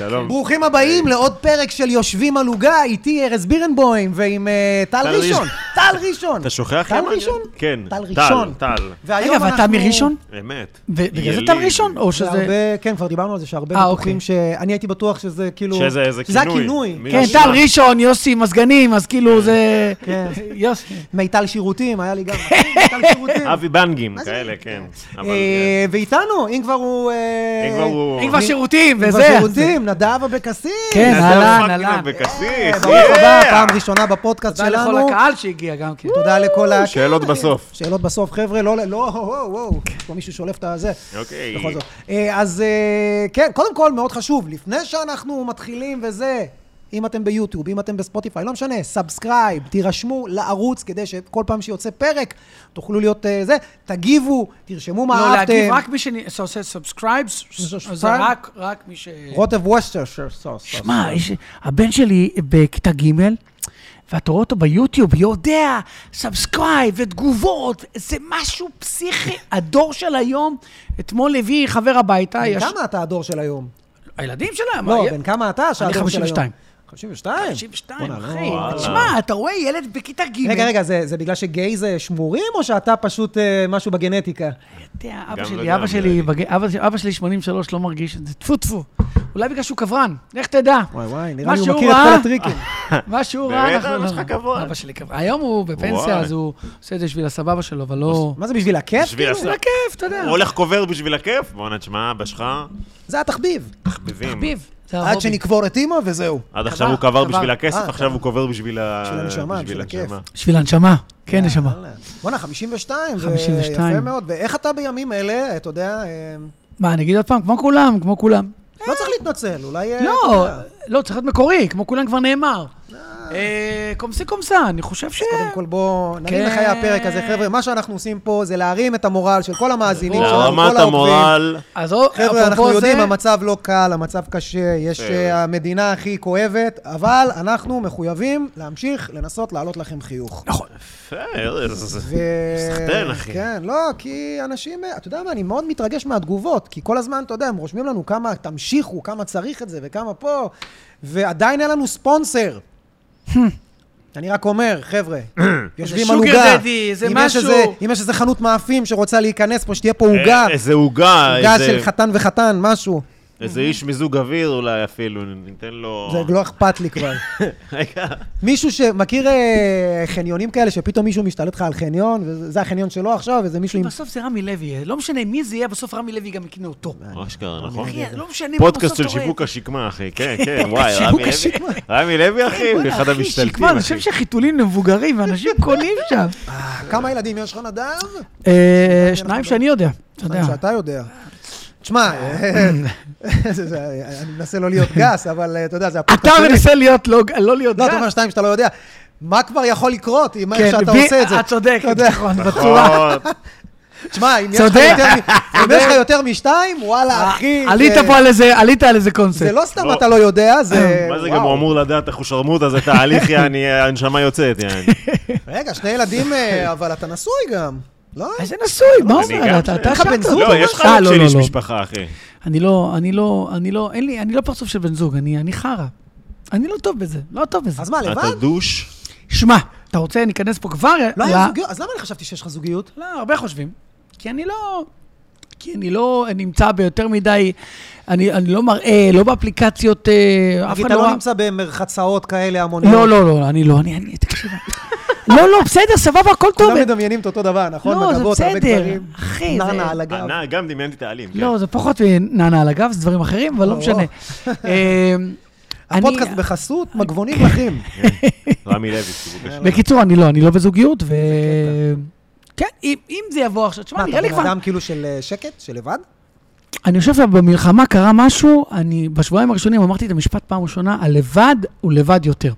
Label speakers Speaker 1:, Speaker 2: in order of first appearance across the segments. Speaker 1: שלום. אה,
Speaker 2: ברוכים הבאים לעוד פרק של יושבים על עוגה, איתי ארז בירנבוים ועם אה, טל
Speaker 1: טל
Speaker 2: ראשון.
Speaker 1: ראשון.
Speaker 2: טל ראשון.
Speaker 1: אתה שוכח
Speaker 2: טל
Speaker 1: למה אני-
Speaker 2: ראשון?
Speaker 1: כן,
Speaker 2: טל
Speaker 1: טל,
Speaker 2: ראשון.
Speaker 1: טל.
Speaker 2: והיום
Speaker 3: רגע, ואתה
Speaker 2: אנחנו-
Speaker 3: מראשון?
Speaker 1: אמת.
Speaker 3: ו- בגלל זה
Speaker 1: יליד.
Speaker 3: אתה מראשון? או שזה...
Speaker 2: והרבה- כן, כבר דיברנו על זה שהרבה
Speaker 3: אה,
Speaker 2: בטוחים
Speaker 3: אוקיי.
Speaker 2: שאני הייתי בטוח שזה כאילו...
Speaker 1: שזה איזה
Speaker 2: שזה
Speaker 1: כינוי.
Speaker 2: הכינוי.
Speaker 1: מי לא-
Speaker 3: כן,
Speaker 1: ישמע?
Speaker 3: טל ראשון, יוסי, מזגנים, אז כאילו זה...
Speaker 2: כן.
Speaker 3: יוסי.
Speaker 2: מיטל שירותים, היה לי גם מיטל שירותים.
Speaker 1: אבי בנגים,
Speaker 2: אוקיי. מה זה?
Speaker 1: כאלה, כן. אבל כן.
Speaker 2: אה, ואיתנו, אם כבר הוא... אה, אה,
Speaker 1: אם כבר הוא...
Speaker 3: אם כבר שירותים
Speaker 2: אם כבר
Speaker 3: וזה.
Speaker 2: שירותים, נדב אבקסיס.
Speaker 3: כן,
Speaker 1: נדב
Speaker 3: אהלן,
Speaker 1: פאקינג
Speaker 3: אהלן.
Speaker 1: אבקסיס,
Speaker 2: אה, ברוך
Speaker 1: yeah!
Speaker 2: הבא, פעם ראשונה בפודקאסט
Speaker 3: תודה לכל
Speaker 2: שלנו.
Speaker 3: הקהל שהגיע גם כן.
Speaker 2: תודה לכל ה...
Speaker 1: שאלות
Speaker 2: כן,
Speaker 1: בסוף.
Speaker 2: שאלות בסוף, חבר'ה, לא, לא, וואו, וואו, וואו, יש פה מישהו שולף את הזה.
Speaker 1: אוקיי.
Speaker 2: בכל זאת. אה, אז אה, כן, קודם כל, מאוד חשוב, לפני שאנחנו מתחילים וזה, אם אתם ביוטיוב, אם אתם בספוטיפיי, לא משנה, סאבסקרייב, תירשמו לערוץ, כדי שכל פעם שיוצא פרק, תוכלו להיות אה, זה, תגיבו, תרשמו מה
Speaker 3: לא,
Speaker 2: אהבתם.
Speaker 3: להגיב רק מי שעושה סאבסקרייבס, זה רק- רק מי ש...
Speaker 2: רוטב ווסטרשר סוס.
Speaker 3: שמע, יש- הבן שלי בכיתה ג' ואתה רואה אותו ביוטיוב, יודע, סאבסקרייב ותגובות, זה משהו פסיכי. הדור של היום, אתמול הביא חבר הביתה, יש...
Speaker 2: כמה אתה הדור של היום?
Speaker 3: הילדים שלהם,
Speaker 2: לא,
Speaker 3: ה-
Speaker 2: בן כמה אתה שהדור של היום?
Speaker 3: 52.
Speaker 2: 52?
Speaker 3: 52,
Speaker 2: כן. בואנה,
Speaker 3: אחי.
Speaker 2: לא,
Speaker 3: תשמע, אתה רואה ילד בכיתה ג'
Speaker 2: רגע, רגע, זה, זה בגלל שגיי זה שמורים, או שאתה פשוט אה, משהו בגנטיקה?
Speaker 3: תראה, אבא
Speaker 1: גם לא וגם,
Speaker 3: שלי, אבא שלי,
Speaker 1: נראה
Speaker 3: בג- אבא שלי- אבא שלי 83 לא מרגיש את זה. טפו טפו. אולי בגלל שהוא קברן, לך תדע.
Speaker 2: וואי וואי, נראה
Speaker 3: מה
Speaker 2: לי הוא
Speaker 3: שהוא
Speaker 2: מכיר את כל
Speaker 3: ראה-
Speaker 2: הטריקים.
Speaker 3: מה שהוא
Speaker 1: באמת?
Speaker 3: ראה, אנחנו...
Speaker 1: אבא
Speaker 3: לא-
Speaker 1: שלך קברן?
Speaker 3: אבא שלי קברן. היום הוא בפנסיה,
Speaker 1: וואי.
Speaker 3: אז הוא עושה את זה בשביל הסבבה שלו, אבל לא...
Speaker 2: מה זה בשביל הכיף? כאילו?
Speaker 1: בשביל
Speaker 3: זה
Speaker 1: הסוף.
Speaker 3: הכיף, אתה
Speaker 2: אה.
Speaker 3: יודע.
Speaker 1: הוא הולך קובר בשביל הכיף? בואנה, תשמע, אבא שלך,
Speaker 2: זה התחביבים.
Speaker 1: תחביבים.
Speaker 3: תחביב. זה
Speaker 2: עד
Speaker 3: ההובי.
Speaker 2: שנקבור את אימא וזהו.
Speaker 1: עד עכשיו
Speaker 3: קבר,
Speaker 1: הוא קבר
Speaker 3: קבר.
Speaker 1: בשביל
Speaker 2: אה,
Speaker 1: הכסף, עכשיו הוא קובר בשביל ה-
Speaker 2: בשביל הנשמה, בשביל הכיף.
Speaker 1: הנשמה.
Speaker 3: בשביל הנשמה. כן, נשמה.
Speaker 2: וואלה. בואנה, 52, זה
Speaker 3: 52.
Speaker 2: יפה מאוד. ואיך אתה בימים אלה, אתה יודע, אה,
Speaker 3: מה, אני אגיד עוד פעם, כמו כולם, כמו כולם.
Speaker 2: לא צריך להתנצל, אולי... אה, אתה
Speaker 3: לא,
Speaker 2: יודע,
Speaker 3: לא, צריך להיות מקורי, כמו כולם כבר נאמר. אה, קומסי קומסה, אני חושב ש...
Speaker 2: קודם כל בוא נרים
Speaker 3: כן.
Speaker 2: לחיי הפרק הזה, חבר'ה, מה שאנחנו עושים פה זה להרים את המורל של כל המאזינים שלנו,
Speaker 1: לרמת
Speaker 2: כל העוקבים.
Speaker 1: המורל,
Speaker 3: אז או-
Speaker 2: חבר'ה, אנחנו
Speaker 3: אפרופו
Speaker 2: יודעים,
Speaker 3: זה-
Speaker 2: המצב לא קל, המצב קשה, יש
Speaker 1: כן.
Speaker 2: אה, המדינה הכי כואבת, אבל אנחנו מחויבים להמשיך לנסות להעלות לכם חיוך.
Speaker 3: נכון.
Speaker 1: יפה, ארז.
Speaker 2: ו-
Speaker 1: סחטיין, אחי.
Speaker 2: כן, לא, כי אנשים, אה, אתה יודע מה, אני מאוד מתרגש מהתגובות, כי כל הזמן, אתה יודע, הם רושמים לנו כמה תמשיכו, כמה צריך את זה וכמה פה, ועדיין אין לנו ספונסר. אני רק אומר, חבר'ה, יושבים
Speaker 3: איזה
Speaker 2: על
Speaker 3: sugar
Speaker 2: עוגה.
Speaker 3: daddy, איזה
Speaker 2: אם יש
Speaker 3: משהו.
Speaker 2: איזה- אם יש איזה חנות מאפים שרוצה להיכנס פה, שתהיה פה עוגה,
Speaker 1: אה, איזה עוגה,
Speaker 2: עוגה
Speaker 1: איזה-
Speaker 2: של חתן וחתן, משהו.
Speaker 1: איזה איש מיזוג אוויר אולי אפילו, ניתן לו...
Speaker 2: זה לא אכפת לי כבר.
Speaker 1: רגע.
Speaker 2: מישהו שמכיר אה, חניונים כאלה, שפתאום מישהו משתלט לך על חניון, וזה החניון שלו עכשיו, איזה מישהו עם...
Speaker 3: בסוף זה רמי לוי, לא משנה מי זה יהיה, בסוף רמי לוי גם יקנה אותו.
Speaker 2: אה,
Speaker 1: אשכרה, נכון?
Speaker 3: אחי, לא משנה מה
Speaker 1: פודקאסט
Speaker 3: בסוף
Speaker 1: של
Speaker 3: אתה רואה.
Speaker 1: שיווק השקמה, אחי, כן, כן, וואי, רמי
Speaker 2: השקמה.
Speaker 1: לוי, רמי לוי, אחי, הוא אחד
Speaker 3: אחי,
Speaker 1: המשתלטים,
Speaker 3: שכבה, אני
Speaker 1: אחי.
Speaker 3: חושב שחיתולים למבוגרים, ואנשים קונים שם.
Speaker 2: אה, כמה ילדים יש לך, נדב?
Speaker 3: אה, שניים שאני יודע, אתה יודע.
Speaker 2: שאתה יודע. תשמע, אה, זה- זה- אני מנסה לא להיות גס, אבל אה, אתה יודע, זה
Speaker 3: אתה
Speaker 2: הפודקאסט שלי.
Speaker 3: מנסה להיות לא- לא להיות
Speaker 2: לא, אתה
Speaker 3: גס.
Speaker 2: אומר שתיים שאתה לא יודע. מה כבר יכול לקרות עם איך
Speaker 3: כן,
Speaker 2: שאתה
Speaker 3: בי-
Speaker 2: עושה את זה?
Speaker 3: את צודקת,
Speaker 2: אתה יודע.
Speaker 3: נכון, בצורה.
Speaker 1: נכון.
Speaker 2: תשמע, אם יש לך
Speaker 3: צודק. אה,
Speaker 2: יותר מ- אם יש לך יותר משתיים, וואלה, אחי. זה-
Speaker 3: עלית פה על איזה, עלית על איזה
Speaker 2: זה
Speaker 3: קונספט.
Speaker 2: לא סתם
Speaker 1: לא.
Speaker 2: אתה לא יודע, זה...
Speaker 1: מה זה,
Speaker 2: וואו.
Speaker 1: גם הוא אמור לדעת איך הוא שרמוט, אז זה תהליך, יעני, הנשמה יוצאת, יעני.
Speaker 2: רגע, שני ילדים, אה, אבל אתה נשוי גם, לא?
Speaker 3: איזה אה, נשוי, מה
Speaker 1: אני
Speaker 3: אומר?
Speaker 1: גם
Speaker 3: אתה-
Speaker 1: ש-
Speaker 3: אתה
Speaker 2: אין לך בן זוג?
Speaker 1: לא, יש לך
Speaker 3: אה,
Speaker 1: רק
Speaker 3: לא,
Speaker 1: של
Speaker 3: לא,
Speaker 1: איש
Speaker 3: לא.
Speaker 1: משפחה, אחי.
Speaker 3: אני לא, אני לא, אני לא, אין לי, אני לא פרצוף של בן זוג, אני אני חרא. אני לא טוב בזה, לא טוב בזה.
Speaker 2: אז מה, לבד?
Speaker 1: אתה דוש?
Speaker 3: שמע, אתה רוצה, ניכנס פה כבר?
Speaker 2: לא
Speaker 3: ל-
Speaker 2: היה זוגיות? אז למה אני חשבתי שיש לך זוגיות?
Speaker 3: לא, הרבה חושבים. כי אני לא... כי אני לא נמצא ביותר מדי, אני, אני לא מראה, לא באפליקציות, אה, אף
Speaker 2: נגיד,
Speaker 3: אחד
Speaker 2: אתה
Speaker 3: לא...
Speaker 2: לא
Speaker 3: ראה-
Speaker 2: נמצא במרחצאות כאלה המוניות.
Speaker 3: לא, לא, לא, אני לא, אני, אני, תקשיב. לא, לא, בסדר, סבבה, הכל טוב.
Speaker 2: כולם מדמיינים את אותו דבר, נכון?
Speaker 3: לא, זה
Speaker 2: מגבות, הרבה
Speaker 3: בסדר.
Speaker 2: גברים.
Speaker 3: אחי, זה-
Speaker 2: נענה על הגב.
Speaker 1: אה, נע, גם דמיינתי את העלים, כן.
Speaker 3: לא, זה פחות נענה על הגב, זה דברים אחרים, אבל לא
Speaker 2: או.
Speaker 3: משנה. אה, אני-
Speaker 2: הפודקאסט בחסות מגבונים לחים.
Speaker 1: רמי לוי, כאילו, סיבוב ראשון.
Speaker 3: בקיצור, אני לא, אני לא בזוגיות, ו... כן, אם, אם זה יבוא עכשיו, תשמע,
Speaker 2: מה,
Speaker 3: לא, נראה
Speaker 2: אתה
Speaker 3: לי
Speaker 2: בן
Speaker 3: כבר...
Speaker 2: אדם כאילו של אה, שקט? של לבד?
Speaker 3: אני חושב שבמלחמה קרה משהו, אני בשבועיים הראשונים אמרתי את המשפט פעם ראשונה, הלבד הוא לבד יותר.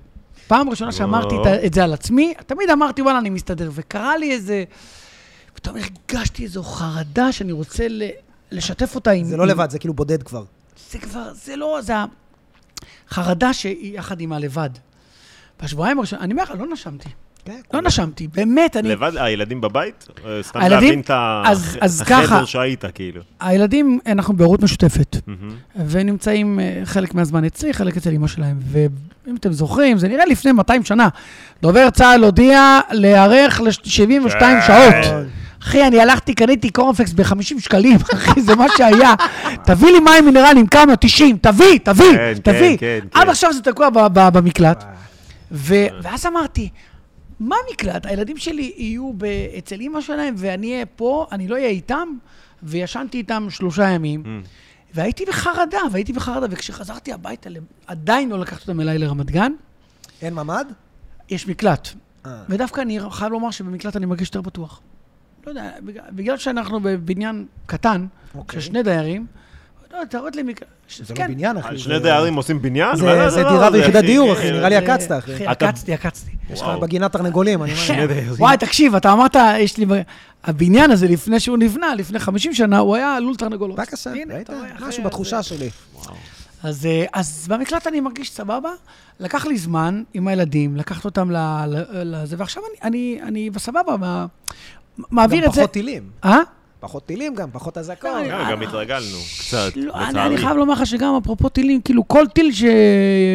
Speaker 3: פעם ראשונה שאמרתי את ה- את זה על עצמי, תמיד אמרתי, וואלה, אני מסתדר, וקרה לי איזה... פתאום הרגשתי איזו חרדה שאני רוצה ל- לשתף אותה עם...
Speaker 2: זה לא
Speaker 3: עם-
Speaker 2: לבד, זה כאילו בודד כבר.
Speaker 3: זה כבר, זה לא, זה החרדה שהיא יחד עם הלבד. בשבועיים הראשונים, אני אומר לך, לא נשמתי.
Speaker 2: כן,
Speaker 3: לא נשמתי, באמת, אני...
Speaker 1: לבד, הילדים בבית? אה, סתם
Speaker 3: הילדים-
Speaker 1: להבין את ה-
Speaker 3: אז- אז ככה.
Speaker 1: החדר שהיית, כאילו.
Speaker 3: הילדים, אנחנו בהורות משותפת,
Speaker 1: מהמם.
Speaker 3: ונמצאים אה, חלק מהזמן אצלי, חלק אצל אמא שלהם. ואם אתם זוכרים, זה נראה לפני 200 שנה. דובר צה"ל הודיע להיערך ל-72
Speaker 1: כן.
Speaker 3: שעות. אחי, אני הלכתי, קניתי קורנפלקס ב-50 שקלים, אחי, זה מה שהיה. תביא לי מים מינרלים, כמה? 90, תביא, תביא,
Speaker 1: כן, כן,
Speaker 3: תביא.
Speaker 1: כן, כן.
Speaker 3: עד עכשיו זה תקוע ב- ב- במקלט.
Speaker 2: אה.
Speaker 3: ו- ואז אמרתי, מה מקלט? הילדים שלי יהיו ב- אצל אימא שלהם, ואני אהיה פה, אני לא אהיה איתם, וישנתי איתם שלושה ימים.
Speaker 2: אה.
Speaker 3: והייתי בחרדה, והייתי בחרדה, וכשחזרתי הביתה, עדיין לא לקחתי אותם אליי לרמת גן,
Speaker 2: אין ממ"ד?
Speaker 3: יש מקלט.
Speaker 2: אה.
Speaker 3: ודווקא אני חייב לומר שבמקלט אני מרגיש יותר בטוח. לא יודע, בגלל- בגלל שאנחנו בבניין קטן,
Speaker 2: אוקיי.
Speaker 3: של שני דיירים, לא, יודע, תראות לי מקלט... כן.
Speaker 2: זה לא בניין, אחי.
Speaker 1: אה, שני
Speaker 2: זה-
Speaker 1: דיירים עושים בניין?
Speaker 2: זה-
Speaker 1: מה לא,
Speaker 2: זה
Speaker 1: לא,
Speaker 2: דירה
Speaker 1: זה
Speaker 2: ויחידת דיור, אחי,
Speaker 1: כן,
Speaker 2: נראה לי עקצת, אחי.
Speaker 3: אה, אחי,
Speaker 1: אתה-
Speaker 3: עקצתי, עקצתי. לא
Speaker 2: יש לך
Speaker 1: וואו.
Speaker 2: בגינת תרנגולים, אני אומר.
Speaker 3: וואי, תקשיב, אתה אמרת, יש לי... ב- הבניין הזה, לפני שהוא נבנה, לפני 50 שנה, הוא היה לול תרנגולות.
Speaker 2: בבקשה,
Speaker 3: הנה,
Speaker 2: ראית?
Speaker 3: אתה רואה, אחי,
Speaker 2: משהו
Speaker 3: זה-
Speaker 2: בתחושה שלי.
Speaker 3: אז, אה, אז במקלט אני מרגיש סבבה. לקח לי זמן עם הילדים, לקחת אותם ל- ל- לזה, ועכשיו אני, אני, אני בסבבה, מה,
Speaker 2: גם
Speaker 3: מעביר את זה.
Speaker 2: פחות טילים.
Speaker 3: אה?
Speaker 2: פחות טילים גם, פחות אזעקות.
Speaker 3: לא,
Speaker 1: אה, גם התרגלנו, קצת,
Speaker 3: לא, אני,
Speaker 1: לצערי.
Speaker 3: אני חייב לומר לך שגם אפרופו טילים, כאילו כל טיל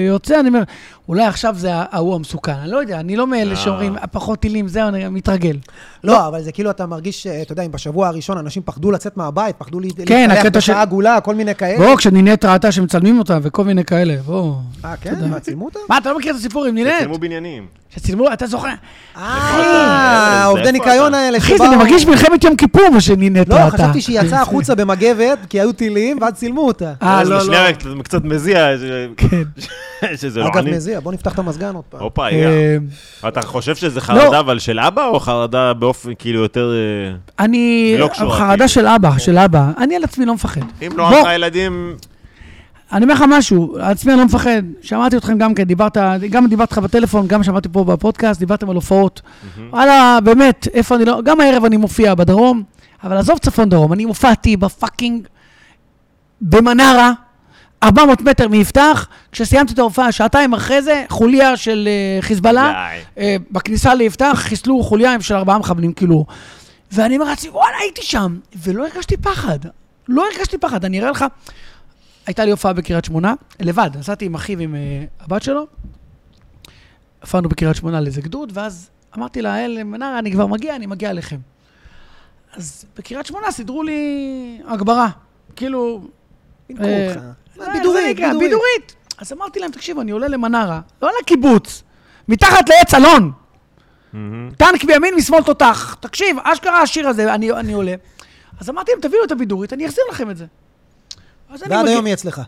Speaker 3: שיוצא, אני אומר, אולי עכשיו זה ההוא המסוכן, אני לא יודע, אני לא מאלה
Speaker 1: אה.
Speaker 3: שאומרים, "אה, פחות טילים, זהו, אני מתרגל.
Speaker 2: לא, אבל זה כאילו אתה מרגיש, אה, אתה יודע, אם בשבוע הראשון אנשים פחדו לצאת מהבית, פחדו לה-
Speaker 3: כן,
Speaker 2: להתקלח
Speaker 3: הקטע של-
Speaker 2: בשעה עגולה, כל מיני כאלה.
Speaker 3: בוא, כשנינט ראתה שמצלמים אותה וכל מיני כאלה, בוא.
Speaker 2: אה,
Speaker 3: אתה יודע.
Speaker 2: כן? מה, צילמו אותם?
Speaker 3: מה, אתה לא מכיר את הסיפור עם נינט?
Speaker 1: תצלמו בניינים.
Speaker 3: שצילמו, אתה זוכר?
Speaker 1: איפה
Speaker 2: אה,
Speaker 1: אתה?
Speaker 2: העובדי
Speaker 1: איפה
Speaker 2: ניקיון
Speaker 1: אתה?
Speaker 2: האלה
Speaker 3: אחי, זה
Speaker 2: שבאו-
Speaker 3: מרגיש מלחמת יום כיפור, מה שנינט
Speaker 2: לא,
Speaker 3: ראתה.
Speaker 2: חשבתי שהיא יצאה החוצה במגבת, כי היו טילים, ואז צילמו אותה.
Speaker 3: אה,
Speaker 1: אז
Speaker 3: לא, לא.
Speaker 1: בשנייה רק קצת מזיע, אה, ש- שזה לא
Speaker 2: כן. אגב,
Speaker 1: אני.
Speaker 2: מזיע, בוא נפתח את המזגן עוד פעם.
Speaker 1: הופה, היה.
Speaker 3: אה,
Speaker 1: אתה חושב שזה
Speaker 2: לא.
Speaker 1: חרדה אבל של אבא, או חרדה באופן כאילו יותר... אה,
Speaker 3: אני,
Speaker 1: לא קשורה,
Speaker 3: חרדה
Speaker 1: כאילו.
Speaker 3: של אבא, של אבא. אני על עצמי לא מפחד.
Speaker 1: אם לא אמרת ילדים...
Speaker 3: אני אומר לך משהו, על עצמי אני לא מפחד. שמעתי אתכם גם כן, דיברת, גם דיברתי איתך בטלפון, גם שמעתי פה בפודקאסט, דיברתם על הופעות. וואלה, באמת, איפה אני לא... גם הערב אני מופיע בדרום, אבל עזוב צפון-דרום, אני הופעתי בפאקינג... במנרה, 400 מטר מיפתח, כשסיימתי את ההופעה, שעתיים אחרי זה, חוליה של אה, חיזבאללה,
Speaker 1: די.
Speaker 3: אה, בכניסה ליפתח, חיסלו חוליה עם של ארבעה מחבלים, כאילו. ואני אומר לעצמי, וואלה, הייתי שם, ולא הרגשתי פחד. לא הרגשתי פחד, אני אראה לך... הייתה לי הופעה בקריית שמונה, לבד, נסעתי עם אחיו ועם אה, הבת שלו. הופענו בקריית שמונה לאיזה גדוד, ואז אמרתי לה, אל מנרה, אני כבר מגיע, אני מגיע אליכם. אז בקריית שמונה סידרו לי הגברה. כאילו,
Speaker 2: פינקו
Speaker 3: אה,
Speaker 2: אותך.
Speaker 3: לא, איך זה
Speaker 2: בידורית,
Speaker 3: נקרא?
Speaker 2: בידורית.
Speaker 3: בידורית. אז אמרתי להם, תקשיב, אני עולה למנרה, לא לקיבוץ, מתחת לעץ אלון.
Speaker 1: מהמם.
Speaker 3: טנק בימין, משמאל תותח. תקשיב, אשכרה השיר הזה, אני, אני עולה. אז אמרתי להם, תביאו את הבידורית, אני אחזיר לכם את זה. אז אני
Speaker 2: ועד
Speaker 3: מגיע-
Speaker 2: היום היא אצלך.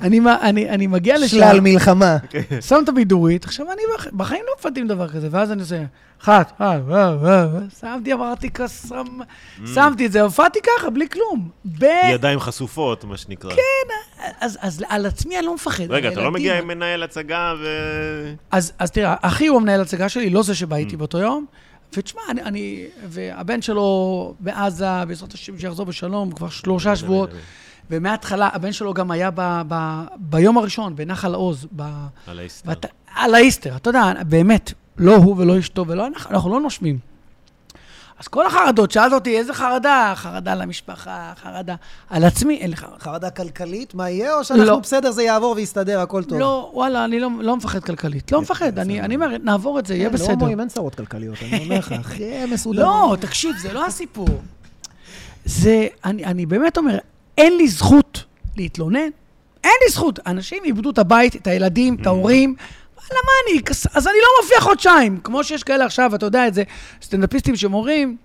Speaker 3: אני, מה- אני, אני מגיע לשם,
Speaker 2: שלל מלחמה.
Speaker 3: שם את הבידורית, עכשיו אני בח... בחיים לא מפתים דבר כזה, ואז אני עושה, אחת, אה, וואו, וואו, וואו, שמתי, אמרתי, קסם,
Speaker 1: Mm.
Speaker 3: שמתי את זה, הופעתי ככה, בלי כלום. ב...
Speaker 1: ידיים חשופות, מה שנקרא. כן.
Speaker 3: אז, אז על עצמי אני לא מפחד.
Speaker 1: רגע, אתה לא
Speaker 3: הילדים-
Speaker 1: מגיע עם מנהל הצגה ו...
Speaker 3: אז, אז תראה, אחי הוא המנהל הצגה שלי, לא זה שבא
Speaker 1: Mm.
Speaker 3: איתי באותו יום. ותשמע, אני, אני, והבן שלו בעזה, בעזרת השם שיחזור בשלום, כבר שלושה שבועות. ומההתחלה, הבן שלו גם היה ב, ב, ביום הראשון, בנחל עוז, ב,
Speaker 1: על ההיסטר.
Speaker 3: ואתה, על האיסטר, אתה יודע, באמת, לא הוא ולא אשתו ולא אנחנו, אנחנו לא נושמים. אז כל החרדות, שאלת אותי, איזה חרדה? חרדה למשפחה, חרדה. על עצמי אין לי חרדה.
Speaker 2: חרדה כלכלית, מה יהיה, או שאנחנו
Speaker 3: לא.
Speaker 2: בסדר, זה יעבור ויסתדר, הכל טוב.
Speaker 3: לא, וואלה, אני לא, לא מפחד כלכלית. לא מפחד, אני אני אומר, נעבור את זה, יהיה
Speaker 2: כן,
Speaker 3: בסדר.
Speaker 2: להומואים אין צרות כלכליות, אני אומר לך, הכי הם מסודרים.
Speaker 3: לא, תקשיב, זה לא הסיפור. זה, אני, אני באמת אומר, אין לי זכות להתלונן. אין לי זכות. אנשים איבדו את הבית, את הילדים, את ההורים. וואלה, מה אני? כס- אז אני לא מופיע חודשיים. כמו שיש כאלה עכשיו, אתה יודע את זה, סטנדאפיסטים שאומרים,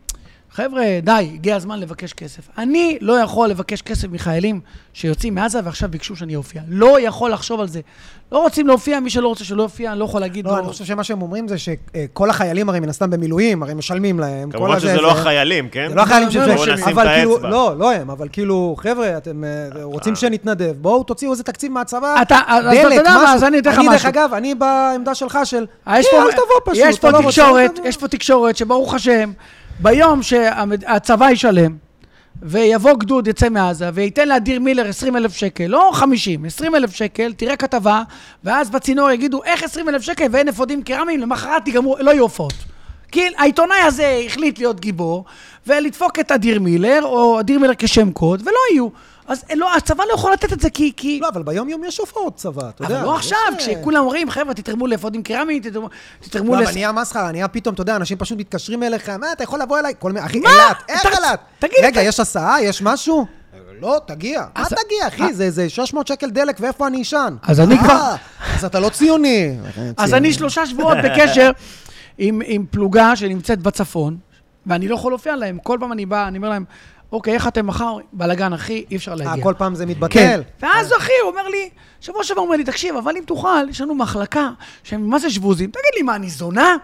Speaker 3: חבר'ה, די, הגיע הזמן לבקש כסף. אני לא יכול לבקש כסף מחיילים שיוצאים מעזה ועכשיו ביקשו שאני אופיע. לא יכול לחשוב על זה. לא רוצים להופיע, מי שלא רוצה שלא יופיע, אני לא יכול להגיד לו...
Speaker 2: לא, אני חושב שמה שהם אומרים זה שכל החיילים הרי מן הסתם במילואים, הרי משלמים להם. כל
Speaker 1: כמובן
Speaker 2: הזה,
Speaker 1: שזה לא
Speaker 2: זה-
Speaker 1: החיילים, כן?
Speaker 2: זה לא החיילים
Speaker 3: לא, בואו
Speaker 2: שמשלמים,
Speaker 1: נשים
Speaker 2: אבל
Speaker 1: את
Speaker 2: כאילו,
Speaker 1: האצבע.
Speaker 2: לא, לא הם, אבל כאילו, חבר'ה, אתם אה, רוצים שנתנדב, בואו תוציאו איזה תקציב מהצבא,
Speaker 3: אתה- אז אתה יודע מה, אז אני אתן לך
Speaker 2: אני, דרך
Speaker 3: משהו.
Speaker 2: אגב, אני בעמדה שלך של,
Speaker 3: אה, יש
Speaker 2: כן,
Speaker 3: פה-
Speaker 2: אל תבוא פשוט.
Speaker 3: יש פה
Speaker 2: אתה לא רוצה,
Speaker 3: תקשורת,
Speaker 2: אל תבוא.
Speaker 3: יש פה תקשורת שברוך השם, ביום שהצבא ישלם, ויבוא גדוד, יצא מעזה, וייתן לאדיר מילר 20 אלף שקל, לא 50, 20 אלף שקל, תראה כתבה, ואז בצינור יגידו, איך 20 אלף שקל ואין אפודים קרמיים, למחרת ייגמרו, לא יהיו הופעות. כי העיתונאי הזה החליט להיות גיבור, ולדפוק את אדיר מילר, או אדיר מילר כשם קוד, ולא יהיו. אז לא, הצבא לא יכול לתת את זה, כי... כי...
Speaker 2: לא, אבל ביום-יום יש הופעות צבא, אתה יודע.
Speaker 3: אבל לא
Speaker 2: יש,
Speaker 3: עכשיו,
Speaker 2: אה,
Speaker 3: כשכולם אומרים, חבר'ה, תתרמו לאפודים קרמיים, תתרמו- תתרמו
Speaker 2: לא,
Speaker 3: לס-
Speaker 2: אבל נהיה מסחרה, נהיה פתאום, אתה יודע, אנשים פשוט מתקשרים אליך, מה, אתה יכול לבוא אליי? כל מיני, אחי,
Speaker 3: מה?
Speaker 2: אילת,
Speaker 3: אתה
Speaker 2: איך
Speaker 3: רצ-
Speaker 2: אילת?
Speaker 3: תגיד,
Speaker 2: רגע,
Speaker 3: אתה-
Speaker 2: יש הסעה? יש משהו? לא, תגיע. מה
Speaker 3: אז- אה-
Speaker 2: תגיע, אחי? זה- זה 600 שקל דלק, ואיפה אני אשן?
Speaker 3: אז אני
Speaker 2: אה,
Speaker 3: כבר-
Speaker 2: אז אתה לא ציוני. כן.
Speaker 3: אז אני שלושה שבועות בקשר עם, עם פלוגה שנמצאת בצפון, ואני לא יכול להופיע להם. כל פעם אני בא, אני אומר להם, אוקיי, איך אתם מחר? בלאגן, אחי, אי אפשר
Speaker 2: אה,
Speaker 3: להגיע.
Speaker 2: כל פעם זה
Speaker 3: כן.
Speaker 2: מתבטל?
Speaker 3: ואז אחי, הוא אומר לי, שבוע שעבר הוא אומר לי, תקשיב, אבל אם תוכל, יש לנו מחלקה שהם מה זה שבוזים, תגיד לי, מה, אני זונה?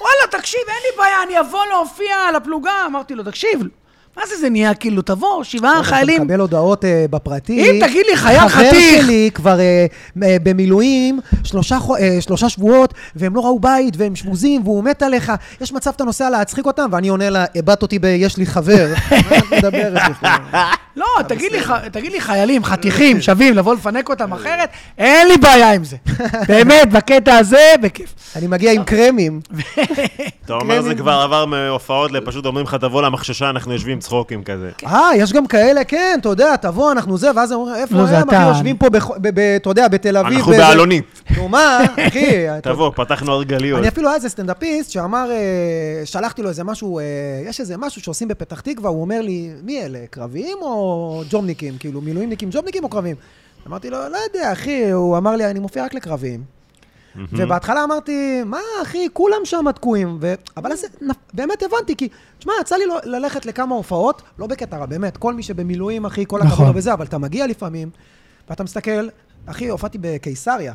Speaker 3: וואלה, תקשיב, אין לי בעיה, אני אבוא להופיע על הפלוגה. אמרתי לו, תקשיב, מה זה, זה נהיה כאילו, תבוא, שבעה
Speaker 2: אתה
Speaker 3: חיילים.
Speaker 2: מקבל הודעות אה, בפרטי.
Speaker 3: אם תגיד לי, חייל
Speaker 2: חבר
Speaker 3: חתיך.
Speaker 2: שלי כבר אה, אה, במילואים שלושה חו- אה, שלושה שבועות, והם לא ראו בית, והם שבוזים, והוא מת עליך. יש מצב שאתה נוסע להצחיק אותם, ואני עונה לה, הבעת אותי ב- "יש לי חבר". מה את מדברת בכלל?
Speaker 3: לא, תגיד לי, ח- תגיד לי חיילים, חתיכים, שווים, לבוא לפנק אותם אחרת, אין לי בעיה עם זה. באמת, בקטע הזה, בכיף.
Speaker 2: אני מגיע עם קרמים.
Speaker 3: כן.
Speaker 1: אתה
Speaker 2: כן,
Speaker 1: אומר זה כבר עבר מהופעות לפשוט אומרים לך, תבוא למחששה, אנחנו יושבים צחוקים כזה.
Speaker 2: אה, יש גם כאלה, כן, אתה יודע, תבוא, אנחנו זה, ואז הם אומרים,
Speaker 3: לא,
Speaker 2: איפה
Speaker 3: זה
Speaker 2: הם,
Speaker 3: אתה.
Speaker 2: אחי, יושבים פה, בח- ב- ב- אתה יודע, בתל אביב.
Speaker 1: אנחנו
Speaker 2: באיזה-
Speaker 1: באלונית.
Speaker 2: נו מה, אחי, אתה
Speaker 1: תבוא, פתחנו הר גליות.
Speaker 2: אני אפילו היה איזה סטנדאפיסט שאמר, אה, שלחתי לו איזה משהו, אה, יש איזה משהו שעושים בפתח תקווה, הוא אומר לי, מי אלה, קרביים או ג'ובניקים? כאילו, מילואימניקים ג'ובניקים או קרביים? אמרתי לו, לא יודע, אחי, הוא אמר לי, אני מופיע רק לקרביים. ובהתחלה אמרתי, מה אחי, כולם שם תקועים. ו... אבל אז נפ- באמת הבנתי, כי, תשמע, יצא לי ל- ללכת לכמה הופעות, לא בקטע רע, באמת, כל מי שבמילואים, אחי, כל הכבוד
Speaker 3: נכון.
Speaker 2: לו וזה, אבל אתה מגיע לפעמים, ואתה מסתכל, אחי, הופעתי בקיסריה.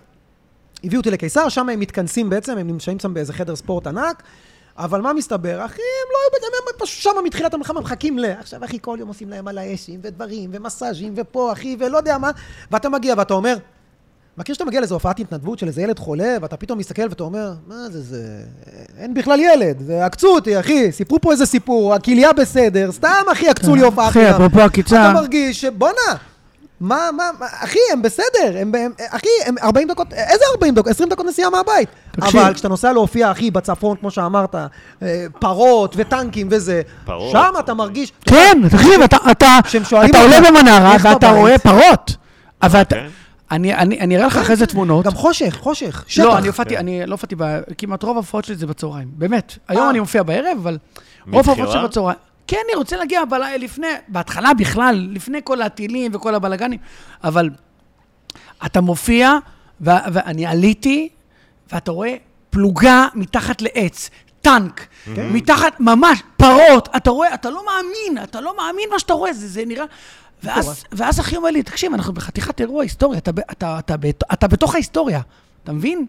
Speaker 2: הביאו אותי לקיסר, שם הם מתכנסים בעצם, הם נמצאים שם באיזה חדר ספורט ענק, אבל מה מסתבר? אחי, הם לא היו בזה, הם פשוט שם מתחילת המלחמה מחכים ל... עכשיו, אחי, כל יום עושים להם על האשים, ודברים, ומסאז'ים, ופה, אחי, ולא יודע מה, ואתה מגיע ואתה אומר... מכיר שאתה מגיע לאיזו הופעת התנדבות של איזה ילד חולה, ואתה פתאום מסתכל ואתה אומר, מה זה זה, אין בכלל ילד, זה עקצו אותי, אחי, סיפרו פה איזה סיפור, הכליה בסדר, סתם, אחי, עקצו לי הופעה
Speaker 3: אה, אחי,
Speaker 2: חינם."
Speaker 3: אפרופו עקיצה.
Speaker 2: אתה מרגיש שבואנה, מה, מה, מה, אחי, הם בסדר, הם, הם, אחי, הם 40 דקות, איזה 40 דקות? 20 דקות נסיעה מהבית.
Speaker 3: תקשיב.
Speaker 2: אבל כשאתה נוסע להופיע, אחי, בצפון, כמו שאמרת, אה, פרות וטנקים וזה,
Speaker 1: פרות.
Speaker 2: שם אתה מרגיש...
Speaker 3: כן, תקשיב, אתה, אתה,
Speaker 2: כשהם שואלים
Speaker 3: אתה
Speaker 2: אותך,
Speaker 3: עולה במנרה
Speaker 2: איך
Speaker 3: ואתה
Speaker 2: בבית?
Speaker 3: רואה פרות. אבל אתה,
Speaker 1: אוקיי.
Speaker 3: אני, אני, אני אראה לך אחרי זה תמונות.
Speaker 2: גם חושך, חושך, שטח.
Speaker 3: לא, אני הופעתי, אני לא הופעתי, ב- כמעט רוב ההופעות שלי זה בצהריים, באמת. היום
Speaker 2: אה.
Speaker 3: אני מופיע בערב, אבל
Speaker 1: מבחירה?
Speaker 3: רוב ההופעות שלי בצהריים. כן, אני רוצה להגיע בלילה לפני, בהתחלה בכלל, לפני כל הטילים וכל הבלגנים, אבל אתה מופיע, ו- ואני עליתי, ואתה רואה פלוגה מתחת לעץ, טנק,
Speaker 2: כן.
Speaker 3: מתחת, ממש, פרות, אתה רואה, אתה לא מאמין, אתה לא מאמין מה שאתה רואה, זה, זה נראה... ואז, ואז אחי אומר לי, תקשיב, אנחנו בחתיכת אירוע היסטורי, אתה, ב- אתה, אתה, אתה, אתה בתוך ההיסטוריה, אתה מבין?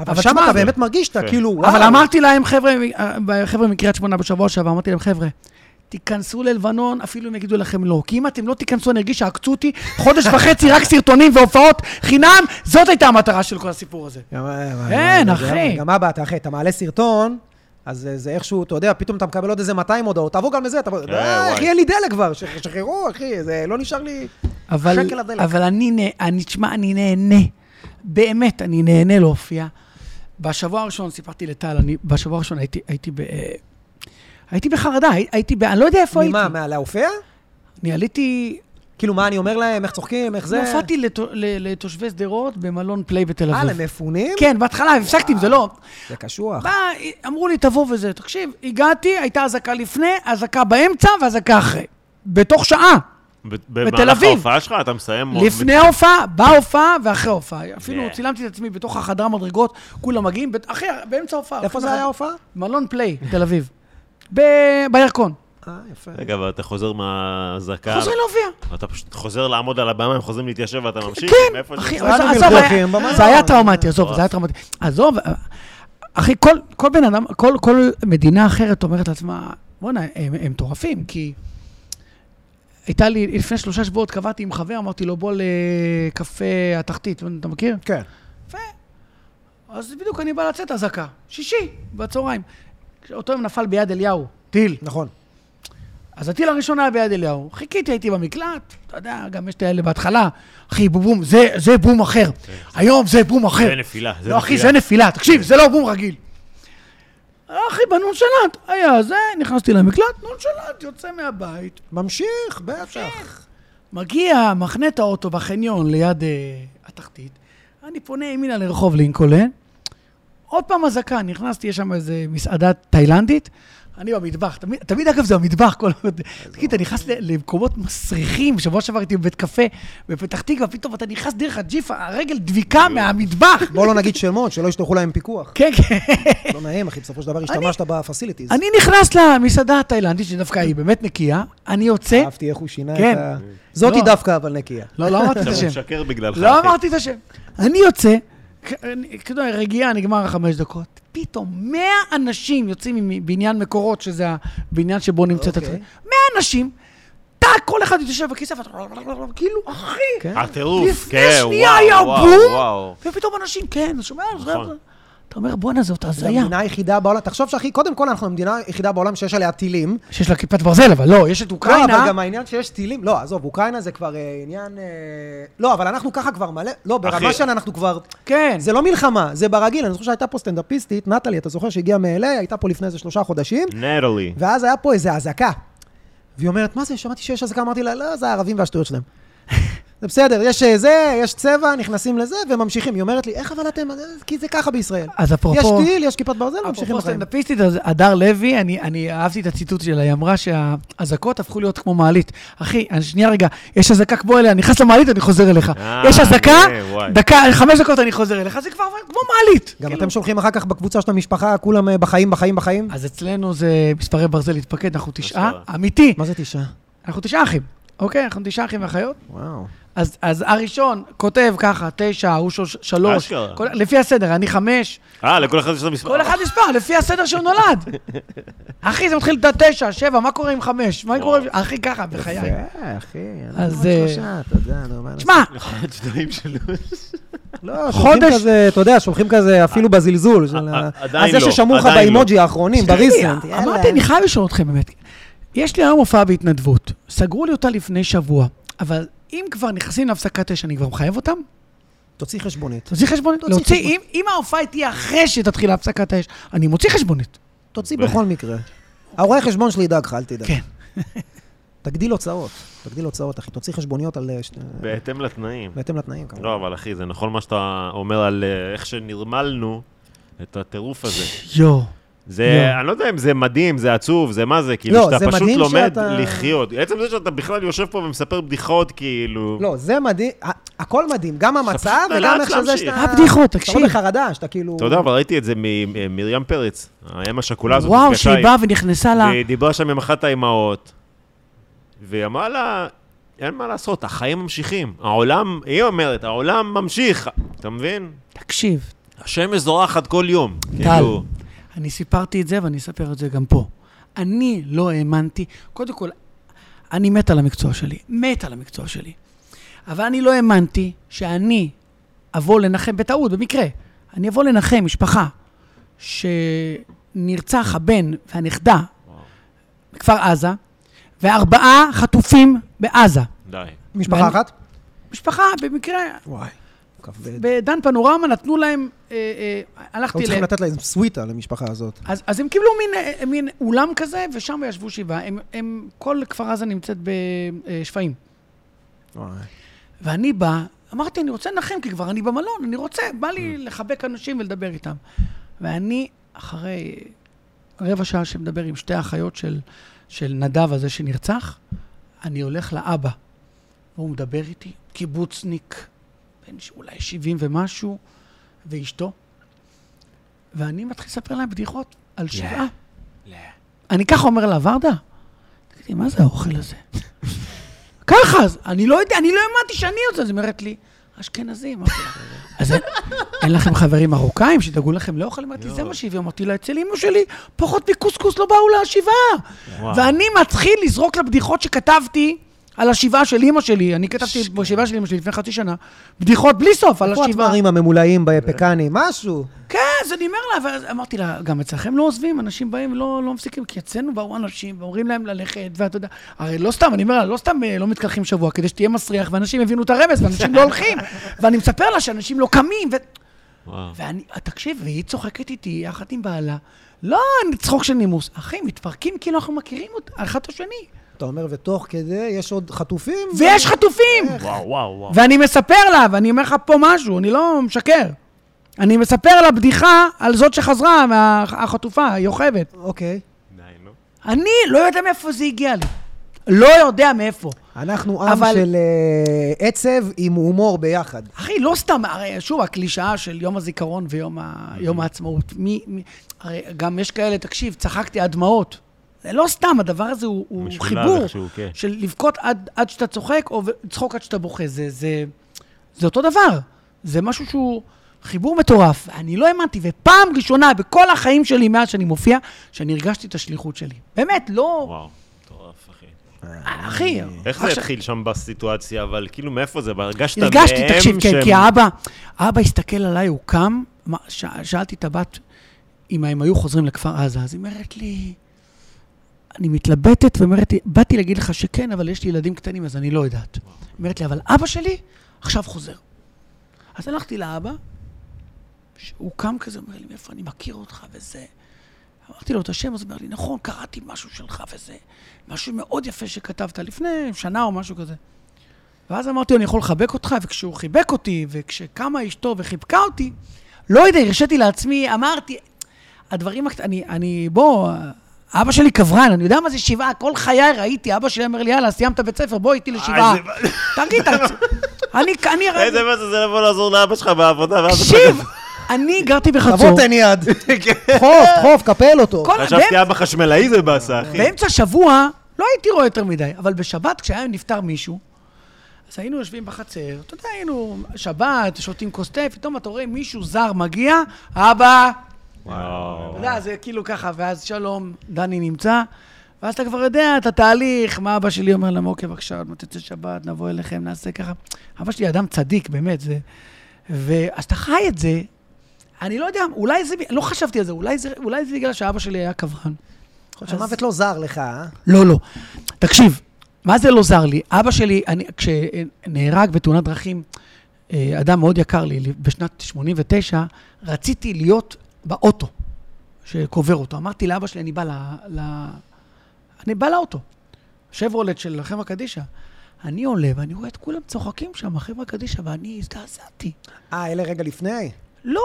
Speaker 2: אבל שם
Speaker 3: תשמע,
Speaker 2: אתה באמת מרגיש שאתה
Speaker 1: כן.
Speaker 2: כאילו, וואו.
Speaker 3: אבל אמרתי להם, חבר'ה, מ- אה, חבר'ה מקריית שמונה בשבוע שעבר, אמרתי להם, חבר'ה, תיכנסו ללבנון, אפילו אם יגידו לכם לא. כי אם אתם לא תיכנסו, אני ארגיש שעקצו אותי חודש וחצי, רק סרטונים והופעות חינם, זאת הייתה המטרה של כל הסיפור הזה.
Speaker 2: גם- אה,
Speaker 3: כן,
Speaker 2: גם-
Speaker 3: אחי.
Speaker 2: גם אבא, אתה אחי, אתה מעלה סרטון, אז זה- זה איכשהו, אתה יודע, פתאום אתה מקבל עוד איזה 200 הודעות, תעבור גם לזה, תעבור,
Speaker 1: אה,
Speaker 2: אה,
Speaker 1: וואי.
Speaker 2: אחי, אין לי דלק כבר, ש- שחררו, אחי, זה לא נשאר לי...
Speaker 3: אבל,
Speaker 2: שקל הדלק.
Speaker 3: אבל אני, נה- אני, תשמע, אני נהנה. באמת, אני נהנה להופיע. בשבוע הראשון סיפרתי לטל, אני בשבוע הראשון הייתי, הייתי ב... אה, הייתי בחרדה, הי- הייתי ב... אני לא יודע איפה הייתי.
Speaker 2: ממה, מה, להופיע?
Speaker 3: אני עליתי,
Speaker 2: כאילו, מה אני אומר להם, איך צוחקים, איך זה?
Speaker 3: זה... הופעתי לתו- ל- לתושבי שדרות במלון פליי בתל
Speaker 2: אה,
Speaker 3: אביב.
Speaker 2: למפונים?
Speaker 3: כן, בהתחלה הפסקתי עם זה, לא.
Speaker 2: זה קשוח.
Speaker 3: בא, אמרו לי, תבוא וזה. תקשיב, הגעתי, הייתה אזעקה לפני, אזעקה באמצע ואזעקה אחרי. בתוך שעה.
Speaker 1: ב-
Speaker 3: בתל
Speaker 1: במהלך
Speaker 3: אביב.
Speaker 1: ההופעה שלך אתה מסיים...
Speaker 3: לפני ההופעה, בהופעה ואחרי ההופעה. אפילו
Speaker 1: Yeah.
Speaker 3: צילמתי את עצמי בתוך החדרי המדרגות, כולם מגיעים, בת- אחרי, באמצע ההופעה.
Speaker 2: איפה זה היה הופעה?
Speaker 3: מלון פליי, תל אביב. ב... בירקון.
Speaker 2: אה, יפה.
Speaker 1: רגע, אבל אתה חוזר מהאזעקה.
Speaker 3: חוזרים להופיע.
Speaker 1: אתה פשוט חוזר לעמוד על הבמה, הם חוזרים להתיישב ואתה ממשיך?
Speaker 3: כן,
Speaker 1: מאיפה
Speaker 3: אחי,
Speaker 1: שזה?
Speaker 2: אבל-
Speaker 3: עזוב,
Speaker 2: כולנו
Speaker 3: עזוב,
Speaker 2: מרדפים
Speaker 3: היה-
Speaker 2: במלון.
Speaker 3: זה היה טראומטי, עזוב, זה היה טראומטי. עזוב, אה, אחי, כל- כל בן אדם, כל- כל מדינה אחרת אומרת לעצמה, בואנה, הם הם מטורפים, כי... הייתה לי, לפני שלושה שבועות קבעתי עם חבר, אמרתי לו, בוא לקפה התחתית, אתה מכיר?
Speaker 2: כן.
Speaker 3: יפה. אז בדיוק אני בא לצאת אזעקה, שישי, בצהריים. אותו יום נפל ביד אליהו, טיל.
Speaker 2: נכון.
Speaker 3: אז הטיל הראשון היה ביד אליהו. חיכיתי, הייתי במקלט, אתה יודע, גם יש את האלה בהתחלה. אחי, בום, בום, זה, זה בום אחר. היום זה בום אחר.
Speaker 1: זה נפילה, זה
Speaker 3: לא, אחי,
Speaker 1: נפילה. כן.
Speaker 3: זה נפילה. תקשיב, זה לא בום רגיל. אחי, בנונשלנט, היה זה, נכנסתי למקלט, נונשלנט, יוצא מהבית,
Speaker 2: ממשיך, בטח.
Speaker 3: מגיע, מחנה את האוטו בחניון ליד אה, התחתית, אני פונה ימינה לרחוב לינקולן, עוד פעם אזעקה, נכנסתי, יש שם איזה מסעדה תאילנדית, אני במטבח, תמיד, תמיד אגב זה המטבח, כל ה... תגיד, אתה נכנס ל- למקומות מסריחים, שבוע שעבר הייתי בבית קפה בפתח תקווה, פתאום אתה נכנס דרך הג'יפה, הרגל דביקה מהמטבח.
Speaker 2: בוא לא נגיד שמות, שלא ישלחו להם פיקוח.
Speaker 3: כן, כן.
Speaker 2: לא נעים, אחי, בסופו של דבר השתמשת בפסיליטיז.
Speaker 3: אני נכנס למסעדה התאילנדית, שדווקא היא באמת נקייה, אני יוצא,
Speaker 2: אהבתי איך הוא שינה
Speaker 3: כן.
Speaker 2: את ה... זאתי
Speaker 3: לא.
Speaker 2: דווקא, אבל נקייה.
Speaker 3: לא, לא אמרתי את
Speaker 1: עכשיו הוא
Speaker 3: השם.
Speaker 1: משקר בגללך.
Speaker 3: לא
Speaker 1: אחי.
Speaker 3: אמרתי את השם. אני יוצא, כ- אני- כאילו רגיעה, נגמר החמש דקות. פתאום 100 אנשים יוצאים מבניין מקורות, שזה הבניין שבו נמצאת
Speaker 2: אוקיי.
Speaker 3: התחילה. 100 אנשים, טאק, כל אחד יושב בכיסא, ואתה כאילו, אחי,
Speaker 2: כן.
Speaker 1: הטירוף, כן,
Speaker 3: לפני שנייה
Speaker 1: וואו,
Speaker 3: היה
Speaker 1: וואו,
Speaker 3: בום,
Speaker 1: וואו.
Speaker 3: ופתאום אנשים, כן, אתה שומע? זה-
Speaker 1: נכון.
Speaker 3: אתה אומר, בואנה, זאת
Speaker 2: זו
Speaker 3: הזיה.
Speaker 2: המדינה היחידה בעולם, תחשוב שאחי, קודם כל אנחנו המדינה היחידה בעולם שיש עליה טילים.
Speaker 3: שיש לה כיפת ברזל, אבל לא, יש את
Speaker 2: לא, אבל
Speaker 3: אוקראינה.
Speaker 2: גם העניין שיש טילים, לא, עזוב, אוקראינה זה כבר אה, עניין... אה, לא, אבל אנחנו ככה כבר מלא, לא, ברמה
Speaker 1: אחי.
Speaker 2: שאנחנו כבר...
Speaker 3: כן.
Speaker 2: זה לא מלחמה, זה ברגיל. אני זוכר שהייתה פה סטנדאפיסטית, נטלי, אתה זוכר שהגיעה מאלה, הייתה פה לפני איזה שלושה חודשים,
Speaker 1: נטלי.
Speaker 2: ואז היה פה איזה אזעקה. והיא אומרת, מה זה, שמעתי שיש אזעקה, אמרתי לה, לא, זה הערבים והשטויות שלהם. זה בסדר, יש אה, זה, יש צבע, נכנסים לזה וממשיכים. היא אומרת לי, איך אבל אתם, כי זה ככה בישראל.
Speaker 3: אז
Speaker 2: יש
Speaker 3: אפרופו...
Speaker 2: טיל, יש כיפת ברזל, ממשיכים
Speaker 3: אה, אפרופו
Speaker 2: בחיים.
Speaker 3: סטנדאפיסטית, אז אה, הדר לוי, אני, אני אהבתי את הציטוט שלה, היא אמרה שהאזעקות הפכו להיות כמו מעלית. אחי, אני- שנייה רגע, יש אזעקה כמו אליה, אני נכנס למעלית, אני חוזר אליך.
Speaker 1: אה,
Speaker 3: יש אזעקה,
Speaker 1: אה, וואי.
Speaker 3: דקה, חמש דקות אני חוזר אליך, זה כבר כמו מעלית.
Speaker 2: גם
Speaker 3: כאילו.
Speaker 2: אתם שולחים אחר כך בקבוצה של המשפחה, כולם אה, בחיים, בחיים, בחיים?
Speaker 3: אז אצלנו זה מספרי ברזל להתפקד, אנחנו תשעה,
Speaker 1: אשכרה.
Speaker 3: אמיתי,
Speaker 2: מה זה תשעה?
Speaker 3: אנחנו תשעה אחים. אוקיי, אנחנו תשעה אחים ואחיות.
Speaker 2: וואו.
Speaker 3: אז, אז הראשון כותב ככה, תשע, הוא שלוש, שלוש,
Speaker 1: אשכרה.
Speaker 3: כל, לפי הסדר, אני חמש,
Speaker 1: אה, לכל אחד יש את המספר.
Speaker 3: כל אחד מספר, לפי הסדר שהוא נולד. אחי, זה מתחיל את התשע, שבע, מה קורה עם חמש? מה
Speaker 1: וואו.
Speaker 3: קורה עם... אחי, ככה, בחיי.
Speaker 2: יפה, אחי.
Speaker 3: אז,
Speaker 2: אז...
Speaker 3: אה,
Speaker 2: שלושה, אתה יודע, נו, מה...
Speaker 3: תשמע,
Speaker 1: אחד שניים שלוש.
Speaker 2: לא, שולחים
Speaker 3: חודש-
Speaker 2: כזה, אתה יודע, שולחים כזה אפילו בזלזול. של ה-
Speaker 1: עדיין
Speaker 2: אז זה
Speaker 1: לא,
Speaker 2: ששמעו לך
Speaker 1: עדיין לא.
Speaker 2: באימוג'י האחרונים, בריסנט.
Speaker 3: תגידי,
Speaker 2: יאללה.
Speaker 3: אמרתי, אני חייב לשאול אתכם באמת. יש לי היום הופעה בהתנדבות, סגרו לי אותה לפני שבוע, אבל אם כבר נכנסים להפסקת תשע, אני כבר מחייב אותם?
Speaker 2: תוציא חשבונית.
Speaker 3: תוציא חשבונית.
Speaker 2: תוציא
Speaker 3: להוציא,
Speaker 2: חשבונית.
Speaker 3: אם- אם ההופעה תהיה אחרי שתתחיל הפסקת האש, אני מוציא חשבונית.
Speaker 2: תוציא בכל מקרה. הרואה חשבון שלי ידאג לך, אל תדאג.
Speaker 3: כן.
Speaker 2: תגדיל הוצאות. תגדיל הוצאות, אחי. תוציא חשבוניות על... אה, ש-
Speaker 1: בהתאם לתנאים.
Speaker 2: בהתאם לתנאים, כמובן.
Speaker 1: לא, אבל אחי, זה נכון מה שאתה אומר על אה, איך שנרמלנו את הטירוף הזה.
Speaker 3: יואו.
Speaker 1: זה, אני לא יודע אם זה מדהים, זה עצוב, זה מה זה,
Speaker 2: לא,
Speaker 1: כאילו, שאתה
Speaker 2: זה
Speaker 1: פשוט
Speaker 2: מדהים
Speaker 1: לומד
Speaker 2: שאתה-
Speaker 1: לחיות. עצם זה שאתה בכלל יושב פה ומספר בדיחות, כאילו...
Speaker 2: לא, זה מדהים, ה- הכל מדהים, גם המצב
Speaker 1: פשוט
Speaker 2: וגם
Speaker 1: נאלץ
Speaker 2: איך שזה
Speaker 1: להמשיך.
Speaker 2: שאתה...
Speaker 3: הבדיחות,
Speaker 2: אתה
Speaker 3: תקשיב.
Speaker 2: לא בחרדה, שאתה כאילו...
Speaker 1: אתה יודע, אבל ראיתי את זה ממרים פרץ, האם השכולה הזאת.
Speaker 3: וואו,
Speaker 1: נפגשה
Speaker 3: שהיא
Speaker 1: עם-
Speaker 3: באה ונכנסה ל...
Speaker 1: והיא דיברה שם עם אחת האימהות, והיא אמרה לה, אין מה לעשות, החיים ממשיכים. העולם, היא אומרת, העולם ממשיך. אתה מבין?
Speaker 3: תקשיב,
Speaker 1: השמש זורחת כל יום.
Speaker 3: טל,
Speaker 1: כאילו,
Speaker 3: אני סיפרתי את זה ואני אספר את זה גם פה. אני לא האמנתי, קודם כל, אני מת על המקצוע שלי, מת על המקצוע שלי. אבל אני לא האמנתי שאני אבוא לנחם, בטעות, במקרה, אני אבוא לנחם משפחה שנרצח הבן והנכדה בכפר עזה, וארבעה חטופים בעזה.
Speaker 1: די.
Speaker 2: משפחה
Speaker 3: ואני-
Speaker 2: אחת?
Speaker 3: משפחה, במקרה,
Speaker 2: וואי, כבד.
Speaker 3: בדן פנורמה נתנו להם, אה, אה, הלכתי
Speaker 2: אנחנו צריכים לתת לה איזה סוויטה למשפחה הזאת.
Speaker 3: אז, אז הם קיבלו מין, אה, מין אולם כזה, ושם ישבו שבעה. הם, הם, כל כפר עזה נמצאת בשפיים.
Speaker 2: וואי.
Speaker 3: ואני בא, אמרתי, אני רוצה לנחם, כי כבר אני במלון, אני רוצה, בא לי לחבק אנשים ולדבר איתם. ואני, אחרי רבע שעה שמדבר עם שתי האחיות של, של נדב הזה שנרצח, אני הולך לאבא. והוא מדבר איתי, קיבוצניק, בן ש- אולי 70 ומשהו, ואשתו. ואני מתחיל לספר להם בדיחות על שבעה. אני ככה אומר לה, ורדה, תגידי, מה זה האוכל הזה? ככה, אז אני לא יודע, אני לא האמנתי שאני עושה, אז היא אומרת לי, אשכנזים. אמרתי לה, אז אין- אין לכם חברים מרוקאים שידאגו לכם לאוכל? אמרתי, זה מה שהביאו. אמרתי לה, אצל אמא שלי פחות מקוסקוס לא באו להשבעה.
Speaker 1: וואו.
Speaker 3: ואני מתחיל לזרוק לה בדיחות שכתבתי על השבעה של אמא שלי. אני כתבתי בשבעה של אמא שלי לפני חצי שנה, בדיחות בלי סוף על
Speaker 2: איפה
Speaker 3: השבעה.
Speaker 2: התמרים הממולאים בפקנים? משהו.
Speaker 3: כן, זה נגמר לה, ואז אמרתי לה, גם אצלכם לא עוזבים, אנשים באים ולא לא מפסיקים, כי אצלנו באו אנשים ואומרים להם ללכת, ואתה יודע, הרי לא סתם, אני אומר לה, לא סתם אה, לא מתקלחים שבוע, כדי שתהיה מסריח, ואנשים הבינו את הרמז, ואנשים לא הולכים, ואני מספר לה שאנשים לא קמים, ו...
Speaker 1: וואו.
Speaker 3: ואני, תקשיב, והיא צוחקת איתי יחד עם בעלה, לא צחוק של נימוס, אחי, מתפרקים כאילו אנחנו מכירים אותה, אחד את השני,
Speaker 2: אתה אומר, ותוך כדי יש עוד חטופים?
Speaker 3: ויש חטופים!
Speaker 1: וואו, וואו, וואו.
Speaker 3: ואני מספר לה, ואני אומר לך פה משהו, אני לא משקר. אני מספר לה בדיחה על זאת שחזרה, מה- החטופה, היוכבת.
Speaker 2: אוקיי.
Speaker 1: די, נו.
Speaker 3: אני לא יודע מאיפה זה הגיע לי. לא יודע מאיפה.
Speaker 2: אנחנו עם
Speaker 3: אבל-
Speaker 2: של אה, עצב עם הומור ביחד.
Speaker 3: אחי, לא סתם, הרי שוב, הקלישאה של יום הזיכרון ויום ה...
Speaker 1: אוקיי.
Speaker 3: יום העצמאות. מי, מי... הרי גם יש כאלה, תקשיב, צחקתי עד דמעות. זה לא סתם, הדבר הזה הוא, הוא
Speaker 1: משולב
Speaker 3: חיבור
Speaker 1: איכשהו, כן.
Speaker 3: של לבכות עד, עד שאתה צוחק, או לצחוק עד שאתה בוכה. זה, זה, זה אותו דבר. זה משהו שהוא חיבור מטורף. אני לא האמנתי, ופעם ראשונה בכל החיים שלי, מאז שאני מופיע, שאני הרגשתי את השליחות שלי. באמת, לא...
Speaker 1: וואו, מטורף, אחי.
Speaker 3: אחי...
Speaker 1: איך זה
Speaker 3: עכשיו-
Speaker 1: התחיל שם בסיטואציה, אבל כאילו, מאיפה זה? הרגשת מהם
Speaker 3: הרגשתי, תקשיב, כן,
Speaker 1: שהם-
Speaker 3: כי האבא, האבא הסתכל עליי, הוא קם, מה- ש- שאלתי את הבת אם הם היו חוזרים לכפר עזה, אז היא אומרת לי, אני מתלבטת, ואומרת לי, באתי להגיד לך שכן, אבל יש לי ילדים קטנים, אז אני לא יודעת. היא אומרת לי, אבל אבא שלי עכשיו חוזר. אז הלכתי לאבא, הוא קם כזה, אומר לי, מאיפה אני מכיר אותך וזה. אמרתי לו את השם, אז הוא אומר לי, נכון, קראתי משהו שלך וזה, משהו מאוד יפה שכתבת לפני שנה או משהו כזה. ואז אמרתי לו, אני יכול לחבק אותך, וכשהוא חיבק אותי, וכשקמה אשתו וחיבקה אותי, לא יודע, הרשיתי לעצמי, אמרתי, הדברים הקטנים, אני, אני, בוא, אבא שלי קברן, אני יודע מה זה שבעה, כל חיי ראיתי, אבא שלי אומר לי, יאללה, סיימת בית ספר, בוא איתי לשבעה.
Speaker 1: איזה-
Speaker 3: תגיד, אתה- אני, אני,
Speaker 1: איזה
Speaker 3: ראיתי-
Speaker 1: מה זה, זה לבוא לעזור לאבא שלך בעבודה, ואז...
Speaker 3: תקשיב, אני גרתי בחצור.
Speaker 2: תבוא תן יד. דחוף, דחוף, קפל אותו.
Speaker 3: כן. כל-
Speaker 1: חשבתי אבא חשמלאי זה באסה, אחי.
Speaker 3: באמצע השבוע לא הייתי רואה יותר מדי, אבל בשבת, כשהיה נפטר מישהו, אז היינו יושבים בחצר, אתה יודע, היינו שבת, שותים כוס תה, פתאום אתה רואה מישהו זר מגיע, אבא,
Speaker 1: וואו.
Speaker 3: אתה יודע, זה כאילו ככה, ואז שלום, דני נמצא, ואז אתה כבר יודע את התהליך, מה אבא שלי אומר להם, אוקיי, בבקשה, עוד מעט תצא שבת, נבוא אליכם, נעשה ככה. אבא שלי אדם צדיק, באמת, זה... ואז אתה חי את זה, אני לא יודע, אולי זה, לא חשבתי על זה, אולי זה, אולי זה בגלל שאבא שלי היה קברן.
Speaker 2: יכול להיות שהמוות לא זר לך, אה?
Speaker 3: לא, לא. תקשיב, מה זה לא זר לי? אבא שלי, אני, כשנהרג בתאונת דרכים, אה, אדם מאוד יקר לי, לי- בשנת 89, רציתי להיות באוטו שקובר אותו. אמרתי לאבא שלי, אני בא ל... ל... אני בא לאוטו, שברולט של חברה קדישא. אני עולה ואני רואה את כולם צוחקים שם, החברה קדישא, ואני הזדעזעתי.
Speaker 2: אה, אלה רגע לפני?
Speaker 3: לא,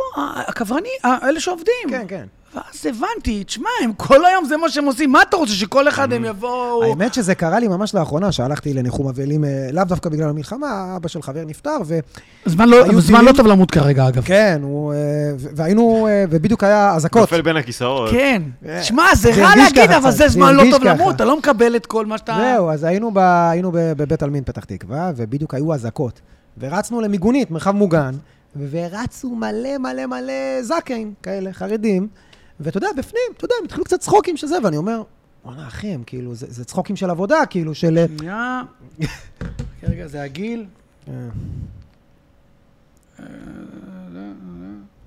Speaker 3: הכוורני, אלה שעובדים.
Speaker 2: כן, כן.
Speaker 3: ואז הבנתי, תשמע, הם כל היום זה מה שהם עושים, מה אתה רוצה, שכל אחד הם יבואו...
Speaker 2: האמת שזה קרה לי ממש לאחרונה, שהלכתי לניחום אבלים, אה, לאו דווקא בגלל המלחמה, אבא של חבר נפטר, ו...
Speaker 3: זמן לא,
Speaker 2: היו
Speaker 3: זמן
Speaker 2: טילים?
Speaker 3: לא טוב למות כרגע, אגב.
Speaker 2: כן, הוא... אה, ו- והיינו... אה, ובדיוק היה אזעקות.
Speaker 1: נופל בין הכיסאות.
Speaker 3: כן.
Speaker 2: אה,
Speaker 3: שמע, זה
Speaker 2: זה
Speaker 3: רע
Speaker 2: הרגיש
Speaker 3: להגיד,
Speaker 2: ככה
Speaker 3: אבל
Speaker 2: קצת,
Speaker 3: זה
Speaker 2: זה
Speaker 3: זמן לא
Speaker 2: הרגיש
Speaker 3: טוב
Speaker 2: ככה.
Speaker 3: למות, אתה לא מקבל את כל מה שאתה...
Speaker 2: זהו, אז היינו, ב, היינו ב, בבית עלמין פתח תקווה, ובדיוק היו אזעקות. ורצנו למיגונית, מרחב מוגן, ורצו מלא מלא מלא זקאים כאלה, חרדים. ואתה יודע, בפנים, אתה יודע, הם התחילו קצת צחוקים של זה, ואני אומר, וואלה, אחי, הם כאילו, זה, זה צחוקים של עבודה, כאילו, של... אה,
Speaker 3: שנייה. רגע, זה הגיל.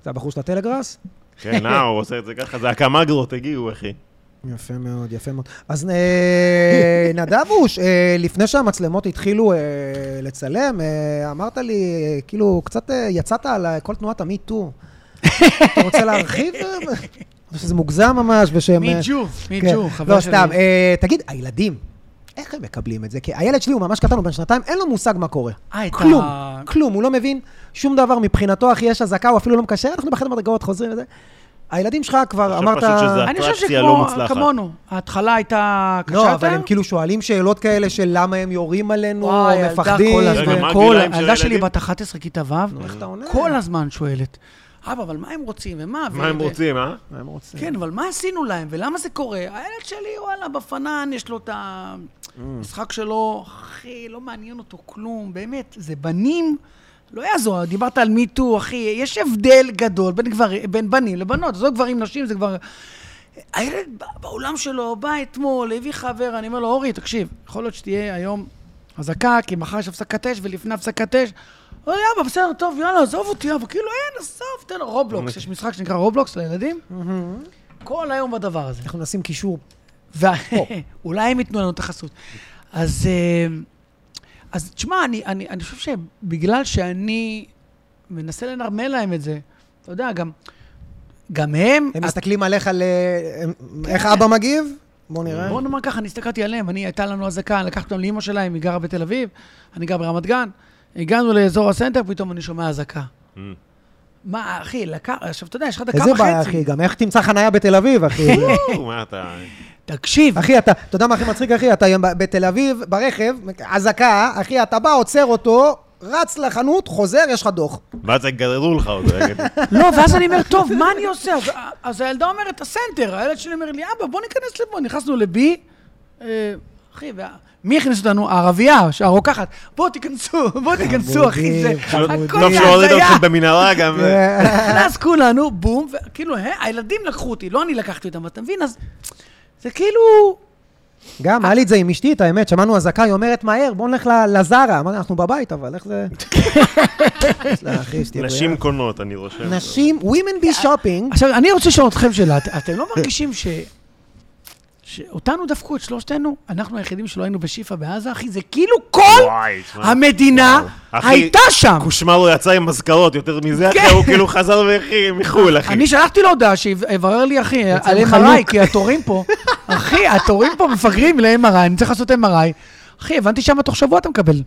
Speaker 2: זה הבחור של הטלגראס?
Speaker 1: כן, אה, הוא עושה את זה ככה, זה הקמגרות הגיעו, אחי.
Speaker 2: יפה מאוד, יפה מאוד. אז אה, נדבוש, אה, לפני שהמצלמות התחילו אה, לצלם, אה, אמרת לי, אה, כאילו, קצת אה, יצאת על אה, כל תנועת המיטו. אתה רוצה להרחיב? אה, אני חושב שזה מוגזם ממש, ושהם...
Speaker 3: מי
Speaker 2: אה,
Speaker 3: ג'ו, מי
Speaker 2: כן.
Speaker 3: ג'ו, חבר שלי.
Speaker 2: לא, סתם. אה, תגיד, הילדים, איך הם מקבלים את זה? כי הילד שלי הוא ממש קטן, הוא בן שנתיים, אין לו מושג מה קורה.
Speaker 3: אה, את
Speaker 2: כלום,
Speaker 3: ה-
Speaker 2: כלום, הוא לא מבין שום דבר. מבחינתו, אחי, יש אזעקה, הוא אפילו לא מקשר, אנחנו בחדר מדרגות חוזרים וזה. הילדים שלך כבר
Speaker 1: חושב
Speaker 2: אמרת...
Speaker 1: פשוט שזה
Speaker 3: אני חושב
Speaker 1: אטרקציה לא
Speaker 3: שכמו
Speaker 1: מוצלחת.
Speaker 3: כמונו, ההתחלה הייתה קשה יותר.
Speaker 2: לא, אבל הם כאילו שואלים שאלות כאלה של למה הם יורים עלינו,
Speaker 3: וואי, הילדה
Speaker 2: מפחדים.
Speaker 3: כל
Speaker 1: רגע,
Speaker 3: הזמן,
Speaker 1: מה
Speaker 3: כל
Speaker 1: הגילאים של
Speaker 3: הילדה שלי
Speaker 1: הילדים?
Speaker 3: בת 11 כיתה ו',
Speaker 2: איך אתה עונה?
Speaker 3: כל הזמן שואלת, אבא, אבל מה הם רוצים ומה? ו-
Speaker 1: מה הם
Speaker 3: ו-
Speaker 1: רוצים, אה?
Speaker 2: מה הם רוצים?
Speaker 3: כן, אבל מה עשינו להם, ולמה זה קורה? הילד שלי, וואלה, בפנן, יש לו את המשחק שלו, אחי, לא מעניין אותו כלום, באמת, זה בנים, לא יעזור, דיברת על מיטו, אחי, יש הבדל גדול בין, גבר, בין בנים לבנות, זה לא גברים, נשים, זה כבר... הילד ב- בעולם שלו בא אתמול, הביא חבר, אני אומר לו, אורי, תקשיב, יכול להיות שתהיה היום אזעקה, כי מחר יש הפסקת אש, ולפני הפסקת אש... אומר לי, אבא, בסדר, טוב, יאללה, עזוב אותי, אבא, כאילו, אין, עזוב, תן לו רובלוקס. יש משחק שנקרא רובלוקס לילדים? כל היום בדבר הזה.
Speaker 2: אנחנו נשים קישור.
Speaker 3: ואולי הם ייתנו לנו את החסות. אז, אה, אז תשמע, אני, אני, אני חושב שבגלל שאני מנסה לנרמל להם את זה, אתה יודע, גם, גם הם...
Speaker 2: הם מסתכלים עליך, ל- הם- איך אבא מגיב? בוא נראה.
Speaker 3: כן. בוא נאמר ככה, אני הסתכלתי עליהם, אני, הייתה לנו אזעקה, לקחתי אותם לאימא שלהם, היא גרה בתל אביב, אני גר ברמת גן, הגענו לאזור הסנטר, פתאום אני שומע אזעקה. מה, אחי, לקח... עכשיו, אתה יודע, יש לך דקה וחצי.
Speaker 2: איזה בעיה, אחי, גם איך תמצא חנייה בתל אביב, אחי?
Speaker 1: או, מה אתה...
Speaker 3: תקשיב,
Speaker 2: אחי, אתה, אתה יודע מה הכי מצחיק, אחי? אתה בתל אביב, ברכב, אזעקה, אחי, אתה בא, עוצר אותו, רץ לחנות, חוזר, יש לך דוח.
Speaker 1: ואז יגררו לך עוד רגע.
Speaker 3: לא, ואז אני אומר, טוב, מה אני עושה? אז, אז הילדה אומרת, הסנטר. הילד שלי אומר לי, אבא, בוא ניכנס לפה. נכנסנו לבי, אה, אחי, וה... מי הכניס אותנו? הערבייה, שהרוקחת. בואו תיכנסו, בואו תיכנסו, אחי, זה...
Speaker 2: חמודים.
Speaker 3: הכל
Speaker 1: טוב שהוא הוריד
Speaker 3: הזיה. כן.
Speaker 1: אתכם במנהרה גם. אה,
Speaker 3: ואז כולנו, בום, וכאילו, "אה, הילדים לקחו אותי, לא אני לקחתי אותם, אתה מבין? אז זה כאילו...
Speaker 2: גם, היה לי את זה עם אשתי, את האמת, שמענו אזעקה, היא אומרת, מהר, בוא נלך ל- לזארה. אמרתי, אנחנו בבית, אבל איך זה... יש לה, אחי, שתהיה
Speaker 1: נשים קונות, אני רושם.
Speaker 2: בריאה. נשים, women be shopping.
Speaker 3: עכשיו, אני רוצה לשאול אתכם שאלה. את- אתם לא מרגישים ש... שאותנו דפקו, את שלושתנו? אנחנו היחידים שלא היינו בשיפא בעזה, אחי, זה כאילו כל
Speaker 1: וואי, תשמע.
Speaker 3: המדינה
Speaker 1: וואו. אחי,
Speaker 3: הייתה שם.
Speaker 1: קושמר הוא יצא עם אזכרות, יותר מזה
Speaker 3: כן.
Speaker 1: אחי, הוא כאילו חזר והכי מחו"ל, אחי.
Speaker 3: אני שלחתי לו הודעה שיברר לי, אחי, על
Speaker 2: עם
Speaker 3: MRI,
Speaker 2: חלוק.
Speaker 3: כי התורים פה, אחי, התורים פה מפגרים ל-MRI, אני צריך לעשות MRI. אחי, הבנתי שמה תוך שבוע אתה מקבל.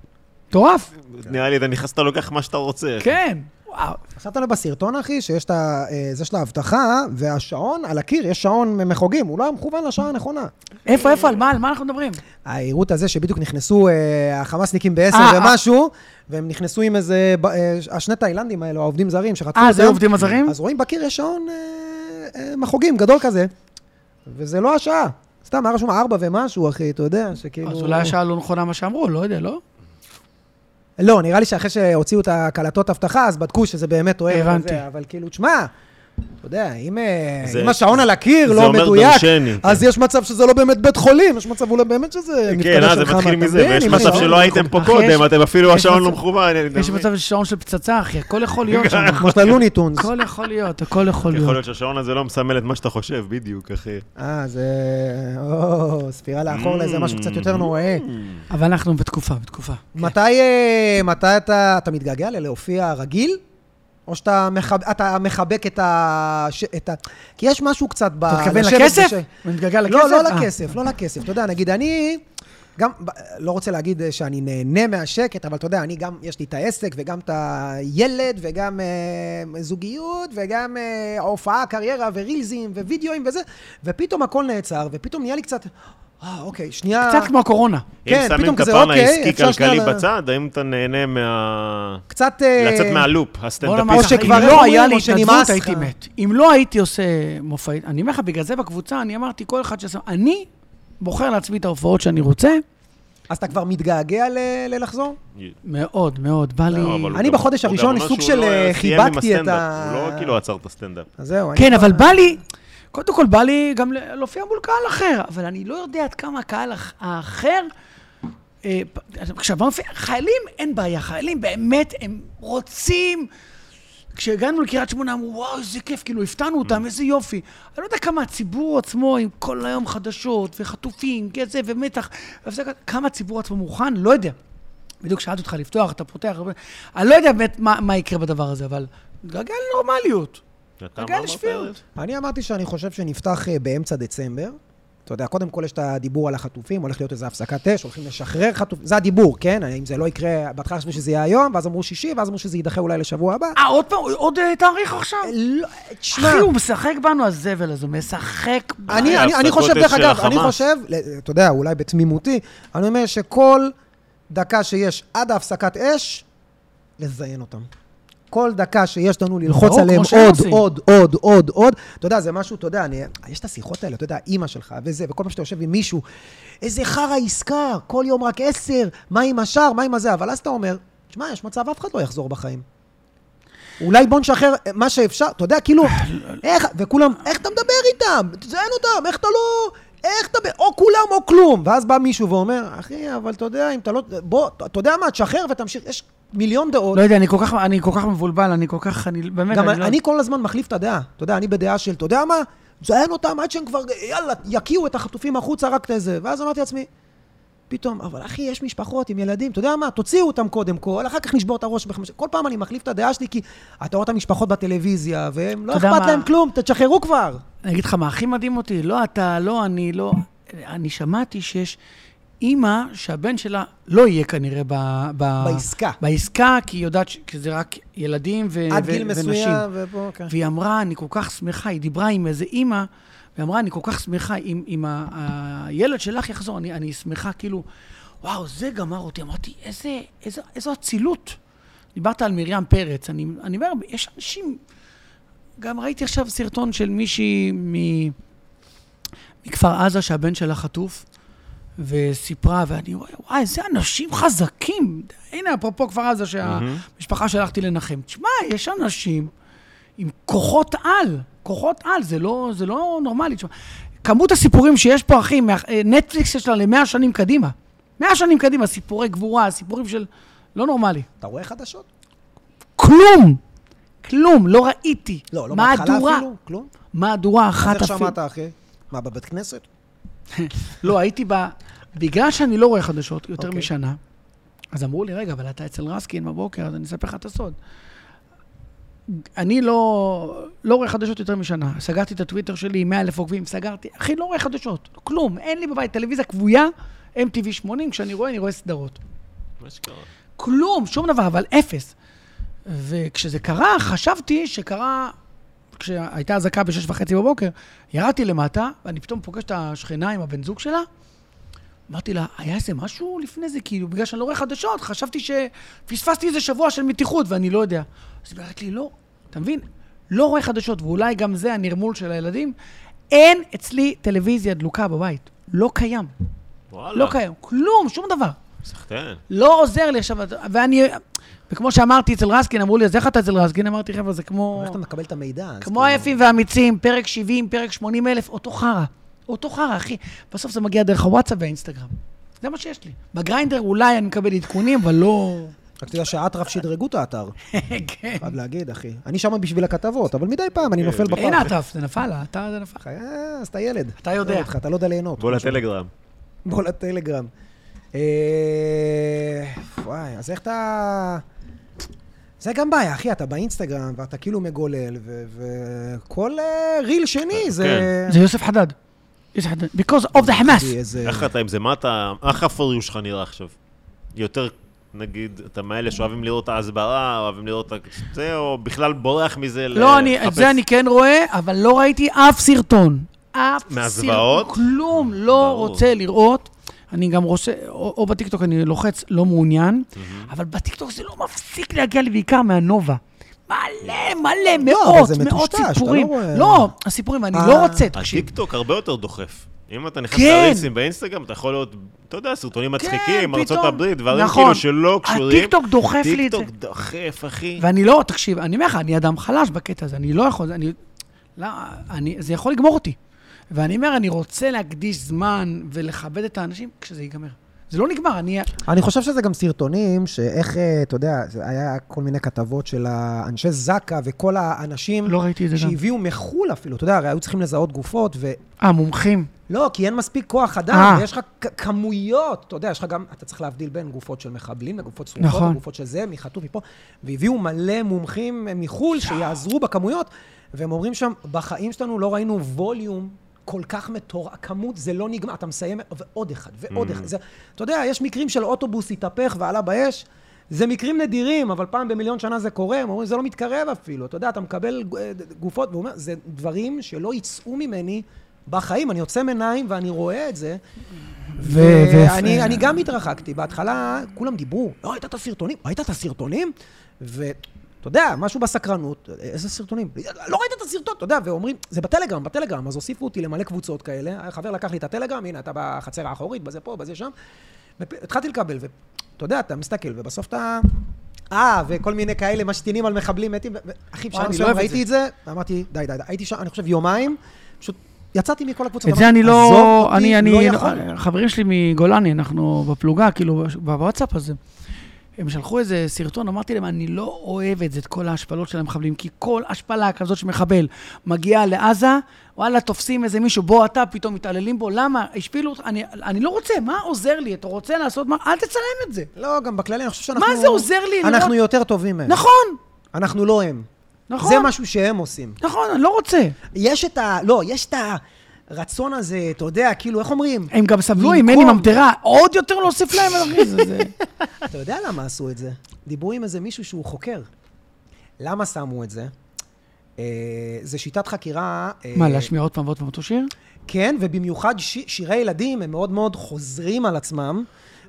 Speaker 3: מטורף.
Speaker 1: כן. נראה לי, אתה נכנס, אתה לוקח מה שאתה רוצה. אחי.
Speaker 3: כן. וואו.
Speaker 2: עכשיו אתה רואה בסרטון, אחי, שיש את ה... אה, זה של האבטחה, והשעון על הקיר, יש שעון מחוגים, הוא לא היה מכוון לשעה הנכונה.
Speaker 3: איפה, איפה, על מה, על מה אנחנו מדברים?
Speaker 2: העירות הזה שבדיוק נכנסו אה, החמאסניקים בעשר
Speaker 3: אה, אה.
Speaker 2: ומשהו, והם נכנסו עם איזה, ב- אה, השני תאילנדים האלו, העובדים זרים שחטפו אותם.
Speaker 3: אה, זה העובדים הזרים?
Speaker 2: אז רואים בקיר יש שעון אה, אה, מחוגים גדול כזה, וזה לא השעה. סתם, היה רשום ארבע ומשהו, אחי, אתה יודע, שכאילו...
Speaker 3: אז אולי השעה לא נכונה מה שאמרו, לא יודע, לא?
Speaker 2: לא, נראה לי שאחרי שהוציאו את הקלטות אבטחה, אז בדקו שזה באמת אוהב.
Speaker 3: הבנתי.
Speaker 2: וזה, אבל כאילו, תשמע, אתה יודע, אם, אה,
Speaker 1: זה-
Speaker 2: אם השעון על
Speaker 1: זה
Speaker 2: הקיר לא
Speaker 1: אומר
Speaker 2: מדויק,
Speaker 1: דרשני,
Speaker 2: אז יש מצב שזה לא באמת בית חולים, יש מצב אולי באמת שזה מפקדה
Speaker 1: כן, אה, זה
Speaker 2: שלך,
Speaker 1: מתחיל
Speaker 2: אתה
Speaker 1: מזה,
Speaker 2: מבין?
Speaker 1: ויש
Speaker 2: אם
Speaker 1: מצב
Speaker 2: השעון
Speaker 1: שלא
Speaker 2: לא
Speaker 1: הייתם פה
Speaker 3: אחי,
Speaker 1: קודם,
Speaker 3: יש-
Speaker 1: אתם אפילו,
Speaker 3: יש
Speaker 1: השעון
Speaker 3: מצב-
Speaker 1: לא מכוון. אני-
Speaker 3: יש
Speaker 1: אתה
Speaker 3: מצב של שעון של פצצה, אחי, הכל יכול להיות שם.
Speaker 2: כמו של הלוניטונס.
Speaker 3: הכל יכול להיות, הכל יכול
Speaker 1: מבין? יכול להיות
Speaker 3: להיות.
Speaker 1: שהשעון הזה לא מסמל את מה שאתה חושב, בדיוק, אחי.
Speaker 2: אה, זה... או, ספירה לאחור לאיזה משהו קצת יותר נורא.
Speaker 3: אבל אנחנו בתקופה, בתקופה.
Speaker 2: מתי אה, מתי אתה אתה מתגעגע ללהופיע רגיל? או שאתה מחב- אתה מחבק את ה... ש- את ה... כי יש משהו קצת ב...
Speaker 3: אתה מתכוון
Speaker 2: לשבת
Speaker 3: לכסף?
Speaker 2: בש-
Speaker 3: אני מתגעגע לכסף?
Speaker 2: לא, לא
Speaker 3: אה.
Speaker 2: לכסף, לא לכסף. אתה יודע, נגיד אני... גם, ב- לא רוצה להגיד אה, שאני נהנה מהשקט, אבל אתה יודע, אני גם, יש לי את העסק וגם את הילד וגם אה, זוגיות וגם אה, הופעה, קריירה ורילזים ווידאוים וזה, ופתאום הכל נעצר, ופתאום נהיה לי קצת, אה, אוקיי, שנייה...
Speaker 3: קצת כמו הקורונה.
Speaker 1: אם
Speaker 2: כן,
Speaker 1: שמים
Speaker 2: פתאום
Speaker 1: את
Speaker 2: כזה,
Speaker 1: הפן
Speaker 2: אוקיי, אפשר
Speaker 1: העסקי-כלכלי
Speaker 2: שנייה ל-
Speaker 1: בצד, האם אתה נהנה מה...
Speaker 2: קצת... אה,
Speaker 1: לצאת מהלופ,
Speaker 3: בוא נאמר,
Speaker 1: הסטנדאפיסט.
Speaker 2: או שכבר
Speaker 3: אם
Speaker 2: לא
Speaker 3: לא
Speaker 2: אומרים,
Speaker 3: היה לי
Speaker 2: או שנמאס
Speaker 3: התנדבות,
Speaker 2: לך.
Speaker 3: הייתי מת. אם לא הייתי עושה מופעי... אני אומר לך, בגלל זה בקבוצה, אני אמרתי, כל אחד שעשה... אני בוחר לעצמי את ההופעות שאני רוצה,
Speaker 2: אז אתה כבר מתגעגע ל- ללחזור?
Speaker 3: מאוד, מאוד, בא לי...
Speaker 1: לא, אבל הוא
Speaker 2: אני
Speaker 1: גם-
Speaker 2: בחודש
Speaker 1: הוא גם
Speaker 2: הראשון
Speaker 1: אמר
Speaker 2: סוג
Speaker 1: שהוא
Speaker 2: של,
Speaker 1: לא
Speaker 2: אה,
Speaker 1: סיים עם
Speaker 2: חיבקתי את
Speaker 1: הסטנדאפ,
Speaker 2: ה-
Speaker 1: הוא לא כאילו עצר את הסטנדאפ.
Speaker 2: אז זהו. אני
Speaker 3: כן,
Speaker 2: כבר-
Speaker 3: אבל בא לי... קודם כל, בא לי גם ל- להופיע מול קהל אחר, אבל אני לא יודע עד כמה הקהל האח- האחר... אה, פ- אז עכשיו, מה מופיע? חיילים, אין בעיה, חיילים באמת, הם רוצים... כשהגענו לקריית שמונה, אמרו, וואו, איזה כיף, כאילו, הפתענו אותם, איזה יופי. אני לא יודע כמה הציבור עצמו, עם כל היום חדשות, וחטופים, כזה, ומתח, והפסקת- כמה הציבור עצמו מוכן, לא יודע. בדיוק שאלתי אותך לפתוח, אתה פותח, הרבה- אני לא יודע באמת מה מה יקרה בדבר הזה, אבל... מתגעגע לנורמליות.
Speaker 1: אתה
Speaker 3: מתגעגע
Speaker 1: אמרת את
Speaker 3: לשפיות.
Speaker 1: זה?
Speaker 2: אני אמרתי שאני חושב שנפתח אה, באמצע דצמבר. אתה יודע, קודם כל יש את הדיבור על החטופים, הולך להיות איזו הפסקת אש, הולכים לשחרר חטופים, זה הדיבור, כן? אם זה לא יקרה, בהתחלה חשבו שזה יהיה היום, ואז אמרו שישי, ואז אמרו שזה יידחה אולי לשבוע הבא.
Speaker 3: אה, עוד פעם, עוד אה, תאריך עכשיו?
Speaker 2: לא, תשמע,
Speaker 3: אחי, הוא משחק בנו, הזבל הזה, הוא משחק בנו.
Speaker 2: אני, אני, אני
Speaker 1: ההפסקות
Speaker 2: חושב,
Speaker 1: הן
Speaker 2: דרך
Speaker 1: של
Speaker 2: אגב, אני
Speaker 1: החמאס.
Speaker 2: חושב, ל- אתה יודע, אולי בתמימותי, אני אומר שכל דקה שיש עד ההפסקת אש, לזיין אותם. כל דקה שיש לנו ללחוץ
Speaker 3: ברור,
Speaker 2: עליהם
Speaker 3: לא, כמו שהם
Speaker 2: עוד,
Speaker 3: עושים.
Speaker 2: עוד, עוד, עוד, עוד. אתה יודע, זה משהו, אתה יודע, אני, יש את השיחות האלה, אתה יודע, אימא שלך וזה, וכל פעם שאתה יושב עם מישהו, איזה חרא עסקה, כל יום רק עשר, מה עם השאר, מה עם הזה, אבל אז אתה אומר, תשמע, יש מצב, אף אחד לא יחזור בחיים. אולי בוא נשחרר מה שאפשר, אתה יודע, כאילו, איך, וכולם, איך אתה מדבר איתם? תזיין אותם, איך אתה לא... איך אתה... ב- או כולם או כלום. ואז בא מישהו ואומר, אחי, אבל אתה יודע, אם אתה לא... בוא, אתה יודע מה, תשחרר ותמשיך. יש מיליון דעות.
Speaker 3: לא יודע, אני כל כך, אני כל כך מבולבל, אני כל כך, אני באמת,
Speaker 2: גם
Speaker 3: אני לא...
Speaker 2: אני כל הזמן מחליף את הדעה. אתה יודע, אני בדעה של, אתה יודע מה? תזיין אותם עד שהם כבר, יאללה, יקיעו את החטופים החוצה רק לזה. ואז אמרתי לעצמי, פתאום, אבל אחי, יש משפחות עם ילדים, אתה יודע מה? תוציאו אותם קודם כל, אחר כך נשבור את הראש. בחמש... כל פעם אני מחליף את הדעה שלי, כי אתה רואה את המשפחות בטלוויזיה, והם לא
Speaker 3: אתה יודע
Speaker 2: אכפת
Speaker 3: מה?
Speaker 2: להם כלום, תשחררו כבר.
Speaker 3: אני אגיד לך מה הכי מדהים אותי, לא אתה, לא אני, לא... אני שמעתי שיש אימא שהבן שלה לא יהיה כנראה ב... ב
Speaker 2: בעסקה.
Speaker 3: בעסקה, כי היא יודעת שזה רק ילדים ו...
Speaker 2: עד
Speaker 3: ו-
Speaker 2: גיל
Speaker 3: ונשים. אוקיי.
Speaker 2: מסוים, ופה, כן.
Speaker 3: והיא אמרה, אני כל כך שמחה, היא דיברה עם איזה אימא, והיא אמרה, אני כל כך שמחה, אם, אם ה- הילד שלך יחזור, אני, אני שמחה, כאילו, וואו, זה גמר אותי. אמרתי, איזה, איזה, איזו אצילות. דיברת על מרים פרץ, אני, אני אומר, יש אנשים, גם ראיתי עכשיו סרטון של מישהי מ, מכפר עזה שהבן שלה חטוף. וסיפרה, ואני רואה, וואי, איזה אנשים חזקים. הנה, אפרופו כפר עזה, שהמשפחה שהלכתי לנחם. תשמע, יש אנשים עם כוחות על, כוחות על, זה לא, זה לא נורמלי. תשמע, כמות הסיפורים שיש פה, אחי, מה- אה, נטפליקס יש לה למאה שנים קדימה. מאה שנים קדימה, סיפורי גבורה, סיפורים של... לא נורמלי.
Speaker 2: אתה רואה חדשות?
Speaker 3: כלום! כלום, לא ראיתי.
Speaker 2: לא, לא בהתחלה
Speaker 3: מהדורה-
Speaker 2: אפילו, כלום.
Speaker 3: מהדורה אחת
Speaker 2: איך
Speaker 3: אפילו.
Speaker 2: שמעת, אחי? מה, בבית כנסת?
Speaker 3: לא, הייתי ב... בגלל שאני לא רואה חדשות יותר
Speaker 2: אוקיי.
Speaker 3: משנה, אז אמרו לי, רגע, אבל אתה אצל רסקין בבוקר, אז אני אספר לך את הסוד. אני לא, לא רואה חדשות יותר משנה. סגרתי את הטוויטר שלי עם 100 אלף עוקבים, סגרתי. אחי, לא רואה חדשות, כלום. אין לי בבית טלוויזיה כבויה, MTV 80, כשאני רואה, אני רואה סדרות.
Speaker 1: מה שקרה.
Speaker 3: כלום, שום דבר, אבל אפס. וכשזה קרה, חשבתי שקרה, כשהייתה אזעקה בשש וחצי בבוקר, ירדתי למטה, ואני פתאום פוגש את השכנה עם הבן זוג שלה. אמרתי לה, היה איזה משהו לפני זה, כאילו, בגלל שאני לא רואה חדשות, חשבתי שפספסתי איזה שבוע של מתיחות ואני לא יודע. אז היא אומרת לי, לא, אתה מבין? לא רואה חדשות, ואולי גם זה הנרמול של הילדים. אין אצלי טלוויזיה דלוקה בבית. לא קיים.
Speaker 1: וואלה,
Speaker 3: לא קיים. כלום, שום דבר.
Speaker 1: סחטיין.
Speaker 3: לא עוזר לי עכשיו, ואני... וכמו שאמרתי אצל רסקין, אמרו לי, אז איך אתה אצל רסקין? אמרתי, חבר'ה, זה כמו...
Speaker 2: איך אתה מקבל את המידע? אז
Speaker 3: כמו
Speaker 2: כאילו-
Speaker 3: היפים והאמיצים, פרק 70, פרק 80 אלף, אותו חרא. אותו חרא, אחי. בסוף זה מגיע דרך הוואטסאפ והאינסטגרם. זה מה שיש לי. בגריינדר אולי אני מקבל עדכונים, אבל לא...
Speaker 2: רק תדע שאטרף שדרגו את האתר.
Speaker 3: כן.
Speaker 2: חייב להגיד, אחי. אני שם בשביל הכתבות, אבל מדי פעם אני נופל בפארק.
Speaker 3: אין עטף, זה נפל, אתה זה נפל.
Speaker 2: אה, אז אתה ילד.
Speaker 3: אתה יודע.
Speaker 2: לא אותך, אתה לא יודע ליהנות.
Speaker 1: בוא לטלגרם.
Speaker 2: בוא לטלגרם. אה, וואי, אז איך אתה... זה גם בעיה, אחי, אתה באינסטגרם, ואתה כאילו מגולל, ו- וכל אה, ריל שני זה...
Speaker 1: כן.
Speaker 3: זה יוסף חדד. יוסף חדד. Because of the
Speaker 2: כן. אחי,
Speaker 3: Hamas.
Speaker 2: איזה-
Speaker 1: איך אתה עם זה? מה אתה... איך הפוריו שלך נראה עכשיו? יותר, נגיד, אתה מאלה שאוהבים לראות את ההסברה, אוהבים לראות את זה, או בכלל בורח מזה
Speaker 3: לא, אני- את זה אני כן רואה, אבל לא ראיתי אף סרטון. אף סרטון.
Speaker 1: מהזוועות?
Speaker 3: כלום. לא
Speaker 1: ברור.
Speaker 3: רוצה לראות. אני גם רוצה, או, או בטיקטוק אני לוחץ לא מעוניין, אבל בטיקטוק זה לא מפסיק להגיע לי בעיקר מהנובה. מלא, מלא,
Speaker 2: לא, אבל
Speaker 3: מאות,
Speaker 2: זה
Speaker 3: מאות
Speaker 2: מטושטש, אתה לא
Speaker 3: סיפורים.
Speaker 2: רואה.
Speaker 3: לא, הסיפורים, אני
Speaker 2: אה.
Speaker 3: לא רוצה, תקשיב.
Speaker 1: הטיקטוק הרבה יותר דוחף. אם אתה נכנס
Speaker 3: כן.
Speaker 1: לריצים באינסטגרם, אתה יכול להיות, אתה יודע, סרטונים מצחיקים,
Speaker 3: פתאום.
Speaker 1: ארצות הברית, דברים
Speaker 3: נכון.
Speaker 1: כאילו שלא קשורים.
Speaker 3: הטיקטוק דוחף לי את זה.
Speaker 1: טיקטוק דוחף, אחי.
Speaker 3: ואני לא, תקשיב, אני אומר לך, אני אדם חלש בקטע הזה, אני לא יכול, אני, לא, אני, זה יכול לגמור אותי. ואני אומר, אני רוצה להקדיש זמן ולכבד את האנשים כשזה ייגמר. זה לא נגמר, אני...
Speaker 2: אני חושב שזה גם סרטונים, שאיך, אה, אתה יודע, זה היה כל מיני כתבות של אנשי זק"א וכל האנשים
Speaker 3: לא ראיתי את זה גם.
Speaker 2: שהביאו מחו"ל אפילו, אתה יודע, הרי היו צריכים לזהות גופות, ו...
Speaker 3: אה, מומחים.
Speaker 2: לא, כי אין מספיק כוח אדם,
Speaker 3: אה.
Speaker 2: ויש לך כ- כמויות, אתה יודע, יש לך גם, אתה צריך להבדיל בין גופות של מחבלים לגופות שרופות,
Speaker 3: נכון.
Speaker 2: נכון. לגופות של זה, מחטוף מפה, והביאו מלא מומחים מחו"ל שיעזרו בכמויות, והם אומרים שם, בחיים שלנו לא ראינו ווליום כל כך מטורף, הכמות זה לא נגמר, אתה מסיים, ועוד אחד, ועוד
Speaker 1: Mm.
Speaker 2: אחד, זה, אתה יודע, יש מקרים של אוטובוס התהפך ועלה באש, זה מקרים נדירים, אבל פעם במיליון שנה זה קורה, הם אומרים, זה לא מתקרב אפילו. אתה יודע, אתה מקבל אה, גופות, והוא אומר, זה דברים שלא יצאו ממני בחיים. אני עוצם עיניים ואני רואה את זה.
Speaker 3: ו-
Speaker 2: ואני
Speaker 3: ו-
Speaker 2: אה, אני גם התרחקתי. בהתחלה כולם דיברו, לא ראית את הסרטונים? ראית את הסרטונים? ואתה יודע, משהו בסקרנות, איזה סרטונים? לא ראית את הסרטון, אתה יודע, ואומרים, זה בטלגרם, בטלגרם. אז הוסיפו אותי למלא קבוצות כאלה. החבר לקח לי את הטלגרם, הנה, אתה בחצר האחורית, בזה פה, בזה שם. ופ- התחלתי לקבל, ואתה יודע, אתה מסתכל, ובסוף אתה... אה, וכל מיני כאלה משתינים על מחבלים מתים. ו- ו- אחי,
Speaker 3: וואי,
Speaker 2: בשלב
Speaker 3: אני לא
Speaker 2: מסוים
Speaker 3: אוהב את
Speaker 2: ראיתי את זה, ואמרתי, די, די, די. הייתי שם, אני חושב, יומיים, פשוט יצאתי מכל הקבוצה.
Speaker 3: את זה
Speaker 2: ואמרתי,
Speaker 3: אני לא...
Speaker 2: "עזוב אותי,
Speaker 3: אני, אני...
Speaker 2: לא יכול.
Speaker 3: חברים שלי מגולני, אנחנו בפלוגה, כאילו, בוואטסאפ הזה. הם שלחו איזה סרטון, אמרתי להם, אני לא אוהב את זה, את כל ההשפלות של המחבלים, כי כל השפלה כזאת שמחבל מגיעה לעזה, וואלה, תופסים איזה מישהו, בוא אתה, פתאום מתעללים בו, למה? השפילו אותך, אני, אני לא רוצה, מה עוזר לי? אתה רוצה לעשות מה? אל תצלם את זה.
Speaker 2: לא, גם בכללי, אני חושב שאנחנו...
Speaker 3: מה זה עוזר לי לראות-
Speaker 2: אנחנו יותר טובים מהם.
Speaker 3: נכון,
Speaker 2: אנחנו לא הם.
Speaker 3: נכון.
Speaker 2: זה משהו שהם עושים.
Speaker 3: נכון, אני לא רוצה.
Speaker 2: יש את ה... לא, יש את הרצון הזה, אתה יודע, כאילו, איך אומרים?
Speaker 3: הם גם סבלו עם מני
Speaker 2: במקום-
Speaker 3: ממטרה, עוד יותר להוסיף להם, אחי, זה... זה-
Speaker 2: אתה יודע למה עשו את זה? דיברו עם איזה מישהו שהוא חוקר. למה שמו את זה? אה, זה שיטת חקירה... אה,
Speaker 3: מה, להשמיע עוד פעם ועוד פעם אותו שיר?
Speaker 2: כן, ובמיוחד ש... שירי ילדים, הם מאוד מאוד חוזרים על עצמם.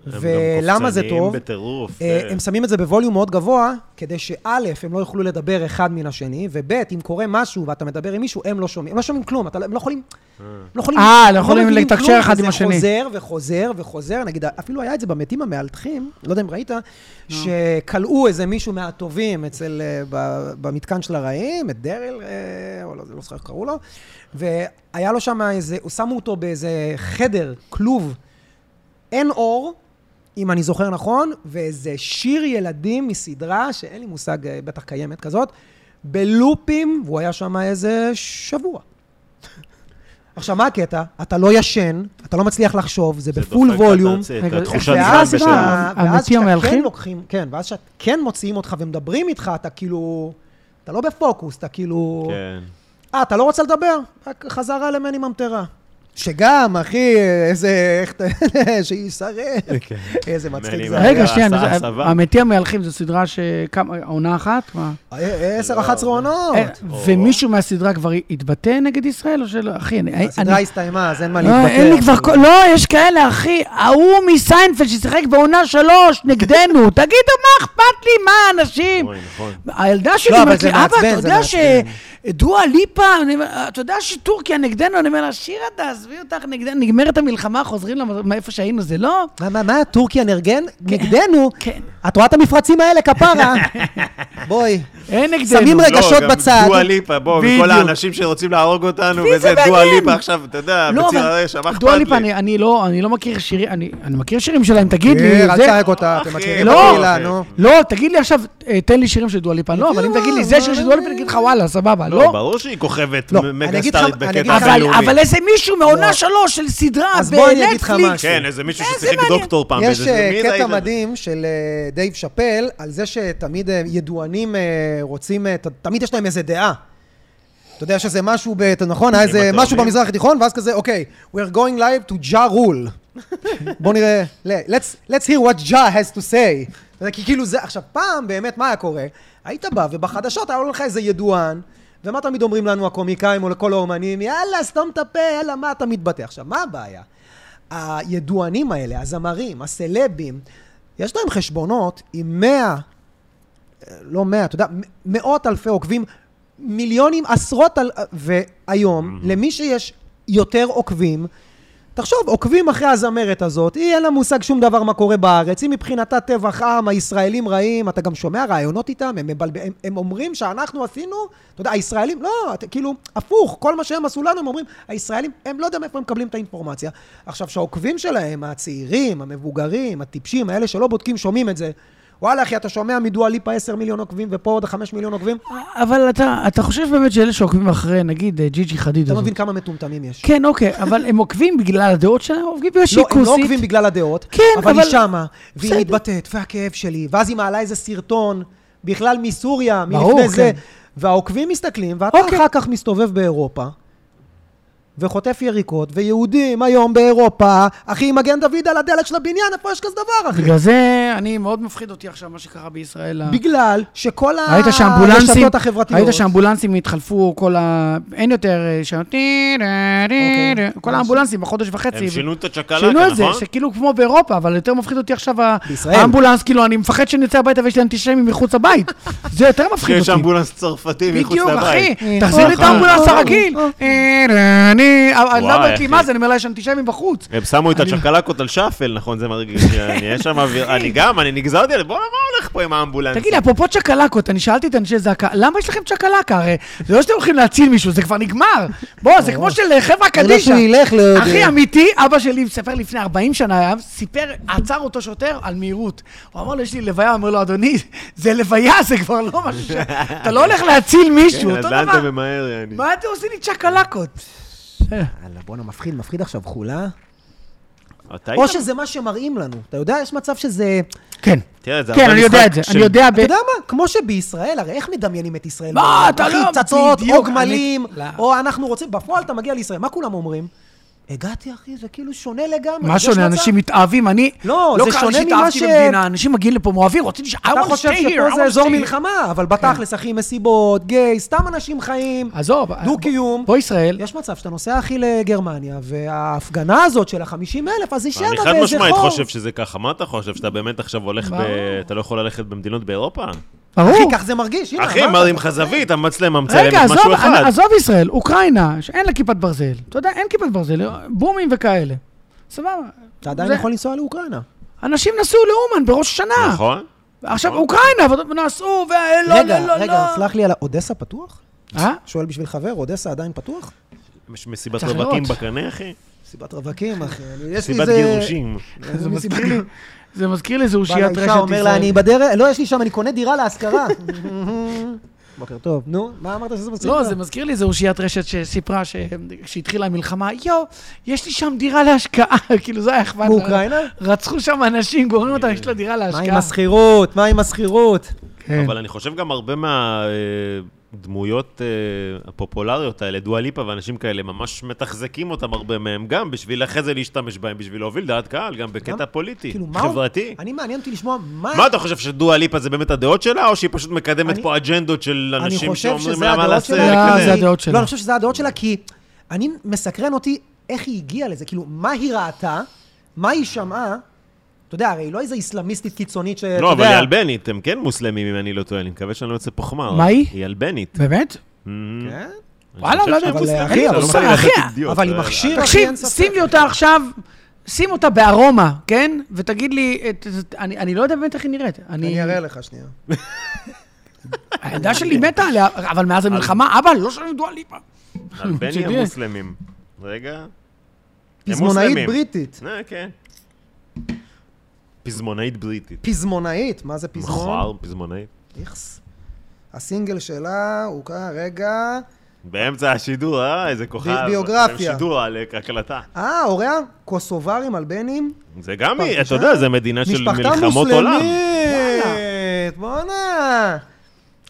Speaker 1: הם גם
Speaker 2: ולמה זה
Speaker 1: קופצניים
Speaker 2: טוב?
Speaker 1: בטירוף.
Speaker 2: אה,
Speaker 1: אה,
Speaker 2: הם שמים את זה בווליום מאוד גבוה, כדי שא', הם לא יוכלו לדבר אחד מן השני, וב', אם קורה משהו ואתה מדבר עם מישהו, הם לא שומעים. הם לא שומעים כלום, אתה, לא- הם לא יכולים... הם לא יכולים...
Speaker 3: אה, לא
Speaker 2: הם
Speaker 3: יכולים
Speaker 2: מבינים
Speaker 3: לתקשר
Speaker 2: כלום,
Speaker 3: אחד עם השני.
Speaker 2: וזה חוזר וחוזר וחוזר, נגיד, אפילו היה את זה במתים המהלכים, לא יודע אם ראית,
Speaker 3: אה.
Speaker 2: שכלאו איזה מישהו מהטובים אצל, אה, ב- במתקן של הרעים, את דרל, אה, או לא, זה לא זוכר איך קראו לו, והיה לו שם איזה, שמו אותו באיזה חדר, כלוב, אין אור, אם אני זוכר נכון, ואיזה שיר ילדים מסדרה, שאין לי מושג, אה, בטח קיימת כזאת, בלופים, והוא היה שם איזה שבוע. עכשיו, מה הקטע? אתה לא ישן, אתה לא מצליח לחשוב, זה
Speaker 1: זה
Speaker 2: בפול
Speaker 1: דופק את
Speaker 2: ווליום.
Speaker 1: הצ- את
Speaker 3: רגע, אה,
Speaker 1: התחושה
Speaker 3: ואז
Speaker 1: בכלל
Speaker 3: מה?
Speaker 1: בשלנו.
Speaker 2: שאתה-
Speaker 3: המתים
Speaker 2: ואז שאתה כן
Speaker 3: המהלכים?
Speaker 2: לוקחים, כן, ואז שכן מוציאים אותך ומדברים איתך, אתה כאילו... אתה לא בפוקוס, אתה כאילו...
Speaker 1: כן.
Speaker 2: אה, אתה לא רוצה לדבר? רק חזרה למני ממטרה. שגם, אחי, איזה... איך אתה... שישרף.
Speaker 1: כן.
Speaker 2: איזה מצחיק
Speaker 1: מני
Speaker 2: זה.
Speaker 1: ממטרה.
Speaker 2: היה.
Speaker 3: רגע, שנייה,
Speaker 1: הסעה,
Speaker 3: אני-
Speaker 1: אה, הסבה.
Speaker 3: המתי המהלכים זו סדרה שכמה, עונה אחת? מה?
Speaker 2: אה, עשר, אחת עשרה עונות.
Speaker 3: אה, ומישהו מהסדרה כבר התבטא נגד ישראל, או שלא? אחי, אני... אני-
Speaker 2: אה, הסדרה הסתיימה, אז אין מה
Speaker 3: לא,
Speaker 2: להתבטא.
Speaker 3: אין לי כבר... כל- לא, יש כאלה, אחי, ההוא מסיינפלד ששיחק בעונה שלוש נגדנו. תגידו, מה אכפת לי? מה, אנשים?
Speaker 1: אוי, נכון.
Speaker 3: הילדה שלי
Speaker 2: לא, אבל
Speaker 3: אומרת
Speaker 2: זה
Speaker 3: לי, אבא, אתה
Speaker 2: מעצבן, זה
Speaker 3: יודע
Speaker 2: מעצבן."
Speaker 3: שדואה ליפה, אני אומר, אתה יודע שטורקיה נגדנו? אני אומר לה, שירה, תעזבי אותך נגדנו, נגמרת המלחמה, חוזרים למ- מאיפה שהיינו, זה לא?
Speaker 2: מה, מה, מה, טורקיה נרגן? נגדנו?
Speaker 3: כן.
Speaker 2: את רואה את המפרצים האלה, כפרה? בואי.
Speaker 3: אין נגדנו.
Speaker 2: שמים רגע- רגשות
Speaker 1: לא,
Speaker 2: בצד.
Speaker 1: גם דואה ליפה, בוא,
Speaker 3: בדיוק.
Speaker 1: מכל האנשים שרוצים להרוג אותנו,
Speaker 3: מי זה
Speaker 1: וזה דואה
Speaker 3: מעניין?
Speaker 1: ליפה עכשיו, אתה יודע,
Speaker 3: לא,
Speaker 1: בציר
Speaker 3: אבל
Speaker 1: הרשע, מה אכפת
Speaker 3: דואה
Speaker 1: לי?
Speaker 3: ליפה, אני- אני לא- אני לא מכיר שירים, אני אני מכיר שירים שלהם, תגיד לי,
Speaker 2: כן, אל
Speaker 3: זה-
Speaker 2: תצעק אותה, אתם
Speaker 1: אחי,
Speaker 2: מכירים
Speaker 3: לא.
Speaker 2: בקהילה, נו.
Speaker 3: לא, תגיד לי עכשיו, אה, תן לי שירים של דואליפה. לא, אבל אם
Speaker 2: מה,
Speaker 3: תגיד לי,
Speaker 2: מה,
Speaker 3: זה שיר של
Speaker 2: מה,
Speaker 3: דואליפה,
Speaker 2: מה?
Speaker 3: אני אגיד לך, וואלה, סבבה,
Speaker 1: לא,
Speaker 3: לא?
Speaker 1: ברור שהיא כוכבת
Speaker 2: לא,
Speaker 1: מ-
Speaker 2: אני אגיד
Speaker 1: מגסטרית
Speaker 2: לך- אני אגיד
Speaker 1: בקטע
Speaker 2: לך-
Speaker 3: אבל-
Speaker 1: בינלאומי.
Speaker 3: אבל איזה מישהו מעונה
Speaker 2: לא.
Speaker 3: שלוש של סדרה
Speaker 2: אז בוא אני אגיד לך
Speaker 3: בנטפליקס.
Speaker 2: משהו.
Speaker 1: כן, איזה מישהו
Speaker 3: איזה
Speaker 1: ששיחק
Speaker 3: מעניין.
Speaker 1: דוקטור פעם.
Speaker 2: יש
Speaker 1: באיזה-
Speaker 2: אה,
Speaker 1: מי זה האיש
Speaker 2: קטע
Speaker 1: הזה?
Speaker 2: מדהים של אה, דייב שאפל, על זה שתמיד אה, ידוענים אה, רוצים, אה, ת- תמיד יש להם איזה דעה. אתה יודע שזה משהו, ב- אתה- נכון? היה איזה משהו
Speaker 1: התאומים.
Speaker 2: במזרח התיכון, ואז כזה, אוקיי, we're going live to Ja rule. בוא נראה, ל- let's, let's hear what Ja has to say. אתה יודע, כי כאילו זה, עכשיו, פעם באמת, מה היה קורה? היית בא, ובחדשות היה עולה לך איזה ידוען, ומה תמיד אומרים לנו הקומיקאים או לכל האומנים? יאללה, סתום את הפה, יאללה, מה אתה מתבטא? עכשיו, מה הבעיה? הידוענים האלה, הזמרים, הסלבים, יש להם חשבונות עם 100 לא מאה, אתה יודע, מ- מאות אלפי עוקבים, מיליונים, עשרות, אל... והיום, למי שיש יותר עוקבים, תחשוב, עוקבים אחרי הזמרת הזאת, היא אין לה מושג שום דבר מה קורה בארץ, היא מבחינתה טבח עם, הישראלים רעים, אתה גם שומע רעיונות איתם, הם, מבלב... הם, הם אומרים שאנחנו עשינו, אתה יודע, הישראלים, לא, אתה, כאילו, הפוך, כל מה שהם עשו לנו, הם אומרים, הישראלים, הם לא יודע מאיפה הם מקבלים את האינפורמציה. עכשיו, שהעוקבים שלהם, הצעירים, המבוגרים, הטיפשים, האלה שלא בודקים, שומעים את זה. וואלה, אחי, אתה שומע מדואה ליפה 10 מיליון עוקבים, ופה עוד 5 מיליון עוקבים,
Speaker 3: אבל אתה- אתה חושב באמת שאלה שעוקבים אחרי, נגיד, אה, ג'י ג'י חדיד.
Speaker 2: אתה
Speaker 3: הזאת.
Speaker 2: מבין כמה מטומטמים יש.
Speaker 3: כן, אוקיי, אבל הם עוקבים בגלל הדעות שלהם, עוקבים בגלל שהיא
Speaker 2: לא, הם
Speaker 3: כוסית.
Speaker 2: לא עוקבים בגלל הדעות,
Speaker 3: כן,
Speaker 2: אבל,
Speaker 3: אבל-
Speaker 2: היא שמה, והיא
Speaker 3: בסדר.
Speaker 2: מתבטאת, והכאב שלי, ואז היא מעלה איזה סרטון, בכלל מסוריה, מלפני
Speaker 3: ברור,
Speaker 2: זה,
Speaker 3: כן.
Speaker 2: והעוקבים מסתכלים, ואתה
Speaker 3: אוקיי.
Speaker 2: אחר כך מסתובב באירופה, וחוטף יריקות, ויהודים היום באירופה, אחי, עם מגן דוד על הדלת של הבניין, איפה יש כזה דבר, אחי?
Speaker 3: בגלל זה, אני מאוד מפחיד אותי עכשיו מה שקרה בישראל. ה-
Speaker 2: בגלל שכל
Speaker 3: ראית שהאמבולנסים,
Speaker 2: הרשתות החברתיות...
Speaker 3: ראית שהאמבולנסים התחלפו, כל ה... אין יותר אה, שעות... טי, טי, טי,
Speaker 2: אוקיי.
Speaker 3: טי. כל האמבולנסים בחודש וחצי.
Speaker 1: הם שינו את הצ'קלקה,
Speaker 3: שינו את זה,
Speaker 1: נכון?
Speaker 3: שכאילו כמו באירופה, אבל יותר מפחיד אותי עכשיו ה-
Speaker 2: בישראל.
Speaker 3: האמבולנס, כאילו, אני מפחד שאני אצא הביתה ויש לי אנטישמים מחוץ לבית. זה יותר
Speaker 1: אחי,
Speaker 3: מפחיד
Speaker 1: יש
Speaker 3: אותי.
Speaker 1: אמבולנס צרפתי מחוץ
Speaker 3: בדיוק,
Speaker 2: נכון.
Speaker 1: לבית. אה, נכון.
Speaker 3: אחי, תחזיר לי את האמבולנס
Speaker 2: אה,
Speaker 3: הרגיל.
Speaker 2: אה,
Speaker 3: אה, אה, אני, אני לא אומרת לי
Speaker 1: אחי.
Speaker 3: מה זה, אני אומר לה, יש אנטישמים בחוץ.
Speaker 1: הם שמו את
Speaker 3: אני-
Speaker 1: הצ'קלקות על שאפל, נכון? זה מרגיש, אני- יש שם אוויר, אני גם, אני נגזרתי, על- בוא, מה הולך פה עם האמבולנס?
Speaker 3: תגיד לי, אפרופו צ'קלקות, אני שאלתי את אנשי זק"א, למה יש לכם צ'קלקה? הרי זה לא שאתם הולכים להציל מישהו, זה כבר נגמר. בוא,
Speaker 1: אה.
Speaker 3: זה כמו של אה, חברה
Speaker 2: זה לא
Speaker 3: קדישא.
Speaker 2: שהוא ילך ל...
Speaker 3: אחי, אמיתי, אבא שלי מספר לפני 40 שנה, היה, סיפר, עצר אותו שוטר על מהירות. הוא אמר לו, יש לי לוויה, הוא אומר לו, אדוני, זה לוויה, זה כבר לא משהו ש... אתה לא הולך להציל מישהו,
Speaker 1: כן,
Speaker 3: אותו
Speaker 1: אז לאן אתה
Speaker 3: דבר.
Speaker 1: ממהר, יעני?
Speaker 3: מה אתם עושים לי צ'קלקות?
Speaker 1: כן.
Speaker 2: יאללה, בואנה, מפחיד, מפחיד עכשיו חולה.
Speaker 1: אתה
Speaker 2: או
Speaker 1: היית-
Speaker 2: שזה מה שמראים לנו. אתה יודע, יש מצב שזה...
Speaker 3: כן,
Speaker 1: תראה, זה
Speaker 3: כן,
Speaker 1: הרבה
Speaker 3: אני יודע
Speaker 1: משחק
Speaker 3: את זה,
Speaker 1: של-
Speaker 3: אני יודע ב...
Speaker 2: אתה יודע מה? כמו שבישראל, הרי איך מדמיינים את ישראל?
Speaker 3: מה,
Speaker 2: בעולם?
Speaker 3: אתה
Speaker 2: אחי,
Speaker 3: לא-
Speaker 2: פצצות,
Speaker 3: בדיוק,
Speaker 2: או
Speaker 3: אני-
Speaker 2: גמלים,
Speaker 3: לא.
Speaker 2: או אנחנו רוצים... בפועל אתה מגיע לישראל, מה כולם אומרים? הגעתי, אחי, זה כאילו שונה לגמרי.
Speaker 3: מה
Speaker 2: יש
Speaker 3: שונה,
Speaker 2: מצב?
Speaker 3: אנשים מתאהבים, אני...
Speaker 2: לא, זה
Speaker 3: קרה
Speaker 2: שונה
Speaker 3: לי
Speaker 2: ממה
Speaker 3: שהתאהבתי
Speaker 2: ש-
Speaker 3: במדינה, אנשים מגיעים לפה מאוהבים, רוצים ש... I
Speaker 2: אתה
Speaker 3: wanna
Speaker 2: חושב
Speaker 3: stay here, I
Speaker 2: שפה
Speaker 3: wanna
Speaker 2: זה אזור
Speaker 3: stay here. כן.
Speaker 2: מלחמה, אבל בתכלס, אחי, מסיבות, גיי, סתם אנשים חיים.
Speaker 3: עזוב, אה,
Speaker 2: דו-קיום.
Speaker 3: פה ישראל,
Speaker 2: יש מצב שאתה נוסע, אחי, לגרמניה, וההפגנה הזאת של ה-50 אלף, אז היא
Speaker 1: אני
Speaker 2: שמה
Speaker 1: חד
Speaker 2: באיזה
Speaker 1: משמעית
Speaker 2: חור.
Speaker 1: חושב שזה ככה. מה אתה חושב? שאתה באמת עכשיו הולך ב...
Speaker 3: ברור.
Speaker 1: אתה לא יכול ללכת במדינות באירופה?
Speaker 3: ברור.
Speaker 2: אחי, כך זה מרגיש. הנה,
Speaker 1: אחי,
Speaker 2: אמרת.
Speaker 1: מראים לך זווית, המצלם ממצא
Speaker 3: רגע,
Speaker 1: להם משהו
Speaker 3: עזוב,
Speaker 1: אחד.
Speaker 3: אני- עזוב ישראל, אוקראינה, שאין לה כיפת ברזל. אתה יודע, אין כיפת ברזל, בומים וכאלה. סבבה.
Speaker 2: אתה עדיין
Speaker 3: זה-
Speaker 2: יכול לנסוע לאוקראינה.
Speaker 3: אנשים נסעו לאומן בראש השנה.
Speaker 1: נכון?
Speaker 3: עכשיו,
Speaker 1: נכון.
Speaker 3: אוקראינה, אבל נסעו, ולא, לא, לא,
Speaker 2: רגע,
Speaker 3: לא.
Speaker 2: רגע, סלח לי על ה- אודסה פתוח?
Speaker 3: אה?
Speaker 2: שואל בשביל חבר, אודסה עדיין פתוח?
Speaker 1: יש מסיבת
Speaker 3: צריך
Speaker 1: רווקים
Speaker 3: לראות.
Speaker 1: בקנה, אחי?
Speaker 2: מסיבת רווקים, אחי. אני- יש לי
Speaker 1: מסיבת
Speaker 2: איזה...
Speaker 1: גירושים.
Speaker 3: זה מזכיר לי- זה מזכיר לי איזה
Speaker 2: בעל
Speaker 3: אושיית רשת
Speaker 2: האישה
Speaker 3: ישראל.
Speaker 2: אומר לה, אני בדרך... לא, יש לי שם, אני קונה דירה להשכרה. בוקר טוב. נו, מה אמרת שזה מצליח?
Speaker 3: לא, זה מזכיר לי איזה אושיית רשת שסיפרה ש- כשהתחילה המלחמה, יואו, יש לי שם דירה להשקעה, כאילו זה היה אכפת לה.
Speaker 2: מאוקראינה?
Speaker 3: רצחו שם אנשים, גורמים אותם, יש לה דירה
Speaker 2: מה
Speaker 3: להשקעה.
Speaker 2: עם השכירות? מה עם השכירות?
Speaker 3: כן.
Speaker 1: אבל אני חושב גם הרבה מהדמויות אה, הפופולריות האלה, דואה ליפה ואנשים כאלה, ממש מתחזקים אותם הרבה מהם, גם בשביל אחרי זה להשתמש בהם, בשביל להוביל דעת קהל, גם בקטע
Speaker 2: גם-
Speaker 1: פוליטי,
Speaker 2: כאילו, מה... הוא-
Speaker 1: חברתי.
Speaker 2: אני מעניין אותי לשמוע מה...
Speaker 1: מה אתה חושב שדואה ליפה זה באמת הדעות שלה, או שהיא פשוט מקדמת
Speaker 2: אני-
Speaker 1: פה אג'נדות של
Speaker 2: אני
Speaker 1: אנשים
Speaker 2: חושב
Speaker 1: שאומרים
Speaker 2: שזה
Speaker 1: לה מה
Speaker 2: הדעות
Speaker 1: לעשות? כן.
Speaker 2: שלה.
Speaker 3: אה,
Speaker 2: כי-
Speaker 1: כזה?
Speaker 3: זה הדעות שלה.
Speaker 2: לא, אני חושב שזה הדעות שלה, כי אני מסקרן אותי איך היא הגיעה לזה. כאילו, מה היא ראתה, מה היא שמעה, אתה יודע, הרי היא לא איזה איסלאמיסטית קיצונית ש... אתה
Speaker 1: לא, אבל
Speaker 2: יודע,
Speaker 1: היא אלבנית, הם כן מוסלמים, אם אני לא טועה, אני מקווה שאני לא יוצא פה חמר.
Speaker 3: מה היא?
Speaker 1: היא אלבנית.
Speaker 3: באמת?
Speaker 1: אמ,
Speaker 2: כן?
Speaker 1: אני
Speaker 3: וואלה,
Speaker 1: חושב
Speaker 3: לא
Speaker 1: שהם
Speaker 3: יודע,
Speaker 2: אבל
Speaker 1: מוסלמים, זה לא
Speaker 2: אחי,
Speaker 1: בא לי
Speaker 2: אבל-
Speaker 3: אחי,
Speaker 1: לעשות אידיוט,
Speaker 2: אבל היא
Speaker 1: לא יודע.
Speaker 2: מכשיר, אחי, אין
Speaker 3: תקשיב,
Speaker 2: ספק.
Speaker 3: שים לי אותה עכשיו, שים אותה בארומה, כן? ותגיד לי, את- את- אני אני לא יודע באמת איך היא נראית. אני...
Speaker 2: לך שנייה.
Speaker 3: העמדה שלי מתה עליה, אבל מאז המלחמה, אבא, לא שאני דואה ליפה.
Speaker 1: אלבניה
Speaker 3: שתדעי.
Speaker 1: מוסלמים. רגע. הם
Speaker 2: פזמונאית
Speaker 1: מוסלמים.
Speaker 2: בריטית.
Speaker 1: אה, כן. פזמונאית בריטית.
Speaker 2: פזמונאית, מה זה פזמון?
Speaker 1: מכוער, פזמונאית.
Speaker 2: איכס. הסינגל שלה הוא ככה, רגע...
Speaker 1: באמצע השידור, אה, איזה כוכב.
Speaker 2: ב- ביוגרפיה.
Speaker 1: שידור על אה, הקלטה.
Speaker 2: אה, הוריה? קוסוברים, אלבנים?
Speaker 1: זה גם, היא- אתה
Speaker 2: פרשה.
Speaker 1: יודע, זה מדינה של
Speaker 2: משפחתה
Speaker 1: מלחמות עולם.
Speaker 2: מוסלמית! בואנה!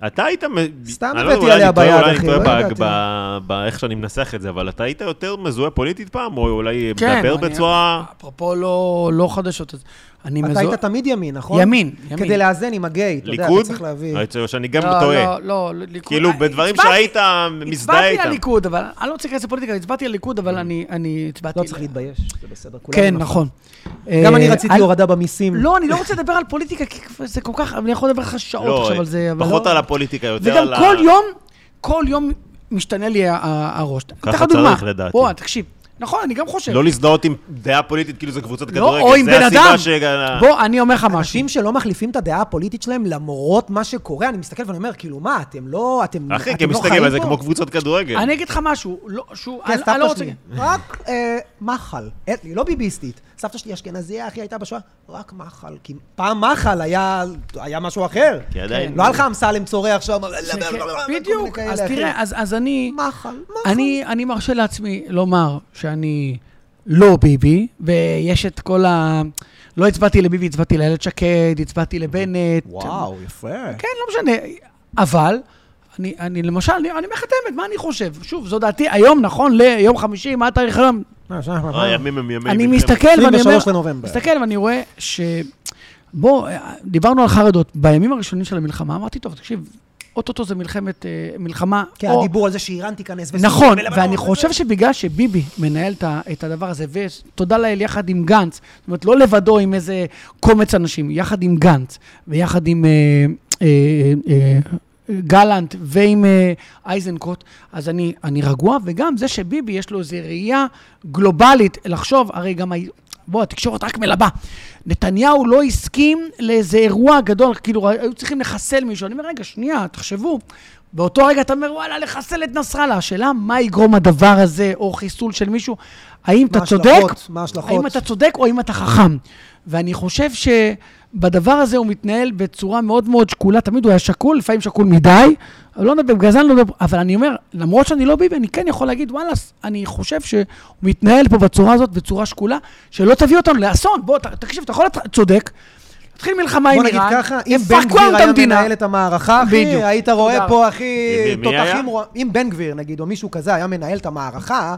Speaker 1: אתה היית... מ-
Speaker 2: סתם
Speaker 1: אני לא
Speaker 2: הבאתי
Speaker 1: יודע, אולי
Speaker 2: עליה
Speaker 1: אני טועה,
Speaker 2: ביד,
Speaker 1: אולי אני
Speaker 2: אחי,
Speaker 1: טועה
Speaker 2: לא
Speaker 1: ב-
Speaker 2: ידעתי.
Speaker 1: ב- באיך שאני מנסח את זה, אבל אתה היית יותר מזוהה פוליטית פעם, או אולי
Speaker 3: כן,
Speaker 1: מדבר
Speaker 3: אני-
Speaker 1: בצורה...
Speaker 3: אפרופו לא לא חדשות, אז אני
Speaker 2: אתה
Speaker 3: מזוהה...
Speaker 2: היית תמיד ימין, נכון?
Speaker 3: ימין, ימין.
Speaker 2: כדי לאזן עם הגיי, אתה יודע, אתה
Speaker 1: ליכוד?
Speaker 2: צריך להביא.
Speaker 1: הייתי חושב שאני גם
Speaker 3: לא,
Speaker 1: טועה.
Speaker 3: לא, לא, לא, ליכוד.
Speaker 1: כאילו,
Speaker 3: אה,
Speaker 1: בדברים
Speaker 3: הצבעתי-
Speaker 1: שהיית מזדהה
Speaker 3: הצבעתי
Speaker 1: איתם.
Speaker 3: לליכוד, אבל אני לא רוצה להיכנס לפוליטיקה, הצבעתי לליכוד, אבל אני- אני הצבעתי...
Speaker 2: לא צריך להתבייש, זה בסדר. כולנו
Speaker 3: כן,
Speaker 2: נפל.
Speaker 3: נכון.
Speaker 2: גם
Speaker 3: אה,
Speaker 2: אני רציתי
Speaker 3: אל-
Speaker 2: הורדה במיסים.
Speaker 3: לא, אני לא רוצה לדבר על פוליטיקה, כי כבר זה כל כך, אני יכול לדבר לך שעות
Speaker 1: לא,
Speaker 3: עכשיו על זה, אבל לא...
Speaker 1: פחות על הפוליטיקה, יותר
Speaker 3: וגם
Speaker 1: על ה...
Speaker 3: כל יום, כל יום משתנה לי ה- ה- הראש. אני אתן לך
Speaker 1: צריך,
Speaker 3: דוגמה.
Speaker 1: לדעתי.
Speaker 3: וואי, תקשיב. נכון, אני גם חושב.
Speaker 1: לא להזדהות עם דעה פוליטית, כאילו זה קבוצת
Speaker 3: לא,
Speaker 1: כדורגל.
Speaker 3: או עם בן אדם.
Speaker 1: זה הסיבה ש...
Speaker 3: בוא, אני אומר לך משהו.
Speaker 2: אנשים שלא מחליפים את הדעה הפוליטית שלהם למרות מה שקורה, אני מסתכל ואני אומר, כאילו, מה, אתם לא, אתם אתם לא חיים
Speaker 1: אחי,
Speaker 2: פה?
Speaker 1: כי מסתכלים על זה כמו קבוצת כדורגל.
Speaker 3: אני אגיד לך משהו, לא, שהוא,
Speaker 2: כן,
Speaker 3: אני אני לא
Speaker 2: סבתא
Speaker 3: רוצה...
Speaker 2: שלי, רק אה, מחל, אין לי, לא ביביסטית. סבתא שלי אשכנזיה, אחי, הייתה בשואה, רק מחל, כי פעם מחל היה היה משהו אחר.
Speaker 1: כי עדיין...
Speaker 2: לא היה לך אמסלם צורח שם,
Speaker 3: שכן,
Speaker 2: כל מיני
Speaker 3: כן, בדיוק,
Speaker 2: כאלה,
Speaker 3: אז
Speaker 2: אחי.
Speaker 3: תראה, אז אז אני...
Speaker 2: מחל, מחל.
Speaker 3: אני, אני מרשה לעצמי לומר שאני לא ביבי, ויש את כל ה... לא הצבעתי לביבי, הצבעתי לאילת שקד, הצבעתי לבנט.
Speaker 2: וואו, יפה.
Speaker 3: כן, לא משנה. אבל, אני, אני למשל, אני אני אומר לך את האמת, מה אני חושב? שוב, זו דעתי היום, נכון, ליום חמישי, מה התאריך היום?
Speaker 1: הימים הם ימי...
Speaker 3: אני
Speaker 1: מלחמת.
Speaker 3: מסתכל ואני אומר...
Speaker 2: 23 לנובמבר.
Speaker 3: מסתכל ואני רואה ש... בוא, אה, דיברנו על חרדות. בימים הראשונים של המלחמה אמרתי, טוב, תקשיב, אוטוטו זה מלחמת... אה, מלחמה...
Speaker 2: כן,
Speaker 3: או-
Speaker 2: הדיבור על זה שאיראן תיכנס. וסוריה
Speaker 3: נכון,
Speaker 2: ולבנון
Speaker 3: ואני
Speaker 2: וזה.
Speaker 3: חושב שבגלל שביבי מנהל את ה- את הדבר הזה, ותודה לאל, יחד עם גנץ, זאת אומרת, לא לבדו עם איזה קומץ אנשים, יחד עם גנץ, ויחד עם אה, אה, אה, גלנט ועם אה, איזנקוט, אז אני, אני רגוע, וגם זה שביבי יש לו איזו ראייה גלובלית לחשוב, הרי גם, ה- בוא, התקשורת רק מלבה. נתניהו לא הסכים לאיזה אירוע גדול, כאילו היו צריכים לחסל מישהו. אני אומר, רגע, שנייה, תחשבו. באותו רגע אתה אומר, וואלה, לחסל את נסראללה. השאלה, מה יגרום הדבר הזה, או חיסול של מישהו? האם אתה צודק?
Speaker 2: ההשלכות? מה ההשלכות?
Speaker 3: האם אתה צודק או האם אתה חכם. ואני חושב שבדבר הזה הוא מתנהל בצורה מאוד מאוד שקולה, תמיד הוא היה שקול, לפעמים שקול מדי, אבל לא נדבר, בגלל זה אני לא מדבר, אבל אני אומר, למרות שאני לא ביבי, אני כן יכול להגיד, וואלה, אני חושב שהוא מתנהל פה בצורה הזאת, בצורה שקולה, שלא תביא אותנו לאסון. בוא, ת- תקשיב, אתה יכול להיות צודק, תתחיל מלחמה עם
Speaker 2: בוא
Speaker 3: איראן,
Speaker 2: נגיד ככה, אם בן
Speaker 3: יפרקו
Speaker 2: גביר
Speaker 3: לנו את
Speaker 2: היה
Speaker 3: המדינה.
Speaker 2: מנהל את המערכה,
Speaker 3: בדיוק.
Speaker 2: אחי, היית
Speaker 3: תודה.
Speaker 2: רואה פה, אחי,
Speaker 1: מי- מי היה?
Speaker 2: תותחים, רוע- אם בן גביר, נגיד, או מישהו כזה היה מנהל את המערכה,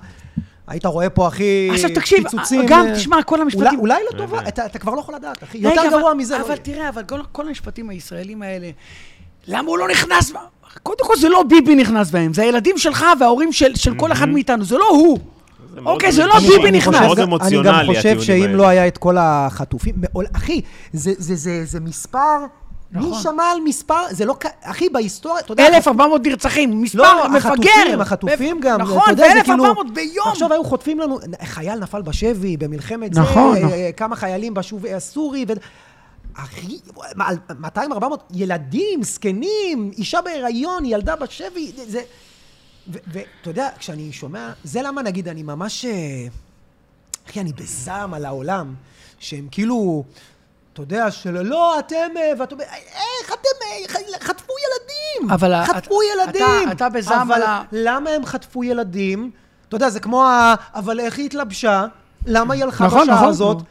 Speaker 2: היית רואה פה, אחי,
Speaker 3: עכשיו תקשיב,
Speaker 2: פיצוצים,
Speaker 3: גם,
Speaker 2: אה,
Speaker 3: תשמע, כל המשפטים-
Speaker 2: אולי- אולי
Speaker 1: אה,
Speaker 2: לא טובה, אתה אתה כבר לא יכול לדעת, אחי. יותר
Speaker 3: רגע,
Speaker 2: גרוע
Speaker 3: אבל-
Speaker 2: מזה. לא
Speaker 3: אבל
Speaker 2: יהיה.
Speaker 3: תראה, אבל כל- כל המשפטים הישראלים האלה, למה הוא לא נכנס? ב- קודם כל, זה לא ביבי נכנס בהם, זה הילדים שלך וההורים של של כל אחד מאיתנו, זה לא הוא.
Speaker 1: מאוד
Speaker 3: אוקיי, זה
Speaker 1: אמ-
Speaker 3: לא
Speaker 1: אני-
Speaker 3: ביבי
Speaker 1: אני
Speaker 3: נכנס.
Speaker 1: חושב- מאוד
Speaker 2: גם-
Speaker 1: אמוציונלי,
Speaker 2: אני גם חושב
Speaker 1: הטיעונים
Speaker 2: שאם
Speaker 1: האלה.
Speaker 2: לא היה את כל החטופים, מעול- אחי, זה- זה- זה זה מספר, מי
Speaker 3: נכון.
Speaker 2: שמע על מספר, זה לא, כ- אחי, בהיסטוריה, אתה יודע...
Speaker 3: 1,400 נרצחים, מספר
Speaker 2: לא,
Speaker 3: מפגר.
Speaker 2: החטופים, החטופים גם.
Speaker 3: נכון,
Speaker 2: אתה יודע, זה כאילו-
Speaker 3: ו-1,400 ביום.
Speaker 2: עכשיו היו חוטפים לנו, חייל נפל בשבי במלחמת
Speaker 3: נכון,
Speaker 2: זה,
Speaker 3: נכון.
Speaker 2: אה, כמה חיילים בשוב הסורי. ו... אחי, מה, על 200-400 ילדים, זקנים, אישה בהיריון, ילדה בשבי, זה- זה... ואתה יודע, כשאני שומע, זה למה נגיד אני ממש... אה, אחי, אני בזעם על העולם, שהם כאילו, אתה יודע, של לא, אתם, אה, ואתה אומר, איך אתם, אה, ח- חטפו ילדים!
Speaker 3: אבל ה-
Speaker 2: חטפו
Speaker 3: אתה-
Speaker 2: ילדים!
Speaker 3: אתה- אתה בזעם
Speaker 2: אבל
Speaker 3: על ה-
Speaker 2: למה הם חטפו ילדים? אתה יודע, זה כמו ה... אבל איך היא התלבשה? למה היא הלכה
Speaker 3: נכון,
Speaker 2: בשעה
Speaker 3: נכון.
Speaker 2: הזאת?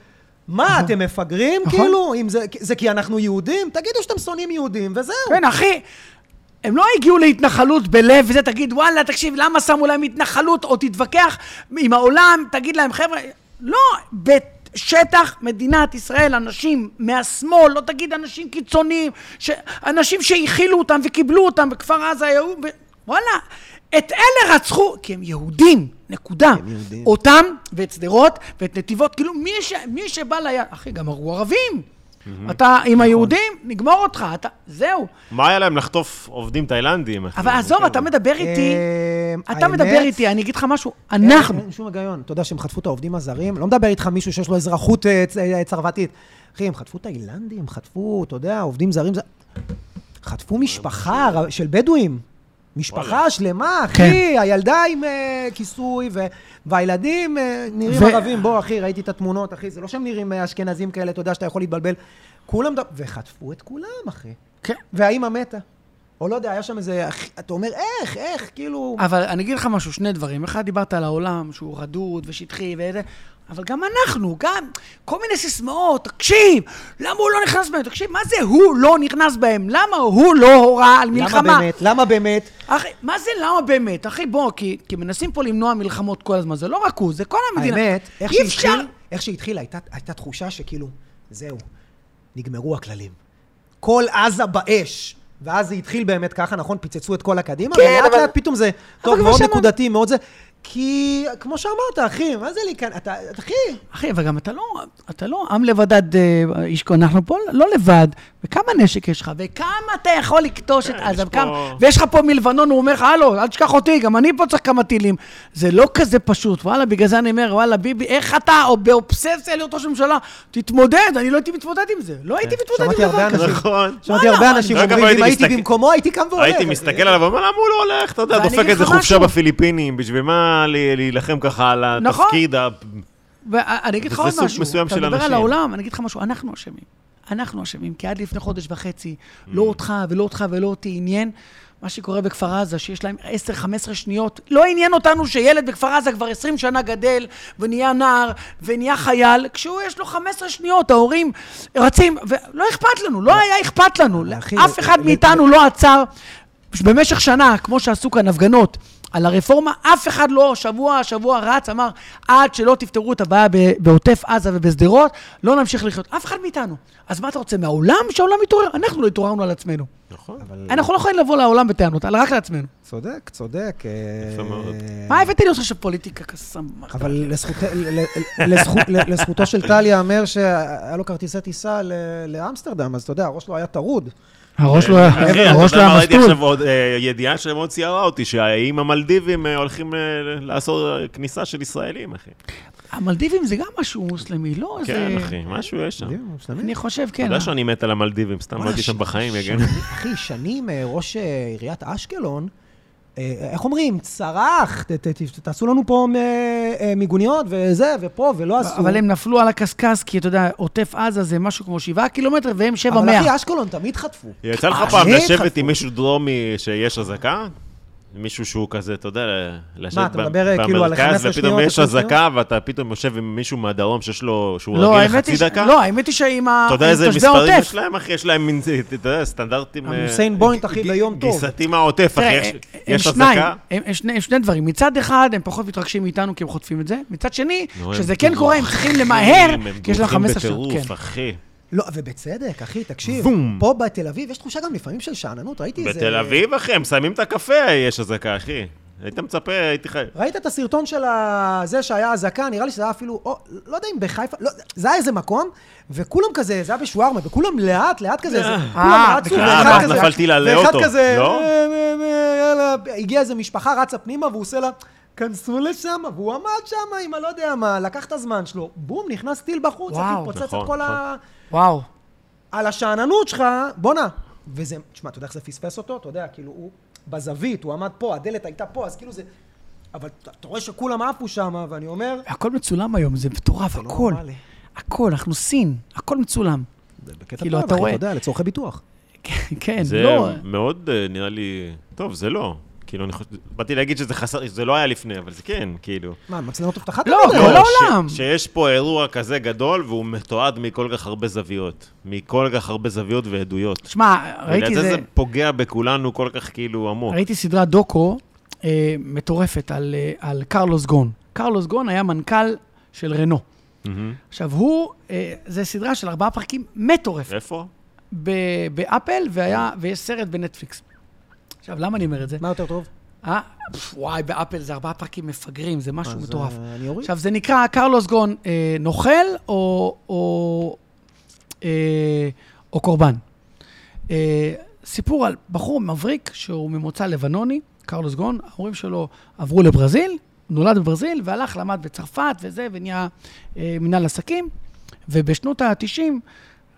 Speaker 2: מה, אתם מפגרים?
Speaker 3: נכון.
Speaker 2: כאילו, אם זה- זה כי אנחנו יהודים? תגידו שאתם שונאים יהודים, וזהו.
Speaker 3: כן, אחי, הם לא הגיעו להתנחלות בלב וזה, תגיד, וואלה, תקשיב, למה שמו להם התנחלות, או תתווכח עם העולם, תגיד להם, חבר'ה, לא, בשטח מדינת ישראל, אנשים מהשמאל, לא תגיד אנשים קיצוניים, ש... אנשים שהכילו אותם וקיבלו אותם בכפר עזה, היו... ב- וואלה, את אלה רצחו, כי הם יהודים, נקודה. הם
Speaker 2: יהודים.
Speaker 3: אותם, ואת שדרות, ואת נתיבות, כאילו, מי, ש... מי שבא ליד, אחי, גם הרגו ערבים. אתה עם היהודים, נגמור אותך, אתה, זהו.
Speaker 1: מה היה להם לחטוף עובדים תאילנדים? אחי?
Speaker 3: אבל עזוב,
Speaker 1: כאילו,
Speaker 3: אתה מדבר איתי,
Speaker 2: אה,
Speaker 3: אתה מדבר
Speaker 2: האמת- כן,
Speaker 3: איתי, אני אגיד לך משהו, אנחנו,
Speaker 2: אין, אין שום היגיון. אתה יודע שהם חטפו את העובדים הזרים? לא מדבר איתך מישהו שיש לו אזרחות אה, צ- אה, צרפתית. אחי, הם חטפו תאילנדים, הם חטפו, אתה יודע, עובדים זרים. זה- חטפו משפחה ר- של בדואים. משפחה שלמה, אחי,
Speaker 3: כן.
Speaker 2: הילדה עם אה, כיסוי, ו- והילדים אה, נראים
Speaker 3: ו-
Speaker 2: ערבים. בוא, אחי, ראיתי את התמונות, אחי, זה לא שהם נראים אה, אשכנזים כאלה, אתה יודע שאתה יכול להתבלבל. כולם, ד- וחטפו את כולם, אחי.
Speaker 3: כן.
Speaker 2: והאימא מתה. או לא יודע, היה שם איזה... אחי, אתה אומר, איך, איך, כאילו...
Speaker 3: אבל אני אגיד לך משהו, שני דברים. אחד, דיברת על העולם, שהוא רדוד ושטחי וזה, אבל גם אנחנו, גם כל מיני סיסמאות, תקשיב, למה הוא לא נכנס בהם? תקשיב, מה זה הוא לא נכנס בהם? למה הוא לא הורה על מלחמה?
Speaker 2: למה באמת? למה באמת?
Speaker 3: אחי, מה זה למה באמת? אחי, בוא, כי, כי מנסים פה למנוע מלחמות כל הזמן, זה לא רק הוא, זה כל המדינה.
Speaker 2: האמת, איך
Speaker 3: אי אפשר-
Speaker 2: שהתחיל, איך שהתחיל הייתה, הייתה תחושה שכאילו, זהו, נגמרו הכללים. כל עזה באש. ואז זה התחיל באמת ככה, נכון? פיצצו את כל הקדימה,
Speaker 3: כן,
Speaker 2: ולאט
Speaker 3: אבל-
Speaker 2: לאט פתאום זה, טוב,
Speaker 3: כמו
Speaker 2: מאוד
Speaker 3: שאמרנו-
Speaker 2: נקודתי, מאוד זה. כי, כמו שאמרת, אחי, מה זה לי כאן? אתה, אתה- אחי,
Speaker 3: אחי, אבל גם אתה לא, אתה לא עם לבדד אה, איש כל, אנחנו פה לא לבד, וכמה נשק יש לך, וכמה אתה יכול לכתוש את
Speaker 1: כן, יש
Speaker 3: עזה,
Speaker 1: פה-
Speaker 3: וכמה, ויש לך פה מלבנון, הוא אומר לך, הלו, אל תשכח אותי, גם אני פה צריך כמה טילים. זה לא כזה פשוט, וואלה, בגלל זה אני אומר, וואלה, ביבי, איך אתה, או באובססיה להיות ראש ממשלה, תתמודד, אני לא הייתי מתמודד עם זה, לא
Speaker 1: כן.
Speaker 3: הייתי מתמודד
Speaker 2: שמעתי
Speaker 3: עם
Speaker 2: הרבה
Speaker 3: דבר כזה.
Speaker 2: אנשים-
Speaker 1: נכון.
Speaker 2: שמעתי הרבה
Speaker 3: וואלה,
Speaker 2: אנשים
Speaker 1: אגב,
Speaker 2: שאומרים,
Speaker 1: הייתי
Speaker 2: אם הייתי
Speaker 1: מסתכל-
Speaker 2: במקומו, הייתי קם והולך.
Speaker 1: הייתי
Speaker 2: אחי."
Speaker 1: מסתכל עליו ואומר, למה הוא לא הולך? אתה יודע,
Speaker 3: ואני
Speaker 1: דופק
Speaker 3: אגיד
Speaker 1: איזה
Speaker 3: לך
Speaker 1: חופשה
Speaker 3: משהו.
Speaker 1: בפיליפינים, בשביל מה ל- להילחם ככה על
Speaker 3: נכון.
Speaker 1: התפקיד ה...
Speaker 3: ואני אגיד לך
Speaker 1: זה
Speaker 3: עוד
Speaker 1: סוג
Speaker 3: משהו.
Speaker 1: מסוים של
Speaker 3: אתה מדבר על
Speaker 1: אנשים.
Speaker 3: העולם, אני אגיד לך משהו, אנחנו אשמים. אנחנו אשמים, כי עד לפני חודש וחצי, לא
Speaker 1: Mm.
Speaker 3: אותך ולא אותך ולא אותי עניין מה שקורה בכפר עזה, שיש להם 10-15 שניות. לא עניין אותנו שילד בכפר עזה כבר 20 שנה גדל, ונהיה נער, ונהיה חייל, כשהוא יש לו 15 שניות, ההורים רצים, ולא אכפת לנו, לא היה אכפת לנו.
Speaker 2: אחי,
Speaker 3: אף אחד
Speaker 2: ל-
Speaker 3: מאיתנו לא עצר. במשך שנה, כמו שעשו כאן הפגנות על הרפורמה, אף אחד לא, שבוע, שבוע רץ, אמר, עד שלא תפתרו את הבעיה ב- בעוטף עזה ובשדרות, לא נמשיך לחיות. אף אחד מאיתנו. אז מה אתה רוצה, מהעולם? שהעולם יתעורר? אנחנו לא התעוררנו על עצמנו.
Speaker 1: נכון.
Speaker 2: אבל
Speaker 3: אנחנו לא יכולים לבוא לעולם בטענות, אלא רק לעצמנו.
Speaker 2: צודק, צודק. אה,
Speaker 1: יפה מאוד.
Speaker 3: מה הבאת לי עכשיו פוליטיקה כסמך?
Speaker 2: אבל לזכות- ל- ל- לזכות- ל- לזכותו של טל ייאמר שהיה לו כרטיסי טיסה ל- לאמסטרדם, אז אתה יודע, הראש שלו לא היה טרוד.
Speaker 3: הראש לא היה
Speaker 1: אחי,
Speaker 3: הראש
Speaker 1: כן, אתה
Speaker 3: לא
Speaker 1: יודע מה,
Speaker 3: היה
Speaker 1: ראיתי
Speaker 3: מסטול.
Speaker 1: עכשיו עוד אה, ידיעה שמאוד ציערה אותי, שהאיים המלדיבים אה, הולכים אה, לעשות אה, כניסה של ישראלים, אחי.
Speaker 3: המלדיבים זה גם משהו מוסלמי, לא?
Speaker 1: כן,
Speaker 3: זה-
Speaker 1: אחי, משהו יש שם.
Speaker 2: מדהים, משתמש.
Speaker 3: אני חושב,
Speaker 1: אתה
Speaker 3: כן.
Speaker 1: יודע שאני מת על המלדיבים, סתם לא
Speaker 2: וואלה,
Speaker 1: הייתי
Speaker 2: ש-
Speaker 1: שם בחיים, יגן.
Speaker 2: שנים, אחי, שנים אה, ראש אה, עיריית אשקלון, אה, איך אומרים, צרח, ת- ת- ת- תעשו לנו פה אה, אה, מיגוניות וזה, ופה, ולא עשו.
Speaker 3: אבל הם נפלו על הקשקש, כי אתה יודע, עוטף עזה זה משהו כמו שבעה קילומטר, והם שבע
Speaker 2: אבל
Speaker 3: מאה.
Speaker 2: אחי, אשקלון תמיד חטפו.
Speaker 1: יצא לך
Speaker 2: אה,
Speaker 1: פעם
Speaker 2: שני
Speaker 1: לשבת
Speaker 2: חטפו.
Speaker 1: עם מישהו דרומי שיש אזעקה? מישהו שהוא כזה, אתה יודע, לשבת
Speaker 2: אתה מדבר,
Speaker 1: ב-
Speaker 2: כאילו, על 15
Speaker 1: במרכז, ופתאום
Speaker 2: שניות,
Speaker 1: יש
Speaker 2: 20
Speaker 1: אזעקה, ואתה פתאום יושב עם מישהו מהדרום שיש לו, שהוא
Speaker 3: לא,
Speaker 1: רגיל
Speaker 3: האמת
Speaker 1: לחצי
Speaker 3: היא ש-
Speaker 1: דקה?
Speaker 3: לא, האמת היא שעם ה-
Speaker 1: אתה יודע
Speaker 3: עם
Speaker 1: איזה
Speaker 3: תושבי
Speaker 1: מספרים
Speaker 3: העוטף.
Speaker 1: יש להם, אחי? יש להם מין, אתה יודע, סטנדרטים... אה,
Speaker 2: המוסיין בוינט,
Speaker 1: ג-
Speaker 2: אחי,
Speaker 1: ג-
Speaker 2: ביום טוב.
Speaker 1: גיסתי מהעוטף, אחי,
Speaker 3: תראה,
Speaker 1: יש-
Speaker 3: הם- הם
Speaker 1: יש
Speaker 3: שניים,
Speaker 1: אזעקה?
Speaker 3: הם- הם שני- הם שני דברים. מצד אחד, הם פחות מתרגשים מאיתנו כי הם חוטפים את זה. מצד שני,
Speaker 1: נו, הם
Speaker 3: כשזה כן קורה, הם
Speaker 1: דורכים,
Speaker 3: צריכים למהר,
Speaker 1: הם
Speaker 3: כי יש להם
Speaker 1: דורכים
Speaker 3: 15 שניות.
Speaker 1: בטירוף,
Speaker 3: כן.
Speaker 1: אחי.
Speaker 2: לא, ובצדק, אחי, תקשיב,
Speaker 1: בום.
Speaker 2: פה בתל אביב יש תחושה גם לפעמים של שאננות, ראיתי איזה...
Speaker 1: בתל אביב, אחי, הם שמים את הקפה, יש אזעקה, אחי. היית מצפה, הייתי חי...
Speaker 2: ראית את הסרטון של ה- זה שהיה אזעקה, נראה לי שזה היה אפילו, או, לא יודע אם בחיפה, לא, זה היה איזה מקום, וכולם כזה, זה היה בשווארמה, וכולם לאט, לאט כזה, זה- כולם
Speaker 3: אה,
Speaker 2: רצו,
Speaker 3: אה,
Speaker 2: ואחד
Speaker 3: ואז
Speaker 2: כזה,
Speaker 1: נפלתי לה לאוטו,
Speaker 2: ואחד כזה,
Speaker 1: לא?
Speaker 2: אה, אה, אה, יאללה, הגיעה איזה משפחה, רצה פנימה, והוא עושה לה, כנסו לשם, והוא עמד שם עם הלא יודע מה, לקח את הזמן שלו, בום, נכנס טיל בחוץ,
Speaker 3: וואו.
Speaker 2: אחי, פוצץ את
Speaker 1: נכון,
Speaker 2: כל ה...
Speaker 3: וואו.
Speaker 2: על השאננות שלך, בואנה. וזה, תשמע, אתה יודע איך זה פספס אותו? אתה יודע, כאילו, הוא בזווית, הוא עמד פה, הדלת הייתה פה, אז כאילו זה... אבל אתה אתה רואה שכולם עפו שם, ואני אומר...
Speaker 3: הכל מצולם היום, זה מטורף,
Speaker 2: לא
Speaker 3: הכל.
Speaker 2: נורמלי.
Speaker 3: הכל, אנחנו סין, הכל מצולם.
Speaker 2: זה בקטע
Speaker 3: כאילו, טוב, אתה אחי, רואה- אתה
Speaker 2: יודע, לצורכי ביטוח.
Speaker 3: כן,
Speaker 1: זה
Speaker 3: לא...
Speaker 1: מאוד אה, נראה לי... טוב, זה לא. כאילו, אני חושב... באתי להגיד שזה חסר, שזה לא היה לפני, אבל זה כן, כאילו.
Speaker 2: מה, מצלמות אבטחה? אתה
Speaker 3: לא,
Speaker 2: לא יודע.
Speaker 3: כל
Speaker 1: לא, ש-
Speaker 3: העולם.
Speaker 1: שיש פה אירוע כזה גדול, והוא מתועד מכל כך הרבה זוויות. מכל כך הרבה זוויות ועדויות.
Speaker 3: שמע, ראיתי
Speaker 1: בגלל זה
Speaker 3: זה...
Speaker 1: זה פוגע בכולנו כל כך כאילו עמוק.
Speaker 3: ראיתי סדרת דוקו אה, מטורפת על, אה, על קרלוס גון. קרלוס גון היה מנכ"ל של רנו.
Speaker 1: מהמם.
Speaker 3: עכשיו, הוא, אה, זה סדרה של ארבעה פרקים מטורפת
Speaker 1: איפה?
Speaker 3: ב- באפל, והיה, ויש סרט בנטפליקס. עכשיו, למה אני אומר את זה?
Speaker 2: מה יותר טוב?
Speaker 3: אה? פף, וואי, באפל זה ארבעה פרקים מפגרים, זה משהו
Speaker 2: אז,
Speaker 3: מטורף.
Speaker 2: אה, אני אוריד.
Speaker 3: עכשיו, זה נקרא קרלוס גון אה, נוכל או, או, אה, או קורבן. אה, סיפור על בחור מבריק שהוא ממוצא לבנוני, קרלוס גון, ההורים שלו עברו לברזיל, נולד בברזיל והלך, למד בצרפת וזה, ונהיה אה, מנהל עסקים. ובשנות ה-90,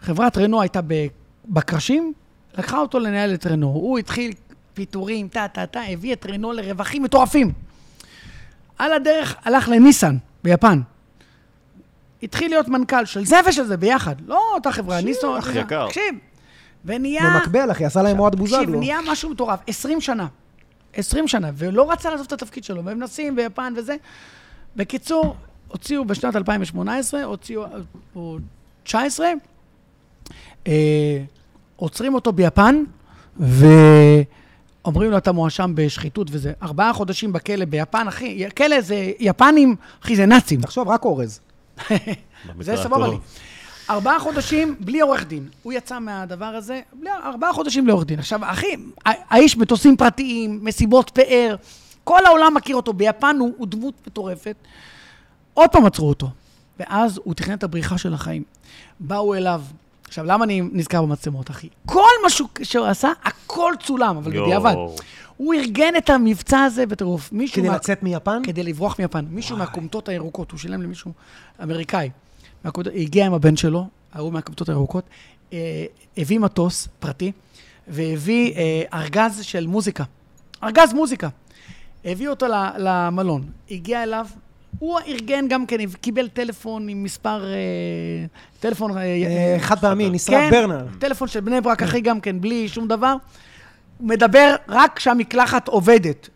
Speaker 3: חברת רנו הייתה ב- בקרשים, לקחה אותו לנהל את רנו. הוא התחיל פיטורים, טה-טה-טה, הביא את רנו לרווחים מטורפים. על הדרך הלך לניסן ביפן. התחיל להיות מנכ"ל של זה ושל זה ביחד. לא אותה חברה, ניסן...
Speaker 1: אח יקר.
Speaker 3: תקשיב. ונהיה...
Speaker 2: במקביל, אחי, עשה להם אוהד
Speaker 3: תקשיב,
Speaker 2: בוזגלו.
Speaker 3: נהיה משהו מטורף. 20 שנה. 20 שנה, ולא רצה לעזוב את התפקיד שלו, והם נוסעים ביפן וזה. בקיצור, הוציאו בשנת 2018, הוציאו... או 19, אה, עוצרים אותו ביפן, ואומרים לו, אתה מואשם בשחיתות וזה. ארבעה חודשים בכלא ביפן, אחי, כלא זה יפנים, אחי, זה נאצים.
Speaker 2: תחשוב, רק אורז.
Speaker 3: זה
Speaker 1: במקרה
Speaker 3: סבבה לי.
Speaker 1: הטוב.
Speaker 3: ארבעה חודשים בלי עורך דין. הוא יצא מהדבר הזה, בלי, ארבעה חודשים בלי עורך דין. עכשיו, אחי, ה- האיש מטוסים פרטיים, מסיבות פאר, כל העולם מכיר אותו. ביפן הוא, הוא דמות מטורפת. עוד פעם עצרו אותו. ואז הוא תכנן את הבריחה של החיים. באו אליו. עכשיו, למה אני נזכר במצלמות, אחי? כל מה שהוא שהוא עשה, הכל צולם, אבל
Speaker 1: יואו.
Speaker 3: בדיעבד. הוא ארגן את המבצע הזה בטירוף. מישהו
Speaker 2: כדי
Speaker 3: מה-
Speaker 2: לצאת מיפן?
Speaker 3: כדי לברוח מיפן. מישהו מהקומטות הירוקות, הוא שילם למישהו אמריקאי. מהקומטות- הגיע עם הבן שלו, ההוא מהקומטות הירוקות, אה, הביא מטוס פרטי, והביא אה, ארגז של מוזיקה. ארגז מוזיקה. הביא אותו ל- למלון, הגיע אליו, הוא ארגן גם כן, קיבל טלפון עם מספר... אה, טלפון... אה,
Speaker 2: אה, חד פעמי, נשרף
Speaker 3: כן,
Speaker 2: ברנר.
Speaker 3: טלפון של בני ברק, אחי, גם כן, בלי שום דבר. הוא מדבר רק כשהמקלחת עובדת.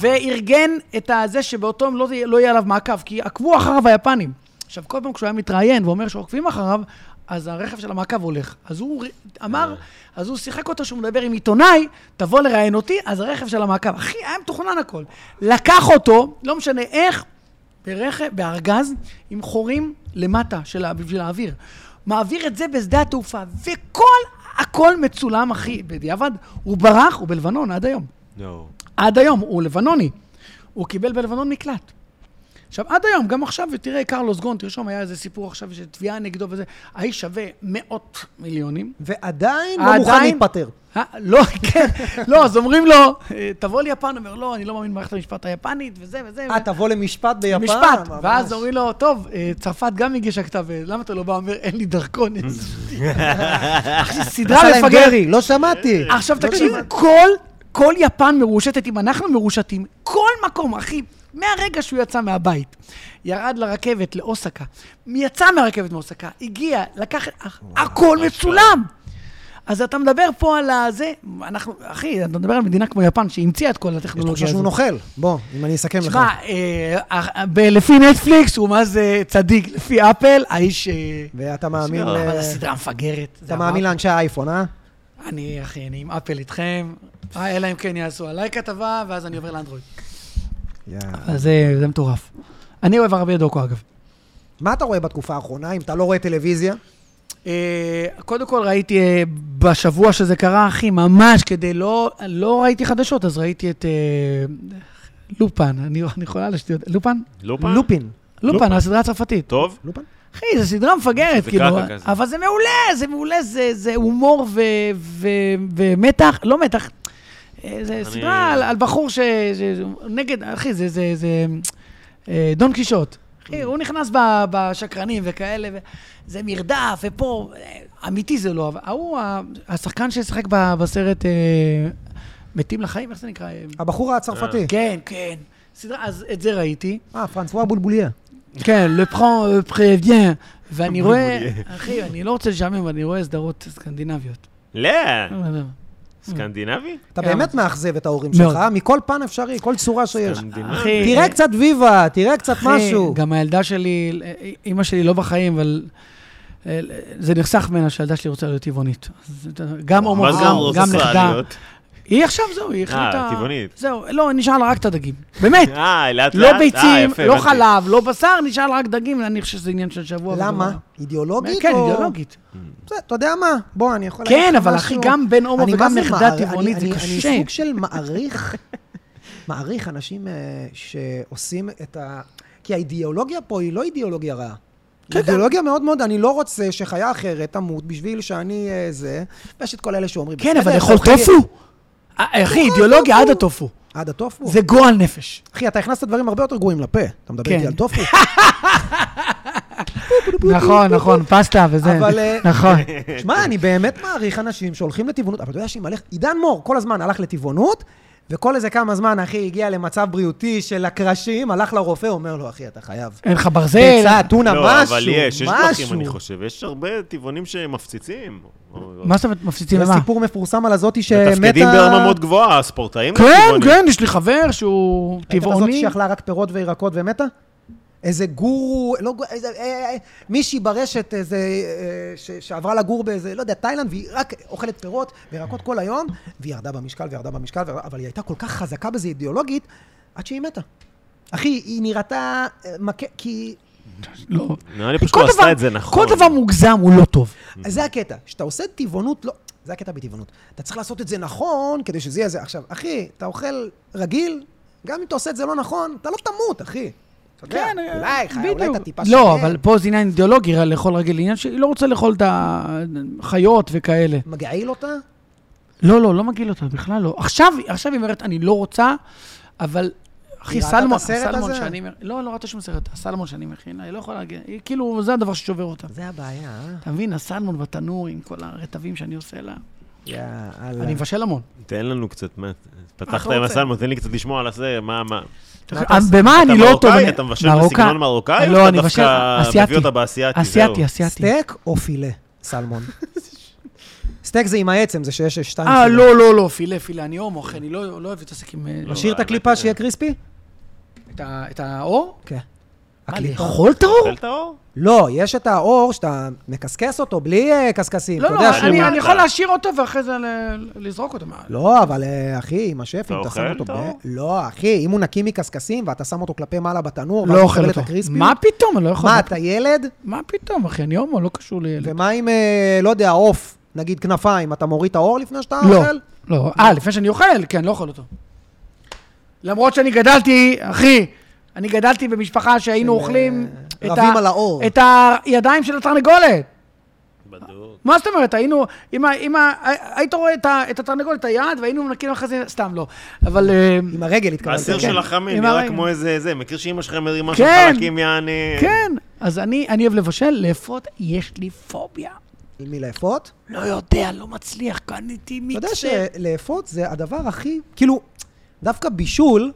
Speaker 3: וארגן את הזה שבאותו יום לא, תהיה- לא יהיה עליו מעקב, כי עקבו אחריו היפנים. עכשיו, כל פעם כשהוא היה מתראיין ואומר שעוקבים אחריו, אז הרכב של המעקב הולך. אז הוא ר-
Speaker 2: אה.
Speaker 3: אמר, אז הוא שיחק אותו שהוא מדבר עם עיתונאי, תבוא לראיין אותי, אז הרכב של המעקב. אחי, היה מתוכנן הכל. לקח אותו, לא משנה איך, ברכב, בארגז, עם חורים למטה של, ה- בשביל האוויר. מעביר את זה בשדה התעופה, וכל, הכל מצולם, אחי, בדיעבד. הוא ברח, הוא בלבנון עד היום.
Speaker 1: יואו.
Speaker 3: עד היום, הוא לבנוני. הוא קיבל בלבנון מקלט. עכשיו, עד היום, גם עכשיו, ותראה, קרלוס גון, תרשום, היה איזה סיפור עכשיו של תביעה נגדו וזה, האיש שווה מאות מיליונים.
Speaker 2: ועדיין לא מוכן
Speaker 3: עדיין-
Speaker 2: להתפטר.
Speaker 3: אה, לא, כן, לא, אז אומרים לו, אה, תבוא ליפן, הוא אומר, לא, אני לא מאמין במערכת המשפט היפנית, וזה וזה.
Speaker 2: אה, תבוא למשפט ביפן?
Speaker 3: משפט,
Speaker 2: ממש.
Speaker 3: ואז אומרים לו, טוב, אה, צרפת גם הגישה כתב, אה, למה אתה לא בא? אומר, אין לי דרכון. אין לי." אחי, סדרה
Speaker 2: עשה להם
Speaker 3: מפגרת.
Speaker 2: דרעי, לא שמעתי.
Speaker 3: עכשיו
Speaker 2: לא
Speaker 3: תקשיב,
Speaker 2: שמעתי.
Speaker 3: כל, כל יפן מרושתת, אם אנחנו מרושתים, כל מקום, אחי, מהרגע שהוא יצא מהבית, ירד לרכבת לאוסקה, יצא מהרכבת מאוסקה, הגיע, לקח, אח- הכל מצולם. אז אתה מדבר פה על הזה, אנחנו, אחי, אתה מדבר על מדינה כמו יפן שהמציאה את כל
Speaker 2: יש
Speaker 3: הטכנולוגיה הזאת.
Speaker 2: תחושה שהוא נוכל. בוא, אם אני אסכם לך.
Speaker 3: תשמע, אה, אה, ב- לפי נטפליקס הוא מה זה צדיק, לפי אפל, האיש... אה,
Speaker 2: ואתה מאמין...
Speaker 1: אבל
Speaker 2: ל-
Speaker 3: לא, אבל הסדרה מפגרת. זה
Speaker 2: אתה מאמין
Speaker 3: אמר-
Speaker 2: לאנשי האייפון, אה?
Speaker 3: אני, אחי, אני עם אפל איתכם, אה, אלא אם כן יעשו עליי כתבה, ואז אני עובר לאנדרואיד.
Speaker 2: יאללה.
Speaker 3: אז זה זה מטורף. אני אוהב הרבה דוקו, אגב.
Speaker 2: מה אתה רואה בתקופה האחרונה, אם אתה לא רואה טלוויזיה?
Speaker 3: אה, קודם כל ראיתי אה, בשבוע שזה קרה, אחי, ממש כדי לא... לא ראיתי חדשות, אז ראיתי את אה, לופן, אני אני חולה על השטויות. לופן?
Speaker 1: לופן?
Speaker 2: לופין.
Speaker 3: לופן,
Speaker 1: לופן.
Speaker 3: הסדרה הצרפתית.
Speaker 1: טוב.
Speaker 2: לופן?
Speaker 3: אחי, זו סדרה מפגרת,
Speaker 1: זה
Speaker 3: כאילו,
Speaker 1: קרקע כזה.
Speaker 3: אבל זה מעולה, זה מעולה, זה, זה הומור ו, ו, ומתח, לא מתח, אה, זה סדרה על, על בחור ש... ש נגד, אחי, זה, זה, זה אה, דון קישוט. אחי, הוא נכנס ב- בשקרנים וכאלה, ו- זה מרדף, ופה, אה, אמיתי זה לא, אבל ההוא, ה- השחקן ששיחק ב- בסרט אה, מתים לחיים, איך זה נקרא? אה,
Speaker 2: הבחור הצרפתי.
Speaker 3: כן, כן. סדרה, אז את זה ראיתי.
Speaker 2: אה, פרנסואה בולבוליה.
Speaker 3: כן, לפרן, פרוויין. ואני רואה, אחי, אני לא רוצה לשעמם, אבל אני רואה סדרות סקנדינביות.
Speaker 1: לא.
Speaker 3: אה.
Speaker 1: סקנדינבי?
Speaker 2: אתה
Speaker 3: כן.
Speaker 2: באמת מאכזב את ההורים
Speaker 3: מאוד.
Speaker 2: שלך, אה? מכל פן אפשרי, כל צורה שיש.
Speaker 1: סקנדינבי.
Speaker 3: אחי,
Speaker 2: תראה קצת ויבה, תראה קצת
Speaker 3: אחי,
Speaker 2: משהו.
Speaker 3: גם הילדה שלי, אימא שלי לא בחיים, אבל אה, זה נחסך ממנה שהילדה שלי רוצה להיות טבעונית. אז אתה- גם הומו,
Speaker 1: מה זה
Speaker 3: גם-
Speaker 1: אמרו?
Speaker 3: גם נכדה.
Speaker 1: סוסואליות?
Speaker 3: היא עכשיו, זהו, היא החליטה...
Speaker 1: אה, טבעונית.
Speaker 3: זהו, לא, נשאר לה רק את הדגים. באמת.
Speaker 1: אה, לאט לאט.
Speaker 3: לא
Speaker 1: אה,
Speaker 3: ביצים,
Speaker 1: יפה,
Speaker 3: לא
Speaker 1: הבנתי.
Speaker 3: חלב, לא בשר, נשאר לה רק דגים, אני חושב שזה עניין של שבוע.
Speaker 2: למה?
Speaker 3: ודבר.
Speaker 2: אידיאולוגית?
Speaker 3: כן,
Speaker 2: או-
Speaker 3: אידיאולוגית.
Speaker 2: בסדר, אתה יודע מה? בוא, אני יכול
Speaker 3: כן,
Speaker 2: לך
Speaker 3: אבל
Speaker 2: משהו.
Speaker 3: אחי, גם בן הומו
Speaker 2: אני
Speaker 3: וגם
Speaker 2: מה זה
Speaker 3: נכדה
Speaker 2: מעריך-
Speaker 3: טבעונית,
Speaker 2: אני-
Speaker 3: זה
Speaker 2: אני-
Speaker 3: קשה.
Speaker 2: אני סוג של מעריך, מעריך אנשים אה, שעושים את ה... כי האידיאולוגיה פה היא לא אידיאולוגיה רעה.
Speaker 3: כן,
Speaker 2: אידיאולוגיה מאוד מאוד, אני לא רוצה שחיה אחרת תמות בשביל שאני אה, זה, ויש את כל אלה שאומרים...
Speaker 3: כן,
Speaker 2: בסדר,
Speaker 3: אבל
Speaker 2: אתה
Speaker 3: לאכול
Speaker 2: אוכל-
Speaker 3: טופו? אה, אחי, אידיאולוגיה עד הטופו.
Speaker 2: עד הטופו.
Speaker 3: זה גועל נפש.
Speaker 2: אחי, אתה הכנסת דברים הרבה יותר גרועים לפה. אתה מדבר איתי
Speaker 3: כן.
Speaker 2: על טופו.
Speaker 3: נכון, נכון, פסטה וזה.
Speaker 2: אבל, אה,
Speaker 3: נכון.
Speaker 2: שמע, אני באמת מעריך אנשים שהולכים לטבעונות, אבל אתה יודע שאם הלך... עידן מור כל הזמן הלך לטבעונות, וכל איזה כמה זמן, אחי, הגיע למצב בריאותי של הקרשים, הלך לרופא, אומר לו, אחי, אתה חייב.
Speaker 3: אין לך ברזל.
Speaker 2: ביצה, טונה, משהו,
Speaker 1: לא,
Speaker 2: משהו.
Speaker 1: אבל יש, יש דרכים, אני חושב. יש הרבה טבעונים שמפציצים.
Speaker 3: מה זאת אומרת מפציצים
Speaker 2: יש
Speaker 3: למה?
Speaker 2: סיפור מפורסם על הזאתי שמתה...
Speaker 1: מתפקדים ברמה מאוד גבוהה, הספורטאים.
Speaker 3: כן,
Speaker 1: הטבעונים.
Speaker 3: כן, יש לי חבר שהוא
Speaker 2: הזאת
Speaker 3: טבעוני.
Speaker 2: שאכלה רק פירות וירקות ומתה? איזה גורו, לא גורו, איזה, אה, אה, אה, מישהי ברשת, איזה, אה, ש, שעברה לגור באיזה, לא יודע, תאילנד, והיא רק אוכלת פירות וירקות כל היום, והיא ירדה במשקל וירדה במשקל, וירדה, אבל היא הייתה כל כך חזקה בזה אידיאולוגית, עד שהיא מתה. אחי, היא נראתה אה, מכה, כי...
Speaker 3: לא.
Speaker 1: נראה לי פשוט
Speaker 3: כל
Speaker 1: לא
Speaker 3: דבר-
Speaker 1: עשתה את זה נכון.
Speaker 3: כל דבר מוגזם הוא לא טוב.
Speaker 2: זה הקטע, כשאתה עושה טבעונות, לא... זה הקטע בטבעונות. אתה צריך לעשות את זה נכון, כדי שזה יהיה זה. עכשיו, אחי, אתה אוכל רגיל, גם אם אתה עושה את זה לא נכון, אתה לא תמות, אחי. אתה יודע, כן,
Speaker 3: אה,
Speaker 2: אולי, חי- אולי אתה טיפה
Speaker 3: כן, לא,
Speaker 2: שונה.
Speaker 3: אבל פה זה עניין אידיאולוגי, לאכול רגיל. עניין שהיא לא רוצה לאכול את החיות וכאלה.
Speaker 2: מגעיל אותה?
Speaker 3: לא, לא, לא מגעיל אותה, בכלל לא. עכשיו, עכשיו היא אומרת, אני לא רוצה, אבל... אחי,
Speaker 2: היא ראתה
Speaker 3: סלמון,
Speaker 2: את הסרט
Speaker 3: הסלמון
Speaker 2: הזה?
Speaker 3: שאני... לא, לא ראתה שום סרט, הסלמון שאני מכין, היא לא יכולה להגיד, היא כאילו, זה הדבר ששובר אותה.
Speaker 2: זה הבעיה, אה?
Speaker 3: אתה מבין, הסלמון בתנור עם כל הרטבים שאני עושה לה.
Speaker 2: יאללה.
Speaker 3: אני מבשל המון.
Speaker 1: תן לנו קצת, מה?
Speaker 3: אתה
Speaker 1: פתחת
Speaker 3: רוצה?
Speaker 1: עם הסלמון, תן לי קצת לשמוע על הזה, מה, מה?
Speaker 2: אתה עושה?
Speaker 3: אה, במה אני
Speaker 1: אתה
Speaker 3: לא טוב?
Speaker 1: מרוקאי? אתה מבשל
Speaker 3: מרוקא-
Speaker 1: בסגנון מרוקאי?
Speaker 3: לא,
Speaker 1: או
Speaker 3: אני
Speaker 1: אתה
Speaker 3: מבשל
Speaker 1: דווקא
Speaker 3: אסיאתי.
Speaker 1: מביא אותה באסייתי,
Speaker 3: אסיאתי,
Speaker 1: זהו.
Speaker 3: אסיאתי.
Speaker 2: סטייק או פילה, סלמון? סטייק זה עם העצם, זה שיש שתיים.
Speaker 3: אה,
Speaker 2: פילה.
Speaker 3: לא, לא, לא, פילה, פילה, אני הומו, אחי, אני לא לא אוהב להתעסק עם... אה,
Speaker 2: נשאיר את
Speaker 1: האמת
Speaker 2: הקליפה
Speaker 1: היא-
Speaker 2: שיהיה קריספי?
Speaker 3: את ה- את האור?
Speaker 2: כן.
Speaker 3: מה,
Speaker 2: הקליפה.
Speaker 3: לאכול את האור?
Speaker 1: אוכל את האור?
Speaker 2: לא, יש את האור שאתה מקסקס אותו בלי אה, קשקשים.
Speaker 3: לא,
Speaker 2: אתה
Speaker 3: לא,
Speaker 2: יודע
Speaker 3: אני-
Speaker 2: שהוא-
Speaker 1: שלמה.
Speaker 3: אני יכול להשאיר אותו ואחרי זה ל- לזרוק אותו. מה,
Speaker 2: לא, אבל אה, אחי, עם השפים,
Speaker 1: אתה
Speaker 2: אתה שם
Speaker 1: אוכל
Speaker 2: אותו ב...
Speaker 1: אותו?
Speaker 2: לא, אחי, אם הוא נקי מקשקשים ואתה שם אותו כלפי מעלה בתנור,
Speaker 3: לא
Speaker 2: ואז
Speaker 3: אוכל
Speaker 2: מקבל את
Speaker 3: אותו.
Speaker 2: הקריספי,
Speaker 3: מה פתאום, אני לא יכול.
Speaker 2: מה, אתה ילד?
Speaker 3: מה פתאום, אחי, אני הומו, לא קשור ל...
Speaker 2: ומה עם, אה, לא יודע, עוף, נגיד כנפיים, אתה מוריד את האור לפני שאתה
Speaker 3: לא,
Speaker 2: אוכל?
Speaker 3: לא. אה, לפני שאני אוכל, כן, לא אוכל אותו. למרות שאני גדלתי, אחי, אני גדלתי במשפחה שהיינו
Speaker 2: של,
Speaker 3: אוכלים...
Speaker 2: אה,
Speaker 3: את
Speaker 2: רבים
Speaker 3: ה-
Speaker 2: על האור.
Speaker 3: את הידיים של התרנגולת.
Speaker 1: בדוק.
Speaker 3: מה זאת אומרת? היינו, אם ה- אם ה- היית רואה את ה- את התרנגולת, את היד, והיינו מנקים אחרי זה, סתם לא. אבל... אה,
Speaker 2: עם הרגל התכוונת.
Speaker 1: הסיר
Speaker 2: כן.
Speaker 1: של החמין
Speaker 3: עם
Speaker 1: נראה
Speaker 3: הרגל.
Speaker 1: כמו איזה, זה, מכיר שאימא שלך מרימה שם
Speaker 3: כן.
Speaker 1: חלקים, יעני...
Speaker 3: כן, אז אני אני אוהב לבשל, לאפות, יש לי פוביה.
Speaker 2: עם מי לאפות?
Speaker 3: לא יודע, לא מצליח, קניתי
Speaker 2: אתה יודע
Speaker 3: מיקסר.
Speaker 2: שלאפות זה הדבר הכי, כאילו, דווקא בישול,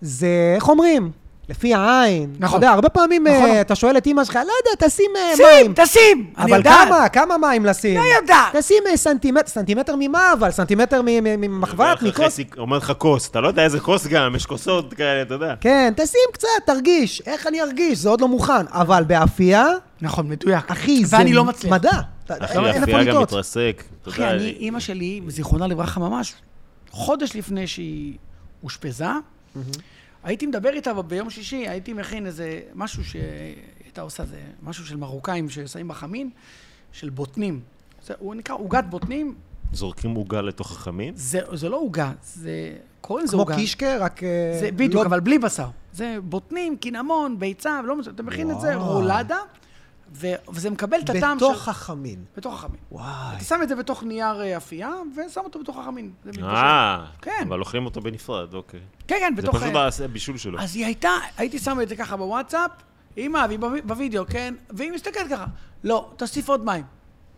Speaker 2: זה, איך אומרים? לפי העין. אתה
Speaker 3: נכון.
Speaker 2: יודע, הרבה פעמים
Speaker 3: נכון.
Speaker 2: אה, אתה שואל את אימא שלך, לא יודע, תשים אה,
Speaker 3: שים,
Speaker 2: מים.
Speaker 3: תשים! אני
Speaker 2: אבל
Speaker 3: יודעת.
Speaker 2: כמה, כמה מים לשים?
Speaker 3: לא יודעת.
Speaker 2: תשים אה, סנטימטר, סנטימטר ממה אבל? סנטימטר מ- מ- ממחבת,
Speaker 1: אומר לך
Speaker 2: מכוס?
Speaker 1: חצי- אומר לך כוס, אתה לא יודע איזה כוס גם, יש כוסות כאלה, אתה יודע.
Speaker 2: כן, תשים קצת, תרגיש. איך אני ארגיש? זה עוד לא מוכן. אבל באפייה,
Speaker 3: נכון, מדויק.
Speaker 2: אחי, זה
Speaker 3: ואני לא מצליח.
Speaker 2: מדע. אתה-
Speaker 1: אחי,
Speaker 2: אין איפה
Speaker 1: האפייה גם
Speaker 2: לטעות.
Speaker 1: מתרסק. אתה
Speaker 3: אחי,
Speaker 1: יודע, אה,
Speaker 3: אני, אימא שלי, זיכרונה לברכה ממש, חודש לפני שהיא אושפזה, הייתי מדבר איתה ב- ביום שישי, הייתי מכין איזה משהו שהייתה עושה, זה משהו של מרוקאים ששמים בחמין, של בוטנים. זה, הוא נקרא עוגת בוטנים,
Speaker 1: זורקים עוגה לתוך החמין?
Speaker 3: זה, זה לא עוגה, זה... קוראים לזה
Speaker 2: כמו
Speaker 3: עוגה.
Speaker 2: קישקה, רק... אה,
Speaker 3: זה
Speaker 2: לא-
Speaker 3: בדיוק, אבל בלי בשר. זה בוטנים, קינמון, ביצה, ולא משנה, אתה מכין את זה,
Speaker 2: וואו.
Speaker 3: רולדה, ו- וזה מקבל את הטעם של...
Speaker 2: בתוך החמין.
Speaker 3: בתוך החמין.
Speaker 2: וואי.
Speaker 3: אתה שם את זה בתוך נייר אה, אפייה, ושם אותו בתוך החמין. זה מתפשט.
Speaker 1: אה,
Speaker 3: כן.
Speaker 1: אבל אוכלים אותו בנפרד, אוקיי.
Speaker 3: כן, כן,
Speaker 1: זה
Speaker 3: בתוך...
Speaker 1: פשוט
Speaker 3: אה,
Speaker 1: הבישול שלו.
Speaker 3: אז היא הייתה, הייתי שם את זה ככה בוואטסאפ, אמא, והיא בוו- בווידאו, כן? והיא מסתכלת ככה, לא, תוסיף עוד מים.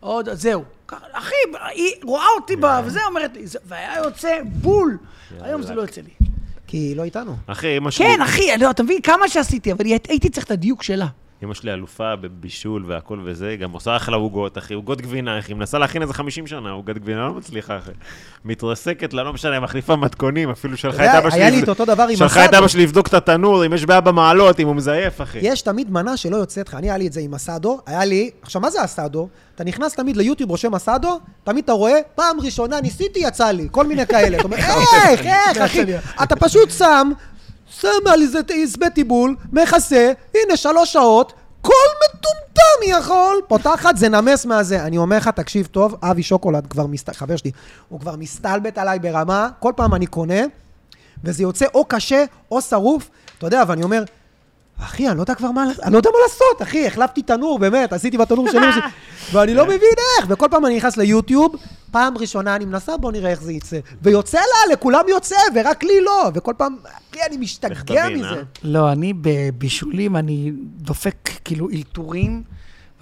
Speaker 3: עוד, זהו. ככה, אחי, היא רואה אותי ב... וזה אומרת לי, זה- והיה יוצא בול. היום זה לא יוצא לי.
Speaker 2: כי היא לא איתנו.
Speaker 1: אחי, אמא שלי...
Speaker 3: כן, אחי, לא, אתה מבין כמה שעשיתי, אבל היא- הייתי צריך את הדיוק שלה.
Speaker 1: אמא שלי אלופה בבישול והכל וזה, היא גם עושה אחלה עוגות, אחי, עוגות גבינה, אחי, מנסה להכין איזה 50 שנה, עוגת גבינה לא מצליחה, אחי. מתרסקת לה, לא משנה, מחליפה מתכונים, אפילו שלחה
Speaker 2: יודע,
Speaker 1: את אבא שלי...
Speaker 2: היה לי
Speaker 1: לבד-
Speaker 2: את אותו דבר עם
Speaker 1: שלחה את
Speaker 2: הסאדו.
Speaker 1: אבא שלי לבדוק את התנור, אם יש בעיה במעלות, אם הוא מזייף, אחי.
Speaker 2: יש תמיד מנה שלא יוצאת לך. אני, היה לי את זה עם הסאדו, היה לי... עכשיו, מה זה הסאדו? אתה נכנס תמיד ליוטיוב, רושם הסאדו, תמיד אתה רואה, פעם ראשונה ניסיתי, יצא לי, כל מיני כאלה. אתה אומר, "אה, איך, איך, אחי? אתה פשוט שם, שם על איזה עזבי טיבול, מכסה, הנה שלוש שעות, כל מטומטם יכול, פותחת, זה נמס מהזה. אני אומר לך, תקשיב טוב, אבי שוקולד כבר מסת... חבר שלי, הוא כבר מסתלבט עליי ברמה, כל פעם אני קונה, וזה יוצא או קשה או שרוף, אתה יודע, ואני אומר, אחי, אני לא יודע כבר מה, לעשות- אני לא יודע מה לעשות, אחי, החלפתי תנור, באמת, עשיתי בתנור שלי, ש- ואני לא מבין איך, וכל פעם אני נכנס ליוטיוב, פעם ראשונה אני מנסה, בוא נראה איך זה יצא. ויוצא לה, לכולם יוצא, ורק לי לא, וכל פעם, אחי, אני
Speaker 1: איך
Speaker 2: משתגע
Speaker 1: תבין,
Speaker 2: מזה.
Speaker 1: אה?
Speaker 3: לא, אני בבישולים, אני דופק כאילו אלתורים,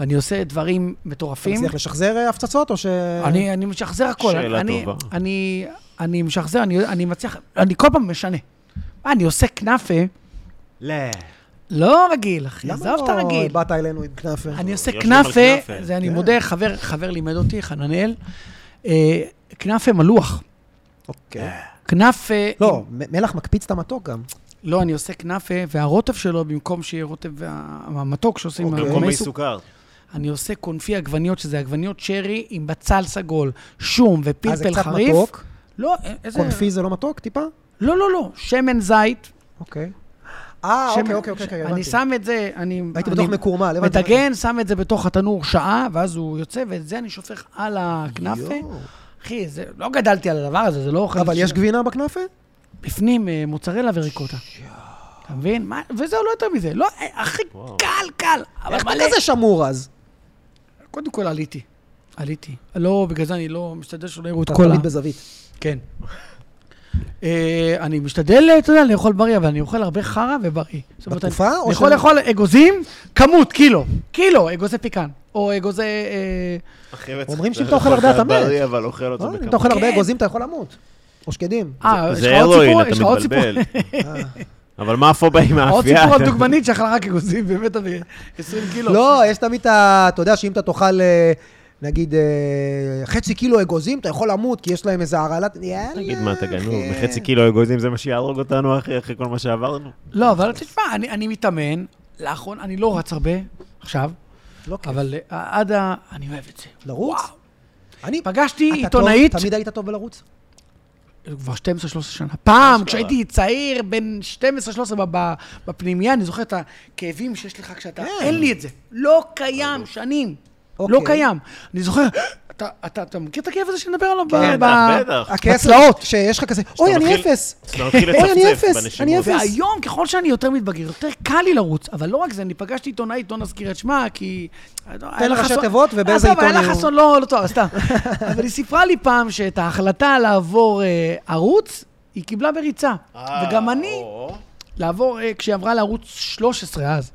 Speaker 3: ואני עושה דברים
Speaker 2: אתה
Speaker 3: מטורפים.
Speaker 2: מצליח לשחזר אה, הפצצות, או ש...
Speaker 3: אני, אני משחזר הכל.
Speaker 1: שאלה
Speaker 3: אני,
Speaker 1: טובה.
Speaker 3: אני, אני משחזר, אני, אני מצליח, אני כל פעם משנה. מה, אני עושה כנאפה,
Speaker 1: לא.
Speaker 3: לא רגיל, אחי, עזוב את
Speaker 2: למה
Speaker 3: הרגיל.
Speaker 2: לא באת אלינו עם כנאפה?
Speaker 3: אני עושה
Speaker 1: יושבים על
Speaker 3: כנאפה,
Speaker 1: כנאפה.
Speaker 3: זה אני
Speaker 2: כן.
Speaker 3: מודה, חבר, חבר לימד אותי, חננאל, אה, כנאפה מלוח.
Speaker 2: אוקיי.
Speaker 3: אה, כנאפה...
Speaker 2: לא, מ- מלח מקפיץ את המתוק גם.
Speaker 3: לא, אני עושה כנאפה, והרוטב שלו, במקום שיהיה רוטב וה- המתוק שעושים...
Speaker 2: אוקיי.
Speaker 3: עם
Speaker 1: במקום מי
Speaker 3: המי סוכר,
Speaker 1: סוכר.
Speaker 3: אני עושה קונפי עגבניות, שזה עגבניות שרי עם בצל סגול, שום
Speaker 2: אה, זה
Speaker 3: ופלפל
Speaker 2: קצת
Speaker 3: חריף.
Speaker 2: מתוק?
Speaker 3: לא, א- איזה...
Speaker 2: קונפי זה לא מתוק טיפה?
Speaker 3: לא, לא, לא. שמן זית.
Speaker 2: אוקיי. אה,
Speaker 3: שמן-
Speaker 2: אוקיי, אוקיי, אוקיי,
Speaker 3: ש-
Speaker 2: אוקיי,
Speaker 3: אני
Speaker 2: הבנתי.
Speaker 3: שם את זה, אני...
Speaker 2: הייתי
Speaker 3: אני
Speaker 2: בטוח מקורמל, הבנתי.
Speaker 3: מטגן, שם את זה בתוך התנור שעה, ואז הוא יוצא, ואת זה אני שופך על הכנאפה.
Speaker 2: יואו.
Speaker 3: אחי, זה, לא גדלתי על הדבר הזה, זה לא אוכל...
Speaker 2: אבל יש
Speaker 3: ש-
Speaker 2: גבינה בכנאפה?
Speaker 3: בפנים אה, מוזרלה וריקוטה. אתה מבין? מה- וזהו, לא יותר מזה. לא, אה, הכי
Speaker 1: וואו.
Speaker 3: קל, קל. אבל
Speaker 2: איך אתה
Speaker 3: מלא.
Speaker 2: כזה שמור אז?
Speaker 3: קודם כל עליתי. עליתי. לא, בגלל זה אני לא משתדל שלא יראו את
Speaker 2: אתה
Speaker 3: כל ה...
Speaker 2: תמיד בזווית.
Speaker 3: כן. אה, אני משתדל, אתה יודע, לאכול בריא, אבל אני אוכל הרבה חרא ובריא. זאת אומרת,
Speaker 2: בתקופה
Speaker 3: אני-
Speaker 2: או
Speaker 3: אני יכול
Speaker 2: שאני-
Speaker 3: לאכול אגוזים, כמות, קילו. קילו, אגוזי פיקן. או אגוזי... אה,
Speaker 1: אחי, רצח,
Speaker 2: אומרים שאם
Speaker 1: צריך
Speaker 2: אתה אוכל הרבה,
Speaker 1: לאכול
Speaker 2: אתה מת.
Speaker 1: בריא, אבל אוכל אותו
Speaker 2: אה, אם
Speaker 1: בכמה.
Speaker 2: אתה אוכל הרבה
Speaker 3: כן.
Speaker 2: אגוזים, אתה יכול למות. או שקדים.
Speaker 3: אה, יש
Speaker 1: זה
Speaker 3: לך עוד
Speaker 1: הרואין,
Speaker 3: סיפור?
Speaker 1: אתה
Speaker 3: יש לך עוד סיפור?
Speaker 1: מתבלבל.
Speaker 2: אה.
Speaker 1: אה, אבל מה הפוביה עם
Speaker 3: עוד
Speaker 1: האפייה?
Speaker 3: סיפור על דוגמנית שאכלה רק אגוזים, באמת, אבל 20 קילו.
Speaker 2: לא, יש תמיד את ה... אתה יודע שאם אתה תאכל, אה, נגיד, אה, חצי קילו אגוזים, אתה יכול למות, כי יש להם איזה הרעלת... יאללה.
Speaker 1: תגיד מה, אתה גנוב,
Speaker 2: אחי.
Speaker 1: בחצי קילו אגוזים זה מה שיהרוג אותנו, אחי, אחרי כל מה שעברנו.
Speaker 3: לא, אבל תשמע, אני- אני מתאמן, לאחרון, אני לא רץ הרבה, עכשיו,
Speaker 2: לא כיף.
Speaker 3: אבל אה, עד ה... אני אוהב את זה.
Speaker 2: לרוץ?
Speaker 3: וואו.
Speaker 2: אני...
Speaker 3: פגשתי
Speaker 2: אתה טוב-
Speaker 3: עיתונאית,
Speaker 2: תמיד היית טוב בלרוץ?
Speaker 1: אה,
Speaker 3: כבר 12-13 שנה. פעם,
Speaker 1: אשכרה.
Speaker 3: כשהייתי צעיר, בין 12-13 ב- ב- בפנימייה, אני זוכר את הכאבים שיש לך כשאתה...
Speaker 2: כן.
Speaker 3: אין לי את זה. לא קיים, שנים.
Speaker 2: אוקיי.
Speaker 3: לא קיים. אני זוכר, אתה אתה- אתה אתה מכיר את הכאב הזה שנדבר עליו?
Speaker 1: כן,
Speaker 3: ב- ב-
Speaker 1: בטח.
Speaker 2: הכס- בצלעות, שיש לך כזה, אוי, אני
Speaker 1: מתחיל-
Speaker 2: אפס.
Speaker 1: כשאתה מתחיל
Speaker 2: אוי, אני
Speaker 1: לצפצף
Speaker 2: אפס,
Speaker 1: בנשימות.
Speaker 2: אני אפס.
Speaker 3: והיום, ככל שאני יותר מתבגר, יותר קל לי לרוץ. אבל לא רק זה, אני פגשתי עיתונאית, לא נזכיר את שמה, כי... היה לה
Speaker 2: ראשי
Speaker 3: חסון-
Speaker 2: תיבות ובאיזה
Speaker 3: עזוב,
Speaker 2: עיתון
Speaker 3: היה לה
Speaker 2: הוא-
Speaker 3: חסון לא, לא טוב, סתם. אבל היא סיפרה לי פעם שאת ההחלטה לעבור אה, ערוץ, היא קיבלה בריצה.
Speaker 1: אה,
Speaker 3: וגם אני,
Speaker 1: או.
Speaker 3: לעבור, אה, כשהיא עברה לערוץ 13 אז.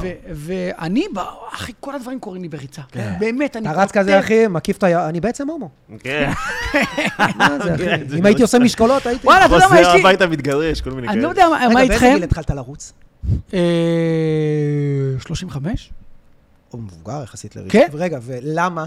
Speaker 3: ו- ואני, ב- אחי, כל הדברים קורים לי בריצה. באמת, אני...
Speaker 2: כן. אתה רץ כזה,
Speaker 3: פותר-
Speaker 2: אחי, מקיף את ה... אני בעצם הומו.
Speaker 1: כן.
Speaker 2: מה זה,
Speaker 1: כן, זה
Speaker 2: אחי? אם הייתי עושה משקולות, הייתי...
Speaker 3: וואלה, אתה יודע מה יש
Speaker 1: חוזר
Speaker 3: לי?
Speaker 1: הביתה מתגרש, כל מיני כאלה.
Speaker 3: אני לא יודע מה-
Speaker 2: רגע,
Speaker 3: מה
Speaker 2: באיזה
Speaker 3: איתכם.
Speaker 2: גיל התחלת לרוץ?
Speaker 3: אה, 35?
Speaker 2: הוא מבוגר יחסית לריצה.
Speaker 3: כן.
Speaker 2: רגע, ולמה?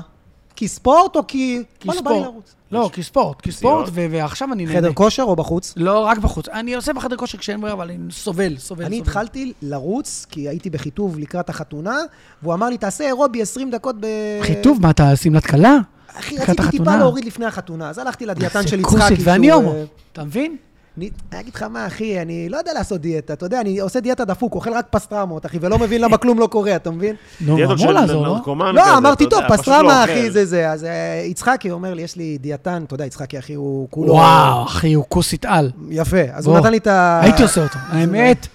Speaker 2: כי ספורט או כי...
Speaker 3: כי
Speaker 2: וואלה, בא לי
Speaker 3: ספורט.
Speaker 2: לרוץ.
Speaker 3: לא, כספורט, כספורט, ו- ועכשיו אני נהנה.
Speaker 2: חדר כושר או בחוץ?
Speaker 3: לא, רק בחוץ. אני עושה בחדר כושר כשאין ברירה, אבל אני סובל, סובל.
Speaker 2: אני
Speaker 3: סובל.
Speaker 2: התחלתי לרוץ, כי הייתי בחיטוב לקראת החתונה, והוא אמר לי, תעשה אירובי 20 דקות ב...
Speaker 3: חיטוב, מה, אתה שמלת כלה?
Speaker 2: אחי,
Speaker 3: לקראת
Speaker 2: רציתי טיפה
Speaker 3: החתונה.
Speaker 2: להוריד לפני החתונה, אז הלכתי לדיאטן
Speaker 3: זה
Speaker 2: של יצחקי.
Speaker 3: כוסית,
Speaker 2: שהוא,
Speaker 3: ואני
Speaker 2: אה,
Speaker 3: הומו. אתה מבין?
Speaker 2: אני אני אגיד לך מה, אחי, אני לא יודע לעשות דיאטה. אתה יודע, אני עושה דיאטה דפוק, אוכל רק פסטרמות, אחי, ולא מבין למה כלום לא קורה, אתה מבין?
Speaker 3: נו,
Speaker 1: דיאטות של
Speaker 3: אמור לעזור, לא?
Speaker 1: נרקומן כזה,
Speaker 2: לא, אמרתי,
Speaker 1: אתה
Speaker 2: טוב,
Speaker 1: יודע, פשוט לא
Speaker 2: פסטרמה,
Speaker 1: אוכל.
Speaker 2: אחי, זה זה. אז אה, יצחקי אומר לי, יש לי דיאטן, אתה יודע, יצחקי, אחי, הוא לא- כולו...
Speaker 3: וואו, אחי, הוא כוסית על.
Speaker 2: יפה, אז הוא
Speaker 3: בוא.
Speaker 2: נתן לי את ה...
Speaker 3: הייתי עושה אותו. האמת,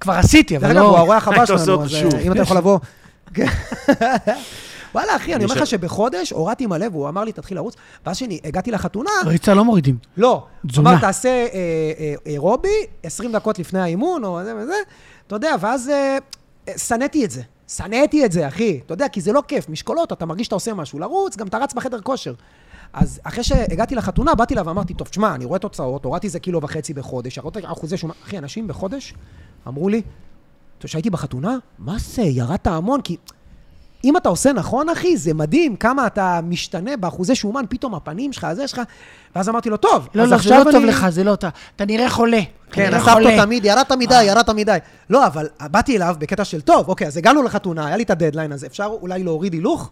Speaker 3: כבר עשיתי,
Speaker 2: דרך
Speaker 3: אבל
Speaker 2: אגב, הוא
Speaker 3: לא...
Speaker 2: האורח הבא
Speaker 1: היית עושה
Speaker 2: שלנו,
Speaker 1: אותו
Speaker 2: אז
Speaker 1: שוב.
Speaker 2: אה, אם אתה יכול לבוא. כן. וואלה, אחי, אני
Speaker 1: אני
Speaker 2: אומר לך
Speaker 1: ש-
Speaker 2: שבחודש הורדתי עם הלב, הוא אמר לי, תתחיל לרוץ, ואז שאני הגעתי לחתונה,
Speaker 3: ריצה לא מורידים.
Speaker 2: לא.
Speaker 3: תזונה.
Speaker 2: אמר, תעשה אה, אה, אירובי 20 דקות לפני האימון, או זה וזה, אתה יודע, ואז אה, אה, שנאתי את זה. שנאתי את זה, אחי. אתה יודע, כי זה לא כיף. משקולות, אתה מרגיש שאתה עושה משהו. לרוץ, גם אתה רץ בחדר כושר. אז אחרי שהגעתי לחתונה, באתי אליו ואמרתי, טוב, תשמע, אני רואה תוצאות, הורדתי איזה קילו וחצי בחודש, הורדתי אחוזי שומן. אחי, אנשים בחודש אמרו לי, טוב, כשהייתי בחתונה, מה זה, ירדת המון, כי... אם אתה עושה נכון, אחי, זה מדהים כמה אתה משתנה באחוזי שומן, פתאום הפנים שלך, הזה שלך. ואז אמרתי לו, טוב,
Speaker 3: לא,
Speaker 2: אז
Speaker 3: לא, זה
Speaker 2: עכשיו
Speaker 3: לא טוב
Speaker 2: אני...
Speaker 3: לך, זה לא אתה. אתה נראה חולה. אתה
Speaker 2: כן,
Speaker 3: נראה
Speaker 2: אספתו
Speaker 3: חולה. אה.
Speaker 2: תמיד, ירדת מדי, ירדת מדי. לא, אבל באתי אליו בקטע של, טוב, אוקיי, אז הגענו לחתונה, היה לי את הדדליין הזה, אפשר אולי להוריד הילוך?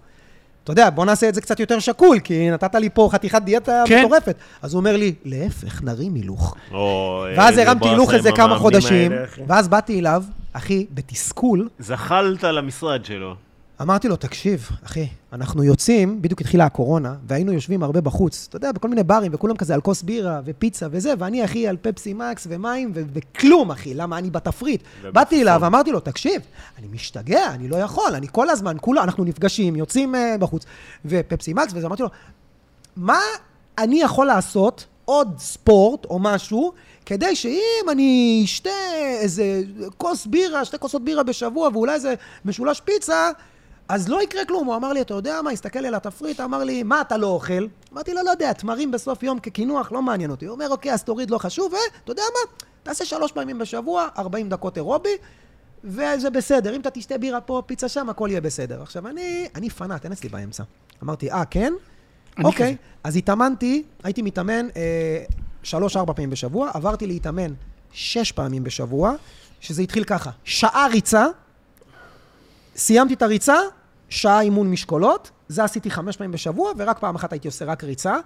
Speaker 2: אתה יודע, בוא נעשה את זה קצת יותר שקול, כי נתת לי פה חתיכת דיאטה
Speaker 3: כן.
Speaker 2: מטורפת. אז הוא אומר לי, להפך, נרים הילוך.
Speaker 1: או, אה,
Speaker 2: ואז
Speaker 1: זה
Speaker 2: הרמתי
Speaker 1: באסה
Speaker 2: הילוך
Speaker 1: עם
Speaker 2: איזה כמה
Speaker 1: המאמנים
Speaker 2: חודשים,
Speaker 1: האלה, אחי.
Speaker 2: ואז באתי אליו, אחי, בתסכול,
Speaker 1: זחלת למשרד שלו.
Speaker 2: אמרתי לו, תקשיב, אחי, אנחנו יוצאים, בדיוק התחילה הקורונה, והיינו יושבים הרבה בחוץ, אתה יודע, בכל מיני ברים, וכולם כזה על כוס בירה ופיצה וזה, ואני, אחי, על פפסי מקס ומים ו- וכלום, אחי, למה אני בתפריט.
Speaker 1: ובפום.
Speaker 2: באתי אליו, אמרתי לו, תקשיב, אני משתגע, אני לא יכול, אני כל הזמן, כולה, אנחנו נפגשים, יוצאים אה, בחוץ, ופפסי מקס, וזה, אמרתי לו, מה אני יכול לעשות, עוד ספורט או משהו, כדי שאם אני אשתה איזה כוס בירה, שתי כוסות בירה בשבוע ואולי איזה משולש פיצה, אז לא יקרה כלום. הוא אמר לי, אתה יודע מה, הסתכל לי על התפריט, אמר לי, מה אתה לא אוכל? אמרתי לו, לא יודע, תמרים בסוף יום כקינוח, לא מעניין אותי. הוא אומר, אוקיי, אז תוריד, לא חשוב, ואתה יודע מה, תעשה שלוש פעמים בשבוע, 40 דקות אירובי, וזה בסדר. אם אתה תשתה בירה פה, פיצה שם, הכל יהיה בסדר. עכשיו, אני, אני פנאט, אין אצלי באמצע. אמרתי, אה, כן?
Speaker 3: אני
Speaker 2: אוקיי, אז התאמנתי, הייתי מתאמן אה, שלוש-ארבע פעמים בשבוע, עברתי להתאמן שש פעמים בשבוע, שזה התחיל ככה, שעה ריצה, סיימתי את הריצה, שעה אימון משקולות, זה עשיתי חמש פעמים בשבוע, ורק פעם אחת הייתי עושה רק ריצה,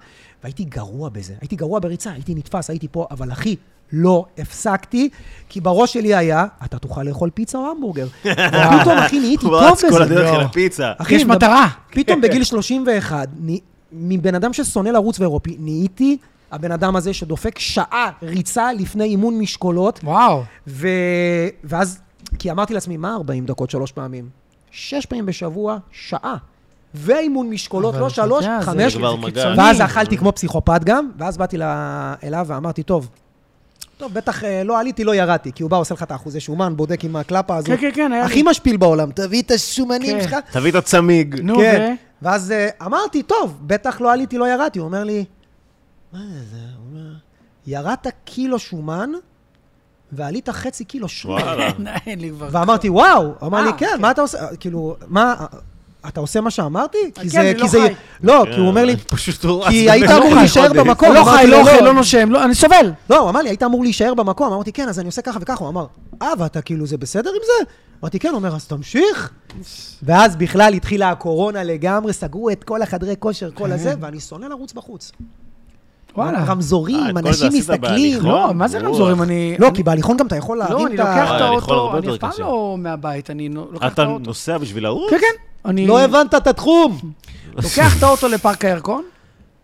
Speaker 2: והייתי גרוע בזה. הייתי גרוע בריצה, הייתי נתפס, הייתי פה, אבל אחי, לא הפסקתי, כי בראש שלי היה, אתה תוכל לאכול פיצה או המבורגר. ופתאום, אחי, נהייתי
Speaker 1: הוא
Speaker 2: טוב
Speaker 1: רץ
Speaker 2: בזה.
Speaker 1: כל הדרך
Speaker 3: לא.
Speaker 1: אל הפיצה.
Speaker 2: אחי,
Speaker 3: יש
Speaker 2: מדבר-
Speaker 3: מטרה. כן.
Speaker 2: פתאום בגיל 31, ני- מבן אדם ששונא לרוץ ואירופי, נהייתי הבן אדם הזה שדופק שעה ריצה לפני אימון משקולות,
Speaker 3: וואו.
Speaker 2: ו... ואז, כי אמרתי לעצמי, מה 40 דקות שלוש פעמים? שש פעמים בשבוע, שעה. ואימון משקולות,
Speaker 3: אבל
Speaker 2: לא
Speaker 3: אתה
Speaker 2: שלוש,
Speaker 3: יודע, זה-
Speaker 2: חמש,
Speaker 1: זה כבר מגע.
Speaker 3: קיצוני.
Speaker 2: ואז אכלתי כמו פסיכופת גם, ואז באתי ל- אליו ואמרתי, טוב, טוב, בטח אה, לא עליתי, לא ירדתי, כי הוא בא, עושה לך את האחוזי שומן, בודק עם הקלפה הזאת.
Speaker 3: כן, כן, כן, היה לי.
Speaker 2: הכי משפיל בעולם, תביא את השומנים
Speaker 3: כן.
Speaker 2: שלך.
Speaker 1: תביא את הצמיג.
Speaker 3: נו,
Speaker 2: כן.
Speaker 3: ו...
Speaker 2: ואז אה, אמרתי, טוב, בטח לא עליתי, לא ירדתי. הוא אומר לי, מה זה זה? הוא אומר, ירדת קילו שומן ועלית חצי קילו שומן.
Speaker 1: וואלה.
Speaker 3: אין לי כבר...
Speaker 2: ואמרתי, וואו. הוא אמר
Speaker 3: אה,
Speaker 2: לי, כן,
Speaker 3: כן.
Speaker 2: מה אתה עושה? כאילו, מה, אתה עושה מה שאמרתי? כי
Speaker 3: כן,
Speaker 2: זה,
Speaker 3: אני
Speaker 2: כי
Speaker 3: לא
Speaker 2: זה...
Speaker 3: חי.
Speaker 2: לא, כי הוא אומר לי,
Speaker 1: פשוט הוא רץ.
Speaker 2: כי היית
Speaker 1: בדרך
Speaker 2: אמור
Speaker 1: כלל
Speaker 2: להישאר
Speaker 1: חודש.
Speaker 2: במקום.
Speaker 3: לא
Speaker 2: אמרתי
Speaker 3: חי,
Speaker 2: לו,
Speaker 3: לא אוכל,
Speaker 2: לא.
Speaker 3: לא נושם, לא- אני סובל.
Speaker 2: לא, הוא אמר לי, היית אמור להישאר במקום. אמרתי, כן, אז אני עושה ככה וככה. הוא אמר, אה, ואתה כאילו, זה בסדר עם זה? אמרתי, כן. הוא אומר, אז תמשיך. ואז בכלל התחילה הקורונה לגמרי, סגרו את כל החדרי כושר,
Speaker 3: אה.
Speaker 2: כל הזה, ואני שונא לרוץ בחוץ.
Speaker 3: וואלה.
Speaker 1: אה, את
Speaker 2: רמזורים,
Speaker 1: כל זה
Speaker 2: אנשים
Speaker 1: עשית
Speaker 2: מסתכלים.
Speaker 1: בהליכון?
Speaker 3: לא, מה זה
Speaker 1: וואו.
Speaker 3: רמזורים? אני...
Speaker 2: לא,
Speaker 3: אני-
Speaker 2: כי בהליכון גם אתה יכול להרים
Speaker 3: לא,
Speaker 2: את ה...
Speaker 3: אני לוקח את
Speaker 1: וואלה, לאכול אה, הרבה
Speaker 3: האוטו, אני
Speaker 1: יותר
Speaker 3: אף פעם
Speaker 1: קשה.
Speaker 3: לא מהבית, אני נו- לוקח את
Speaker 1: אתה
Speaker 3: האוטו.
Speaker 1: נוסע בשביל לרוץ?
Speaker 3: כן, כן. אני
Speaker 2: לא הבנת את התחום.
Speaker 3: לוקח את האוטו לפארק הירקון,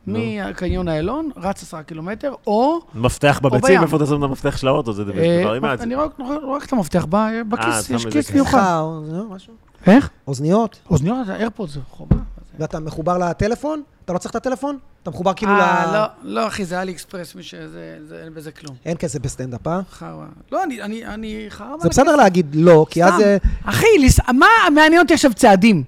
Speaker 3: מקניון איילון, רץ עשרה קילומטר, או...
Speaker 1: מפתח בביצים,
Speaker 3: בים.
Speaker 1: איפה אתה שם את המפתח של האוט? זה דבר
Speaker 3: אה,
Speaker 1: עם
Speaker 3: אני רק רק את המפתח ב- בכיס,
Speaker 1: שם
Speaker 3: יש
Speaker 1: איזה
Speaker 3: כיס
Speaker 1: כיס.
Speaker 3: מיוחד.
Speaker 2: אה,
Speaker 3: לא,
Speaker 2: אוזניות, משהו?
Speaker 3: איך?
Speaker 2: אוזניות,
Speaker 3: אוזניות, איירפוד זה חובה.
Speaker 2: ואתה מחובר לטלפון? אתה לא צריך את הטלפון? אתה מחובר כאילו ל...
Speaker 3: אה, לא, לא, אחי, זה אלי אקספרס, מי שזה, זה- אין בזה כלום.
Speaker 2: אין כסף בסטנדאפ, אה?
Speaker 3: חרא. לא, אני- אני אני חרא.
Speaker 2: זה בסדר להגיד לא, כי אז...
Speaker 3: סתם.
Speaker 2: אה,
Speaker 3: אחי, לס- מה מעניין אותי עכשיו צעדים?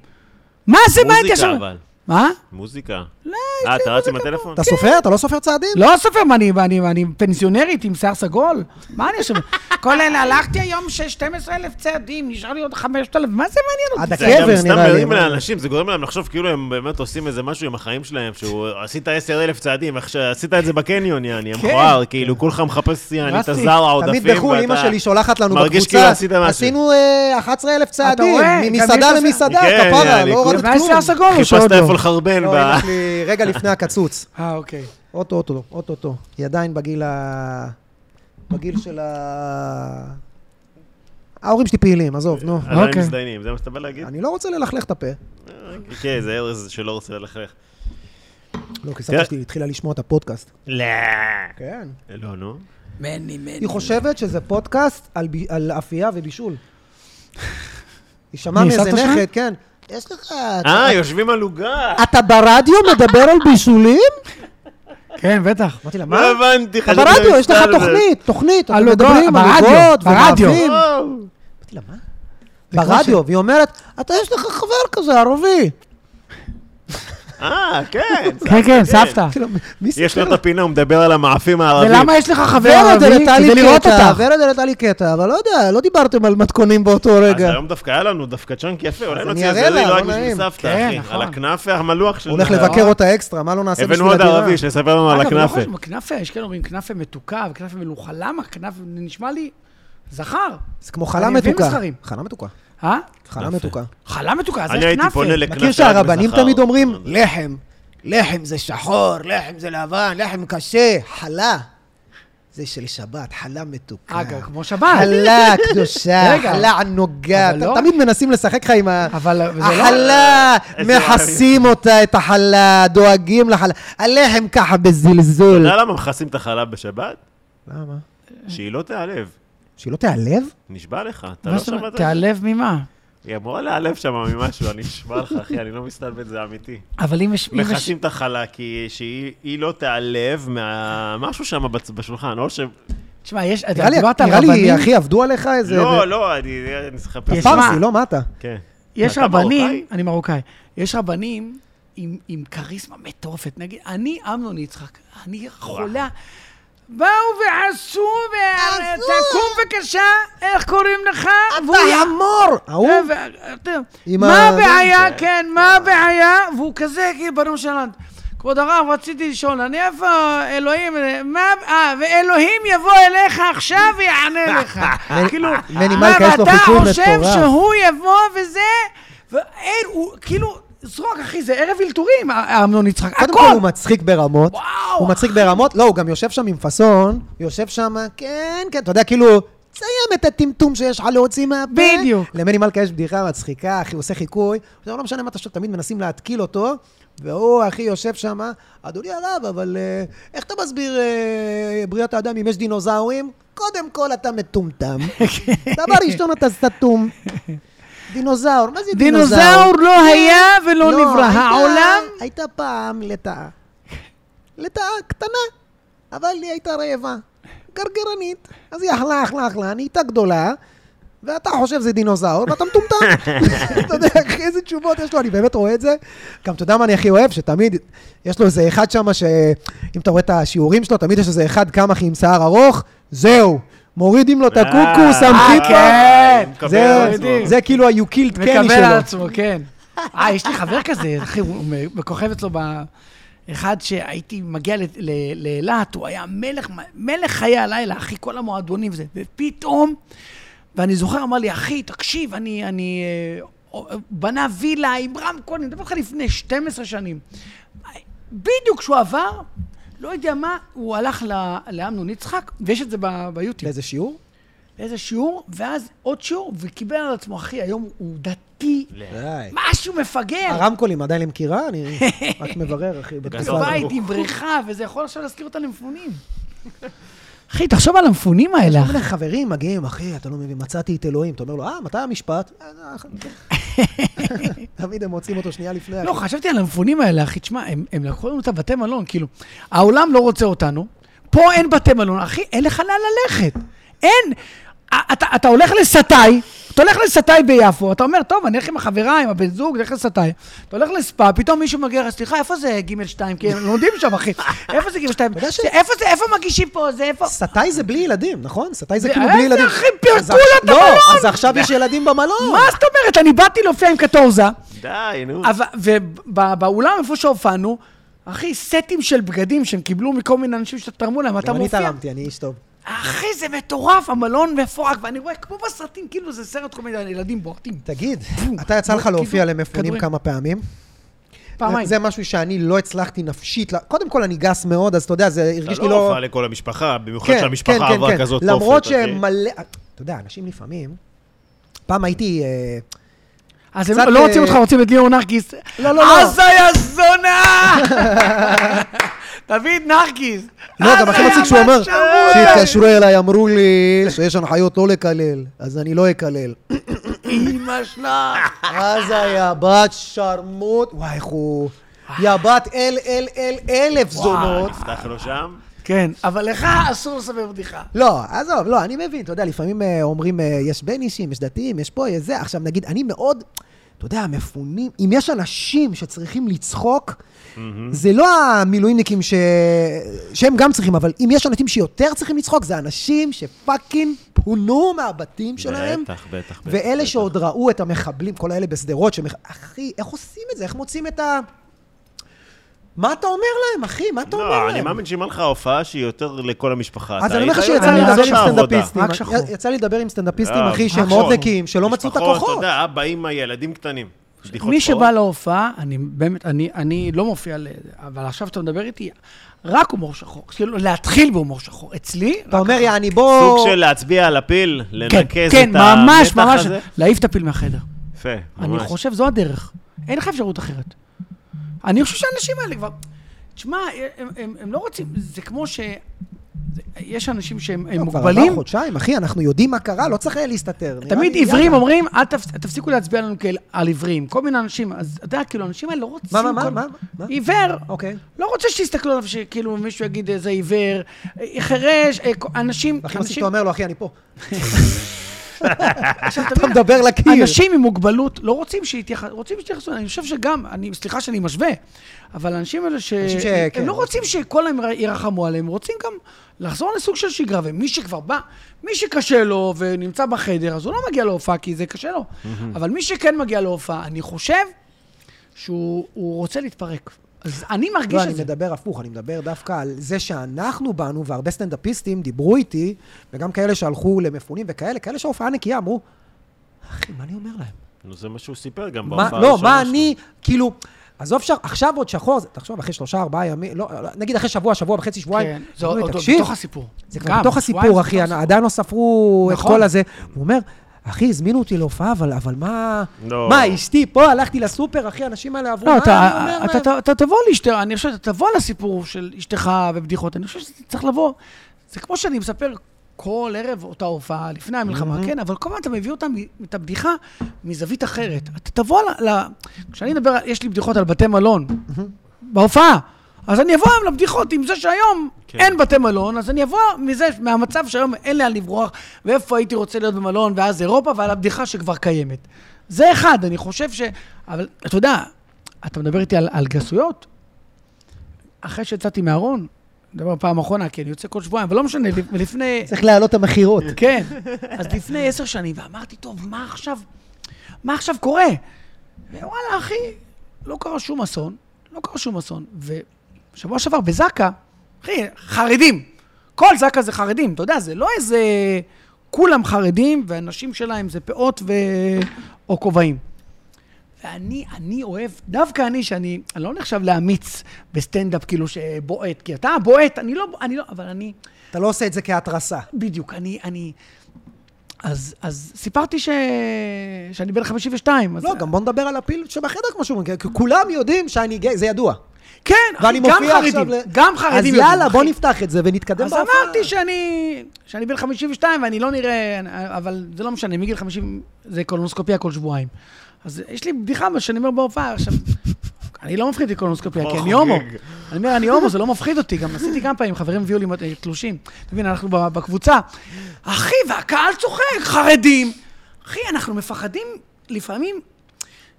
Speaker 3: מה זה מעניין אותי עכשיו?
Speaker 1: מוזיקה, אבל.
Speaker 3: מה?
Speaker 1: מוזיקה. לא, אה, אתה רץ עם הטלפון?
Speaker 2: אתה
Speaker 3: כן.
Speaker 2: סופר? אתה לא סופר צעדים?
Speaker 3: לא סופר, מה, אני, אני, אני פנסיונרית עם שיער סגול? מה אני עכשיו... כל אלה, הלכתי היום ש- 12,000 צעדים, נשאר לי עוד 5,000, מה זה מעניין אותי?
Speaker 2: עד
Speaker 1: זה
Speaker 2: הקבר,
Speaker 1: גם סתם
Speaker 2: נראה לי.
Speaker 1: מרים לאנשים, זה גורם להם לחשוב כאילו הם באמת עושים איזה משהו עם החיים שלהם, שהוא עשית 10,000 צעדים, איך שעשית את זה בקניון, יעני,
Speaker 3: כן.
Speaker 1: המכוער, כאילו כולך מחפש, יעני, את
Speaker 3: רצתי.
Speaker 1: הזר העודפים,
Speaker 2: תמיד בחו"ל, אימא שלי שולחת לנו
Speaker 1: מרגיש כאילו
Speaker 2: בקבוצה,
Speaker 1: עשית משהו.
Speaker 2: עשינו אה, 11,000 צעדים,
Speaker 3: רואה? גם
Speaker 2: ממסעדה
Speaker 3: יש לזה-
Speaker 2: למסעדה,
Speaker 1: כן,
Speaker 2: כפרה,
Speaker 1: יעני,
Speaker 2: לא
Speaker 1: כולם-
Speaker 2: הורדת
Speaker 3: מה יש
Speaker 2: כלום.
Speaker 3: שיער סגול או
Speaker 1: חיפשת
Speaker 3: שעוד
Speaker 1: איפה
Speaker 3: לא?
Speaker 1: לחרבן
Speaker 2: לא,
Speaker 1: ב...
Speaker 2: אימא שלי רגע לפני הקצוץ.
Speaker 3: אה, אוקיי.
Speaker 2: אוטוטו, אוטוטו. היא עדיין בגיל ה... בגיל של ה... ההורים שלי פעילים, עזוב, נו.
Speaker 1: עדיין
Speaker 3: אוקיי.
Speaker 1: מזדיינים, זה מה שאתה בא להגיד?
Speaker 2: אני לא רוצה ללכלך את הפה.
Speaker 1: כן, זה ארז שלא רוצה ללכלך.
Speaker 2: לא,
Speaker 1: תראה-
Speaker 2: כי סבתא שלי התחילה לשמוע את הפודקאסט.
Speaker 1: לא.
Speaker 2: כן.
Speaker 1: לא, נו.
Speaker 3: מני, מני.
Speaker 2: היא חושבת שזה פודקאסט על בי- על אפייה ובישול. היא שמעה
Speaker 3: מי,
Speaker 2: מאיזה
Speaker 3: סבתא שלך?
Speaker 2: נכד, כן. יש לך...
Speaker 1: אה, יושבים על עוגה.
Speaker 2: אתה ברדיו מדבר על בישולים?
Speaker 3: כן, בטח.
Speaker 2: אמרתי לה, מה?
Speaker 1: לא הבנתי,
Speaker 2: אתה
Speaker 1: חשבתי...
Speaker 2: ברדיו, יש לך
Speaker 1: על זה.
Speaker 2: תוכנית, תוכנית, אתם
Speaker 3: על עוגות,
Speaker 2: מדברים על
Speaker 3: ברדיו,
Speaker 2: עוגות
Speaker 3: ברדיו.
Speaker 2: ומאפים.
Speaker 1: וואו.
Speaker 2: אמרתי לה, מה?
Speaker 3: זה כמו
Speaker 2: ברדיו, והיא אומרת, אתה יש לך חבר כזה, ערבי.
Speaker 1: אה, כן.
Speaker 3: כן, כן,
Speaker 2: אמרתי
Speaker 3: סבתא.
Speaker 2: לה, כאילו, מי
Speaker 1: יש
Speaker 2: סיפר
Speaker 1: לו
Speaker 2: לך?
Speaker 1: את הפינה, הוא מדבר על המאפים הערבים.
Speaker 3: ולמה יש לך חבר
Speaker 2: ורד
Speaker 1: לא,
Speaker 3: ערבי?
Speaker 2: הראתה לי
Speaker 3: כדי לראות
Speaker 2: קטע,
Speaker 3: אותך.
Speaker 2: ורד הראתה לי קטע, אבל לא יודע, לא דיברתם על מתכונים באותו
Speaker 3: לא
Speaker 1: אז
Speaker 2: רגע.
Speaker 1: היום דווקא היה לנו דווקא צ'אנק יפה, אולי
Speaker 2: אני
Speaker 1: נוציא איזה
Speaker 2: אראה לה,
Speaker 1: לי
Speaker 2: לא
Speaker 1: רק בשביל
Speaker 2: נעים.
Speaker 1: סבתא,
Speaker 3: כן,
Speaker 1: אחי.
Speaker 3: נכון.
Speaker 1: על הכנאפה המלוח
Speaker 2: הוא
Speaker 1: שלה.
Speaker 2: הולך לבקר אותה אקסטרה, מה לא נעשה בשביל
Speaker 1: הבאנו
Speaker 2: הדירה?
Speaker 1: עוד ערבי שיספר לנו על
Speaker 3: אגב, לא
Speaker 1: הכנאפה.
Speaker 3: חושב, כנאפה, יש כאלה אומרים כנאפה מתוקה וכנאפה מלוכה. למה? כנאפה, נשמע לי, זכר.
Speaker 2: זה כמו חלה
Speaker 3: אני מבין
Speaker 2: מתוקה.
Speaker 3: מסחרים.
Speaker 2: חלה מתוקה.
Speaker 3: אה?
Speaker 2: חלה
Speaker 1: יפה.
Speaker 2: מתוקה.
Speaker 3: חלה מתוקה, זה
Speaker 1: אני הייתי
Speaker 3: כנאפה.
Speaker 1: פונה לכנאפה.
Speaker 2: מכיר
Speaker 1: רק
Speaker 2: שהרבנים
Speaker 1: בשכר.
Speaker 2: תמיד אומרים,
Speaker 1: אבל-
Speaker 2: לחם, לחם זה שחור, לחם זה לבן, לחם קשה, חלה. זה של שבת, חלה מתוקה.
Speaker 3: אגב, כמו שבת.
Speaker 2: חלה קדושה,
Speaker 3: רגע.
Speaker 2: חלה ענוגה.
Speaker 3: אבל לא-
Speaker 2: תמיד מנסים לשחק לך עם ה...
Speaker 3: אבל זה לא...
Speaker 2: החלה,
Speaker 1: איזה
Speaker 2: מכסים אותה, את החלה, דואגים לחלה. הלחם ככה
Speaker 1: אתה
Speaker 2: בזלזול.
Speaker 1: יודע למה מכסים את החלב בשבת?
Speaker 2: למה?
Speaker 1: שהיא לא תיעלב.
Speaker 2: שהיא לא תיעלב?
Speaker 1: נשבע לך, אתה
Speaker 3: מה
Speaker 1: לא
Speaker 3: זאת אומרת?
Speaker 1: שמעת? את זה?
Speaker 3: תיעלב ממה?
Speaker 1: היא אמורה להיעלב שם ממשהו, אני נשבע לך, אחי, אני לא מסתלבט, זה אמיתי.
Speaker 3: אבל אם יש... אם יש-
Speaker 1: מכסים את החלה, כי שהיא היא לא תיעלב מהמשהו שם בצ- בשולחן, או ש...
Speaker 3: תשמע, יש...
Speaker 2: נראה
Speaker 3: אתה
Speaker 2: לי-
Speaker 3: דיברת על
Speaker 2: נראה לי,
Speaker 3: רבנים,
Speaker 2: אחי, עבדו עליך איזה...
Speaker 1: לא, לא, אני אני צריך
Speaker 2: אתה
Speaker 1: לחפש.
Speaker 3: תשמע.
Speaker 2: פרסי, לא, מה אתה?
Speaker 1: כן.
Speaker 3: יש
Speaker 1: אתה
Speaker 3: רבנים...
Speaker 1: מרוקאי?
Speaker 3: אני מרוקאי. יש רבנים עם- עם כריזמה מטורפת. נגיד, אני אמנון יצחק, אני חולה. באו ועשו, ו- תקום בבקשה, איך קוראים לך? והוא
Speaker 2: ימור! ההוא?
Speaker 3: אה, ו- אתם-
Speaker 2: עם
Speaker 3: מה
Speaker 2: ה- אה.
Speaker 3: הבעיה, כן, מה הבעיה? והוא כזה, כאילו, בנו שלנו. כבוד הרב, רציתי לשאול, אני איפה אלוהים, אה, מה, אה, ואלוהים יבוא אליך עכשיו ויענה לך. כאילו,
Speaker 2: מני
Speaker 3: מה,
Speaker 2: מלכה, יש לו
Speaker 3: ואתה
Speaker 2: חיקוי
Speaker 3: חושב
Speaker 2: מטורף.
Speaker 3: שהוא יבוא וזה, ואין, הוא, כאילו, זרוק, אחי, זה ערב אלתורים, אה, אמנון יצחק,
Speaker 2: קודם כל
Speaker 3: הכל.
Speaker 2: הוא מצחיק ברמות.
Speaker 3: וואו.
Speaker 2: הוא מצחיק ברמות. לא, הוא גם יושב שם עם פאסון, יושב שם, כן, כן, אתה יודע, כאילו, תסיים את הטמטום שיש לך להוציא מהפה.
Speaker 3: בדיוק.
Speaker 2: למני מלכה יש בדיחה מצחיקה, אחי, הוא עושה חיקוי. זה לא משנה מה אתה שואל, תמיד מנסים להתקיל אותו. והוא, אחי, יושב שם, אדוני הרב, אבל אה, איך אתה מסביר אה, בריאת האדם אם יש דינוזאורים? קודם כל אתה מטומטם.
Speaker 3: כן.
Speaker 2: דבר ראשון אתה סתום. דינוזאור, מה זה דינוזאור? כן.
Speaker 3: דינוזאור לא היה ולא
Speaker 2: לא,
Speaker 3: נברא,
Speaker 2: הייתה-
Speaker 3: העולם...
Speaker 2: הייתה פעם לטאה. לטאה קטנה, אבל היא הייתה רעבה. גרגרנית. אז היא אכלה, אכלה, אכלה, נהייתה גדולה, ואתה חושב זה דינוזאור, ואתה מטומטם. אתה יודע, אחי, איזה תשובות יש לו, אני באמת רואה את זה. גם אתה יודע מה אני הכי אוהב? שתמיד יש לו איזה אחד שם, שאם אתה רואה את השיעורים שלו, תמיד יש איזה אחד קם אחי עם שיער ארוך, זהו. מורידים לו את הקוקו, שם
Speaker 1: אה,
Speaker 2: כיפה.
Speaker 1: אה,
Speaker 3: כן.
Speaker 1: מקבל
Speaker 2: זה-
Speaker 1: על עצמו.
Speaker 2: זה כאילו ה-you killed קני
Speaker 3: מקבל על
Speaker 2: שלו.
Speaker 3: עצמו, כן. אה, יש לי חבר כזה, אחי, הוא מ- מכוכב אצלו ב... אחד שהייתי מגיע ל- ל- לאילת, הוא היה מלך, מלך חיי הלילה, אחי, כל המועדונים וזה. ופתאום, ואני זוכר, אמר לי, אחי, תקשיב, אני, אני אה, אה, בנה וילה עם רמקול, אני מדבר איתך לפני 12 שנים. בדיוק כשהוא עבר, לא יודע מה, הוא הלך ל- לאמנון יצחק, ויש את זה ב- ביוטיוב.
Speaker 2: לאיזה שיעור?
Speaker 3: לאיזה שיעור, ואז עוד שיעור, וקיבל על עצמו, אחי, היום הוא דתי,
Speaker 2: די.
Speaker 3: משהו מפגר.
Speaker 2: הרמקולים עדיין למכירה? אני רק מברר, אחי, בתקופה
Speaker 1: גזר.
Speaker 2: הזאת.
Speaker 3: כאילו, בית עם בריכה, וזה יכול עכשיו להזכיר אותה למפונים. אחי, תחשוב על המפונים האלה.
Speaker 2: כל מיני חברים מגיעים, אחי, אתה לא מבין, מצאתי את אלוהים. אתה אומר לו, אה, מתי המשפט? "אה, אה, תמיד הם מוצאים אותו שנייה לפני.
Speaker 3: לא,
Speaker 2: אחי.
Speaker 3: חשבתי על המפונים האלה, אחי, תשמע, הם, הם לקחו לנו את הבתי מלון, כאילו, העולם לא רוצה אותנו, פה אין בתי מלון, אחי, אין לך לאן ללכת. אין. א- אתה, אתה הולך לסטאי, אתה הולך לסטאי ביפו, אתה אומר, טוב, אני אלך עם החברה, עם הבן זוג, נלך לסטאי. אתה הולך לספא, פתאום מישהו מגיע, סליחה, איפה זה ג' 2? כי הם לומדים שם, אחי. איפה זה ג' 2?
Speaker 2: יודע ש-
Speaker 3: איפה זה, איפה מגישים פה? זה איפה...
Speaker 2: סטאי זה בלי ילדים, נכון? סטאי זה
Speaker 3: זה-
Speaker 2: כאילו
Speaker 3: אה,
Speaker 2: בלי
Speaker 3: זה
Speaker 2: ילדים.
Speaker 3: הכי פירקו
Speaker 2: אז
Speaker 3: לה את
Speaker 2: עכשיו-
Speaker 3: המלון.
Speaker 2: לא, אז עכשיו יש ילדים במלון.
Speaker 3: מה זאת אומרת? אני באתי להופיע עם קטורזה,
Speaker 1: די, נו.
Speaker 3: ובאולם איפה שהופענו, אחי, סטים של בגדים שהם קיבלו מכל מיני אנשים שתרמו להם, אתה
Speaker 2: גם אני
Speaker 3: מופיע.
Speaker 2: תרמתי, אני איש טוב.
Speaker 3: אחי, זה מטורף, המלון מפורק, ואני רואה כמו בסרטים, כאילו זה סרט קומדיה, ילדים בועטים.
Speaker 2: תגיד, אתה יצא לך להופיע
Speaker 3: כדור-
Speaker 2: למפונים
Speaker 3: כדורים.
Speaker 2: כמה פעמים?
Speaker 3: לא, כאילו, פעמיים.
Speaker 2: זה משהו שאני לא הצלחתי נפשית. ל- קודם כל, אני גס מאוד, אז אתה יודע, זה הרגיש
Speaker 1: אתה
Speaker 2: לי
Speaker 1: לא
Speaker 2: לא...
Speaker 1: הופעה לכל המשפחה, במיוחד
Speaker 2: כן,
Speaker 1: שהמשפחה עברה כזאת תופת.
Speaker 2: למרות
Speaker 1: אחי.
Speaker 2: שהם מלא... אתה יודע, אנשים לפעמים... פעם הייתי... אה,
Speaker 3: אז הם
Speaker 2: קצת,
Speaker 3: לא רוצים
Speaker 2: אה,
Speaker 3: אותך, רוצים את ליאור נרקיס.
Speaker 2: לא, לא.
Speaker 3: אז היה זונה! דוד נרקיס.
Speaker 2: לא, גם הכי
Speaker 3: אז
Speaker 2: מצחיק
Speaker 3: היה
Speaker 2: שהוא אומר,
Speaker 3: משהו.
Speaker 2: כשהתקשרו אליי, אמרו לי שיש הנחיות לא לקלל, אז אני לא אקלל.
Speaker 3: אמא שלך.
Speaker 2: אז היה בת שרמוט, וואי, איך הוא... יא בת אל אל אל אלף זונות.
Speaker 1: נפתח לו שם.
Speaker 3: כן, אבל לך אסור לסבב בדיחה.
Speaker 2: לא, עזוב, לא, אני מבין, אתה יודע, לפעמים אה, אומרים, אה, יש בין אישים, יש דתיים, יש פה, יש זה. עכשיו, נגיד, אני מאוד, אתה יודע, מפונים, אם יש אנשים שצריכים לצחוק, זה לא המילואימניקים ש... שהם גם צריכים, אבל אם יש אנשים שיותר צריכים לצחוק, זה אנשים שפאקינג פונו מהבתים שלהם.
Speaker 1: בטח, בטח, בטח.
Speaker 2: ואלה
Speaker 1: בטח.
Speaker 2: שעוד ראו את המחבלים, כל האלה בשדרות, שמח... אחי, איך עושים את זה? איך מוצאים את ה... מה אתה אומר להם, אחי? מה אתה אומר להם?
Speaker 1: לא, אני מאמין שאם לך הופעה שהיא יותר לכל המשפחה.
Speaker 2: אז
Speaker 1: אתה
Speaker 2: אני אומר לך
Speaker 1: היית-
Speaker 2: שיצא
Speaker 3: אני
Speaker 2: לי
Speaker 3: רק
Speaker 2: לדבר עם
Speaker 1: עושה עבודה.
Speaker 2: סטנדאפיסטים.
Speaker 3: רק שחור.
Speaker 2: י- יצא לי לדבר עם סטנדאפיסטים,
Speaker 1: לא,
Speaker 2: אחי,
Speaker 1: רק
Speaker 2: שהם
Speaker 1: שחור.
Speaker 2: מאוד נקיים, שלא מצאו את
Speaker 1: משפחות,
Speaker 2: הכוחות.
Speaker 1: אתה יודע, אבא, אימא, ילדים קטנים. בדיחות
Speaker 3: מי
Speaker 1: שחורות.
Speaker 3: שבא להופעה, אני באמת, אני, אני לא מופיע, ל... אבל עכשיו אתה מדבר איתי, רק הומור שחור. כאילו, להתחיל בהומור שחור. אצלי,
Speaker 2: אתה אומר, יעני,
Speaker 1: סוג
Speaker 2: בוא...
Speaker 1: של להצביע על הפיל, לנקז
Speaker 3: כן,
Speaker 1: את
Speaker 3: כן, ממש,
Speaker 1: המתח
Speaker 3: ממש,
Speaker 1: הזה.
Speaker 3: להעיף את הפיל מהחדר.
Speaker 1: יפה,
Speaker 3: אני
Speaker 1: ממש.
Speaker 3: חושב, זו הדרך. אין לך אפשרות אחרת. אני חושב שהאנשים האלה כבר... תשמע, הם, הם, הם לא רוצים, זה כמו ש... זה- יש אנשים שהם הם
Speaker 2: לא, כבר עבר
Speaker 3: מוגבלים,
Speaker 2: חודשיים, אחי, אנחנו יודעים מה קרה, לא צריך היה להסתתר. נראה
Speaker 3: תמיד
Speaker 2: לי,
Speaker 3: עיוורים
Speaker 2: יאללה.
Speaker 3: אומרים, "אל תפס- תפסיקו להצביע לנו כאל- על עיוורים, כל מיני אנשים, אז אתה יודע, כאילו, האנשים האלה לא רוצים...
Speaker 2: מה, מה, מה,
Speaker 3: כל-
Speaker 2: מה, מה?
Speaker 3: עיוור,
Speaker 2: אוקיי.
Speaker 3: לא רוצה שיסתכלו עליו, שכאילו מישהו יגיד איזה עיוור, אה, חירש, אה, כ- אנשים,
Speaker 2: הכי מצחיק,
Speaker 3: אנשים,
Speaker 2: אתה אומר לו, אחי, אני פה.
Speaker 3: עכשיו,
Speaker 2: אתה
Speaker 3: תבין,
Speaker 2: מדבר לקיר.
Speaker 3: אנשים עם מוגבלות לא רוצים שיתייחסו, רוצים שיתייחסו, אני חושב שגם, אני, סליחה שאני משווה, אבל האנשים האלה ש...
Speaker 2: אנשים ש-
Speaker 3: הם
Speaker 2: כן.
Speaker 3: לא רוצים שכל הם ירחמו עליהם, רוצים גם לחזור לסוג של שגרה, ומי שכבר בא, מי שקשה לו ונמצא בחדר, אז הוא לא מגיע להופעה, כי זה קשה לו. אבל מי שכן מגיע להופעה, אני חושב שהוא הוא רוצה להתפרק. אז אני מרגיש
Speaker 2: לא,
Speaker 3: את
Speaker 2: אני
Speaker 3: זה.
Speaker 2: מדבר הפוך, אני מדבר דווקא על זה שאנחנו באנו, והרבה סטנדאפיסטים דיברו איתי, וגם כאלה שהלכו למפונים וכאלה, כאלה שההופעה נקייה אמרו, אחי, מה אני אומר להם?
Speaker 1: נו, זה מה שהוא סיפר גם
Speaker 2: מה,
Speaker 1: בהופעה
Speaker 2: לא, מה
Speaker 1: שלו.
Speaker 2: אני, כאילו, עזוב, ש... עכשיו עוד שחור, זה- תחשוב, אחרי שלושה, ארבעה ימים, לא, לא, נגיד אחרי שבוע, שבוע וחצי, שבועיים,
Speaker 3: כן, זה
Speaker 2: אמרו לי,
Speaker 3: עוד- עוד
Speaker 2: "תקשיב,
Speaker 3: בתוך הסיפור.
Speaker 2: זה כבר
Speaker 3: גם,
Speaker 2: בתוך
Speaker 3: שבועיים
Speaker 2: הסיפור,
Speaker 3: זה
Speaker 2: אחי,
Speaker 3: בתוך
Speaker 2: אני-
Speaker 3: הסיפור.
Speaker 2: עדיין לא ספרו את
Speaker 3: נכון.
Speaker 2: כל הזה. הוא אומר, אחי, הזמינו אותי להופעה, אבל, אבל מה,
Speaker 1: לא.
Speaker 2: מה, אשתי פה, הלכתי לסופר, אחי, האנשים האלה עברו,
Speaker 3: לא,
Speaker 2: מה
Speaker 3: אתה,
Speaker 2: אני אומר
Speaker 3: אתה,
Speaker 2: להם?
Speaker 3: אתה, אתה תבוא לאשתך, אני חושב שאתה תבוא לסיפור של אשתך ובדיחות, אני חושב שזה צריך לבוא. זה כמו שאני מספר כל ערב אותה הופעה, לפני המלחמה, כן, אבל כל הזמן אתה מביא אותה, מ- את הבדיחה, מזווית אחרת. אתה תבוא ל... ל כשאני מדבר, על- יש לי בדיחות על בתי מלון, בהופעה. אז אני אבוא היום לבדיחות עם זה שהיום
Speaker 1: כן.
Speaker 3: כן. אין בתי מלון, אז אני אבוא מזה, מהמצב שהיום אין לאן לברוח, ואיפה הייתי רוצה להיות במלון, ואז אירופה, ועל הבדיחה שכבר קיימת. זה אחד, אני חושב ש... אבל אתה יודע, אתה מדבר איתי על, על גסויות? אחרי שיצאתי מהארון, מדבר פעם אחרונה, כי אני יוצא כל שבועיים, אבל לא משנה, לפ- לפני...
Speaker 2: צריך להעלות את המכירות.
Speaker 3: כן. אז לפני עשר שנים, ואמרתי, טוב, מה עכשיו, מה עכשיו קורה? ווואלה, אחי, לא קרה שום אסון, לא קרה שום אסון. ובשבוע שעבר בזק"א, אחי, חרדים. כל זק"א זה חרדים, אתה יודע, זה לא איזה... כולם חרדים, והנשים שלהם זה פאות ו... או כובעים. ואני, אני אוהב, דווקא אני, שאני אני לא נחשב לאמיץ בסטנדאפ, כאילו שבועט, כי אתה בועט, אני לא, אני לא, אבל אני,
Speaker 2: אתה לא עושה את זה כהתרסה.
Speaker 3: בדיוק, אני, אני, אז, אז סיפרתי ש... שאני בן 52. אז...
Speaker 2: לא, גם בוא נדבר על הפיל שבחדר, כמו שאומרים, כי כולם יודעים שאני גיי, זה ידוע.
Speaker 3: כן, אחי,
Speaker 2: ואני
Speaker 3: גם
Speaker 2: מופיע עכשיו...
Speaker 3: חרדים.
Speaker 2: ל-
Speaker 3: גם חרדים.
Speaker 2: אז יאללה,
Speaker 3: יודעים,
Speaker 2: בוא
Speaker 3: אחי.
Speaker 2: נפתח את זה ונתקדם
Speaker 3: אז
Speaker 2: בהופעה.
Speaker 3: אמרתי שאני, שאני בן 52 ואני לא נראה, אבל זה לא משנה, מגיל 50 זה קולונוסקופיה כל שבועיים. אז יש לי בדיחה מה שאני אומר בהופעה, עכשיו, אני לא מפחיד מקולונוסקופיה, כי
Speaker 1: כמו
Speaker 3: אני הומו.
Speaker 1: חוגג.
Speaker 3: אני אומר, אני הומו, זה לא מפחיד אותי, גם עשיתי כמה פעמים, חברים הביאו לי אה, תלושים. אתה מבין, אנחנו ב- בקבוצה. אחי, והקהל צוחק, חרדים. אחי, אנחנו מפחדים לפעמים,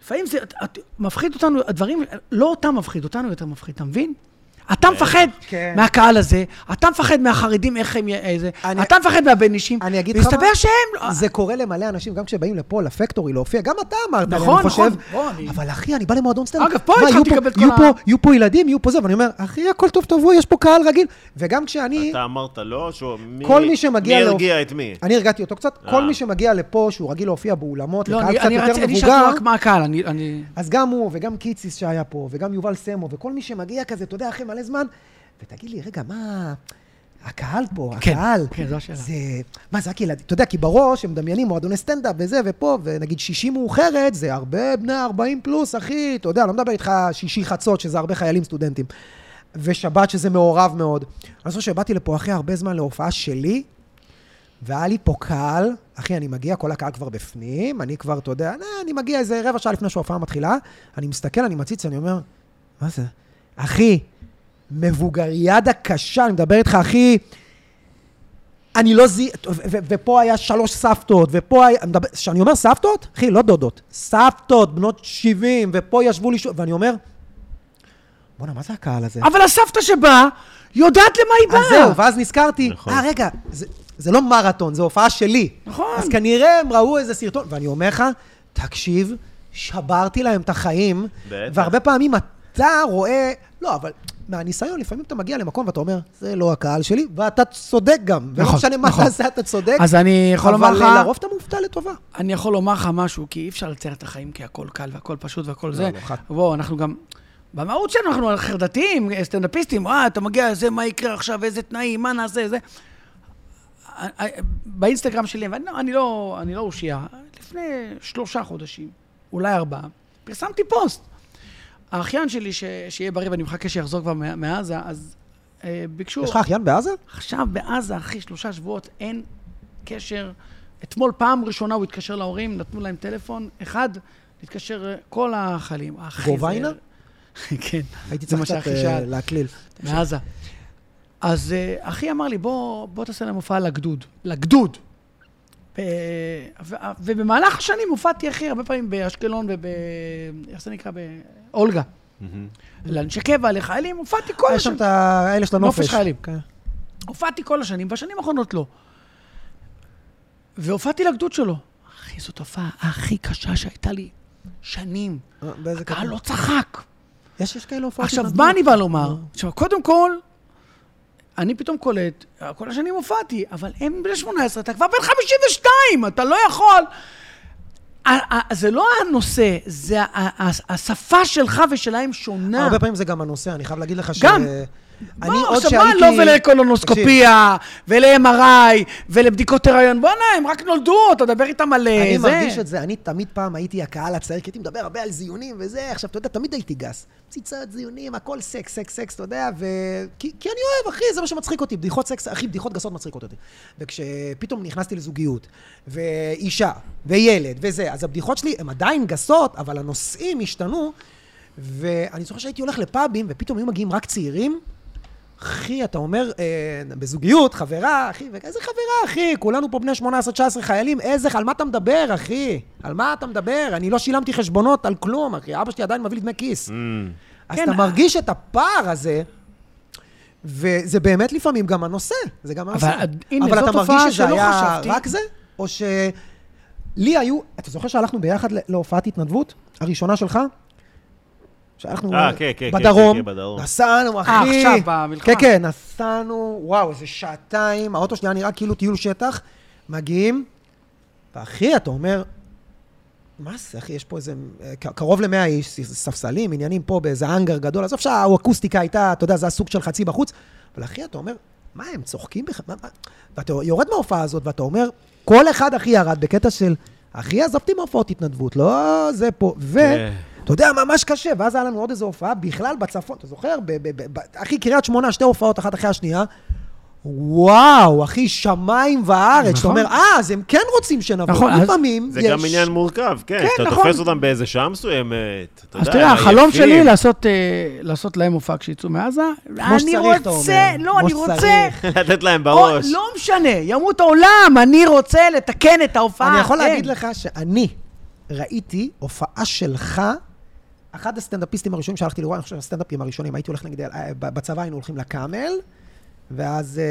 Speaker 3: לפעמים זה את- את- מפחיד אותנו, הדברים, לא אותם מפחיד, אותנו יותר מפחיד, אתה מבין? אתה מפחד
Speaker 2: כן.
Speaker 3: מהקהל הזה, אתה מפחד מהחרדים, איך הם... י- איזה,
Speaker 2: אני-
Speaker 3: אתה מפחד מהבן אישים,
Speaker 2: אני אגיד לך מה,
Speaker 3: והסתבר שהם... לא-
Speaker 2: זה קורה למלא אנשים, גם כשבאים לפה, לפקטורי, להופיע, גם אתה אמרת,
Speaker 3: נכון,
Speaker 2: אני חושב,
Speaker 3: נכון, בוא, אני-
Speaker 2: אבל אחי, אני בא למועדון סטנדאפ.
Speaker 3: אגב, פה
Speaker 2: מה,
Speaker 3: התחלתי
Speaker 2: יהיו פה-
Speaker 3: לקבל את כל
Speaker 2: יהיו
Speaker 3: ה-
Speaker 2: פה- יהיו פה ילדים, יהיו פה זה, ואני אומר, אחי, הכל טוב, תבוא, יש פה קהל רגיל. וגם כשאני,
Speaker 1: אתה אמרת לא, שהוא... מי-
Speaker 2: כל מי שמגיע
Speaker 1: מי
Speaker 2: לאופ-
Speaker 1: הרגיע את מי?
Speaker 2: אני הרגעתי אותו קצת,
Speaker 1: אה.
Speaker 2: כל מי שמגיע לפה, שהוא רגיל להופיע באולמות,
Speaker 3: לא,
Speaker 2: לקהל
Speaker 3: אני-
Speaker 2: קצת
Speaker 3: אני
Speaker 2: יותר
Speaker 3: רציתי, אני
Speaker 2: מבוגר,
Speaker 3: שאלתי רק מה הקהל, אני- אני...
Speaker 2: אז גם הוא, וגם קיציס שהיה פה, וגם יובל סמו, וכל מי שמגיע כזה, אתה יודע, אחרי מלא זמן, ותגיד לי, רגע, מה... הקהל פה,
Speaker 3: כן,
Speaker 2: הקהל,
Speaker 3: כן, זו השאלה.
Speaker 2: זה, מה זה רק ילדים, אתה יודע, כי בראש הם מדמיינים מועדוני סטנדאפ וזה ופה, ונגיד שישי מאוחרת, זה הרבה בני 40 פלוס, אחי, אתה יודע, לא מדבר איתך שישי חצות, שזה הרבה חיילים סטודנטים, ושבת שזה מעורב מאוד. אני חושב שבאתי לפה אחרי הרבה זמן להופעה שלי, והיה לי פה קהל, אחי, אני מגיע, כל הקהל כבר בפנים, אני כבר, אתה יודע, נה, אני מגיע איזה רבע שעה לפני שההופעה מתחילה, אני מסתכל, אני מציץ, אני אומר, מה זה? אחי, מבוגריאדה קשה, אני מדבר איתך, אחי, אני לא זי... ו- ו- ופה היה שלוש סבתות, ופה היה... אני מדבר- כשאני אומר סבתות, אחי, לא דודות, סבתות, בנות 70, ופה ישבו לי... ש- ואני אומר, בואנה, מה זה הקהל הזה?
Speaker 3: אבל הסבתא שבאה, יודעת למה היא באה.
Speaker 2: אז זהו, ואז נזכרתי,
Speaker 1: נכון.
Speaker 2: אה, רגע, זה- זה לא מרתון, זו הופעה שלי.
Speaker 3: נכון.
Speaker 2: אז כנראה הם ראו איזה סרטון, ואני אומר לך, תקשיב, שברתי להם את החיים,
Speaker 1: בטח.
Speaker 2: והרבה פעמים אתה רואה, לא, אבל מהניסיון, לפעמים אתה מגיע למקום ואתה אומר, זה לא הקהל שלי, ואתה צודק גם. ולא
Speaker 3: נכון,
Speaker 2: משנה מה
Speaker 3: נכון.
Speaker 2: תעשה, אתה צודק,
Speaker 3: אז אני יכול לומר לך...
Speaker 2: אבל אה, לרוב אתה מופתע לטובה.
Speaker 3: אני יכול לומר לך משהו, כי אי אפשר לצייר את החיים כי הכל קל והכל פשוט והכל זה.
Speaker 2: לא, חד-
Speaker 3: בואו, אנחנו גם... במהות שלנו אנחנו חרדתיים, סטנדאפיסטים, אה, אתה מגיע, זה, מה יקרה עכשיו, איזה תנאים, מה נעשה, זה. אה, אה, באינסטגרם שלי, ואני לא- אני לא, אני לא אושייה, לפני שלושה חודשים, אולי ארבעה, פרסמתי פוסט. האחיין שלי, ש, שיהיה בריא ואני מחכה שיחזור כבר מע- מעזה, אז אה, ביקשו...
Speaker 2: יש לך אחיין בעזה?
Speaker 3: עכשיו בעזה, אחרי שלושה שבועות, אין קשר. אתמול פעם ראשונה הוא התקשר להורים, נתנו להם טלפון, אחד, התקשר אה, כל החיילים. אחי,
Speaker 2: גוביינה?
Speaker 3: זה- כן,
Speaker 2: הייתי
Speaker 3: זה
Speaker 2: צריך
Speaker 3: מה
Speaker 2: קצת
Speaker 3: שהכי
Speaker 2: אה,
Speaker 3: שאל,
Speaker 2: להקליל.
Speaker 3: מעזה. אז אה, אחי אמר לי, בוא, בוא תעשה להם הופעה לגדוד. לגדוד! ו- ו- אה, ובמהלך השנים הופעתי, אחי, הרבה פעמים באשקלון וב... אה, איך זה נקרא? באולגה. לאנשי קבע, לחיילים, הופעתי כל
Speaker 2: יש שם את האלה של הנופש.
Speaker 3: נופש חיילים.
Speaker 2: כן.
Speaker 3: הופעתי כל השנים, בשנים האחרונות לא. והופעתי לגדוד שלו. אחי, זאת הופעה הכי קשה שהייתה לי שנים.
Speaker 2: אה, באיזה
Speaker 3: הקהל
Speaker 2: קטע?
Speaker 3: לא צחק.
Speaker 2: יש יש כאלה הופעות.
Speaker 3: עכשיו,
Speaker 2: התנדבות.
Speaker 3: מה אני בא לומר? עכשיו, קודם כל, אני פתאום קולט, כל השנים הופעתי, אבל הם בני 18, אתה כבר בן 52, אתה לא יכול. ה- ה- זה לא הנושא, זה ה- ה- השפה שלך ושלהם שונה.
Speaker 2: הרבה פעמים זה גם הנושא, אני חייב להגיד לך ש...
Speaker 3: אה. גם.
Speaker 2: אני
Speaker 3: בוא,
Speaker 2: עוד
Speaker 3: עכשיו מה לא
Speaker 2: שהייתי-
Speaker 3: לו ולקולונוסקופיה, ול-MRI, ולבדיקות הריון? בואנה, הם רק נולדו, אתה מדבר איתם על אה, זה.
Speaker 2: אני מרגיש את זה, אני תמיד פעם הייתי הקהל הצעיר, כי הייתי מדבר הרבה על זיונים וזה, עכשיו, אתה יודע, תמיד הייתי גס. ציצות, זיונים, הכל סקס, סקס, סקס, אתה יודע, ו... כי, כי אני אוהב, אחי, זה מה שמצחיק אותי, בדיחות סקס, אחי, בדיחות גסות מצחיקות אותי. וכשפתאום נכנסתי לזוגיות, ואישה, וילד, וזה, אז הבדיחות שלי הן עדיין גסות, אבל הנושאים השתנו, ואני זוכר שהייתי הולך לפאבים, ופתאום היו מגיעים רק צעירים, אחי, אתה אומר, אה, בזוגיות, חברה, אחי, איזה חברה, אחי? כולנו פה בני 18-19 חיילים, איזה, על מה אתה מדבר, אחי? על מה אתה מדבר? אני לא שילמתי חשבונות על כלום, אחי, אבא שלי עדיין מביא לי דמי כיס.
Speaker 1: אמ,
Speaker 2: אז
Speaker 3: כן,
Speaker 2: אתה
Speaker 3: אה.
Speaker 2: מרגיש את הפער הזה, וזה באמת לפעמים גם הנושא, זה גם הנושא.
Speaker 3: אה, הנה,
Speaker 2: אבל
Speaker 3: זאת
Speaker 2: אתה מרגיש
Speaker 3: תופעה
Speaker 2: שזה
Speaker 3: שלא
Speaker 2: היה
Speaker 3: חשבתי.
Speaker 2: רק זה? או ש... לי היו, אתה זוכר שהלכנו ביחד ל- להופעת התנדבות? הראשונה שלך? שהלכנו
Speaker 1: אה, כן, כן, כן,
Speaker 2: בדרום,
Speaker 1: כן, כן, בדרום.
Speaker 2: נסענו, אחי.
Speaker 3: אה, עכשיו, במלחמה.
Speaker 2: כן, כן, נסענו, וואו, איזה שעתיים, האוטו שלי היה נראה כאילו טיול שטח, מגיעים, ואחי, אתה אומר, מה זה, אחי, יש פה איזה, אה, ק- קרוב למאה איש, ספסלים, עניינים פה באיזה האנגר גדול, עזוב שהאקוסטיקה הייתה, אתה יודע, זה היה סוג של חצי בחוץ, אבל אחי, אתה אומר, מה, הם צוחקים בך? מה- מה?" ואתה יורד מההופעה הזאת ואתה אומר, כל אחד אחי ירד בקטע של, אחי, עזבתי מהופעות התנדבות, לא זה פה. ו...
Speaker 1: כן.
Speaker 2: אתה יודע, ממש קשה, ואז היה לנו עוד איזו הופעה בכלל בצפון, אתה זוכר? ב- ב- ב- ב- אחי, קריית שמונה, שתי הופעות אחת אחרי השנייה. וואו, אחי, שמיים וארץ. שאתה
Speaker 3: נכון.
Speaker 2: אומר, אה, אז הם כן רוצים שנבוא.
Speaker 3: נכון, אז-
Speaker 2: לפעמים
Speaker 1: זה
Speaker 2: יש...
Speaker 1: גם עניין מורכב, כן.
Speaker 3: כן,
Speaker 1: שאתה
Speaker 3: נכון.
Speaker 1: תופס אותם באיזה שעה מסוימת. אתה
Speaker 3: אז
Speaker 1: יודע,
Speaker 3: תראה,
Speaker 1: הם
Speaker 3: החלום
Speaker 1: עייפים.
Speaker 3: שלי לעשות, אה, לעשות להם הופעה כשיצאו מעזה, אני
Speaker 2: שצריך, אתה
Speaker 3: רוצה,
Speaker 2: אומר.
Speaker 3: לא,
Speaker 2: כמו
Speaker 3: אני רוצה,
Speaker 2: שצריך.
Speaker 1: לתת להם
Speaker 3: או,
Speaker 1: בראש.
Speaker 3: לא משנה, ימות העולם, אני רוצה לתקן את ההופעה.
Speaker 2: אני יכול
Speaker 3: כן.
Speaker 2: להגיד לך שאני ראיתי הופעה שלך, אחד הסטנדאפיסטים הראשונים שהלכתי לראות, אני חושב שהסטנדאפים הראשונים, הייתי הולך נגד, אה, ב- בצבא היינו הולכים לקאמל, ואז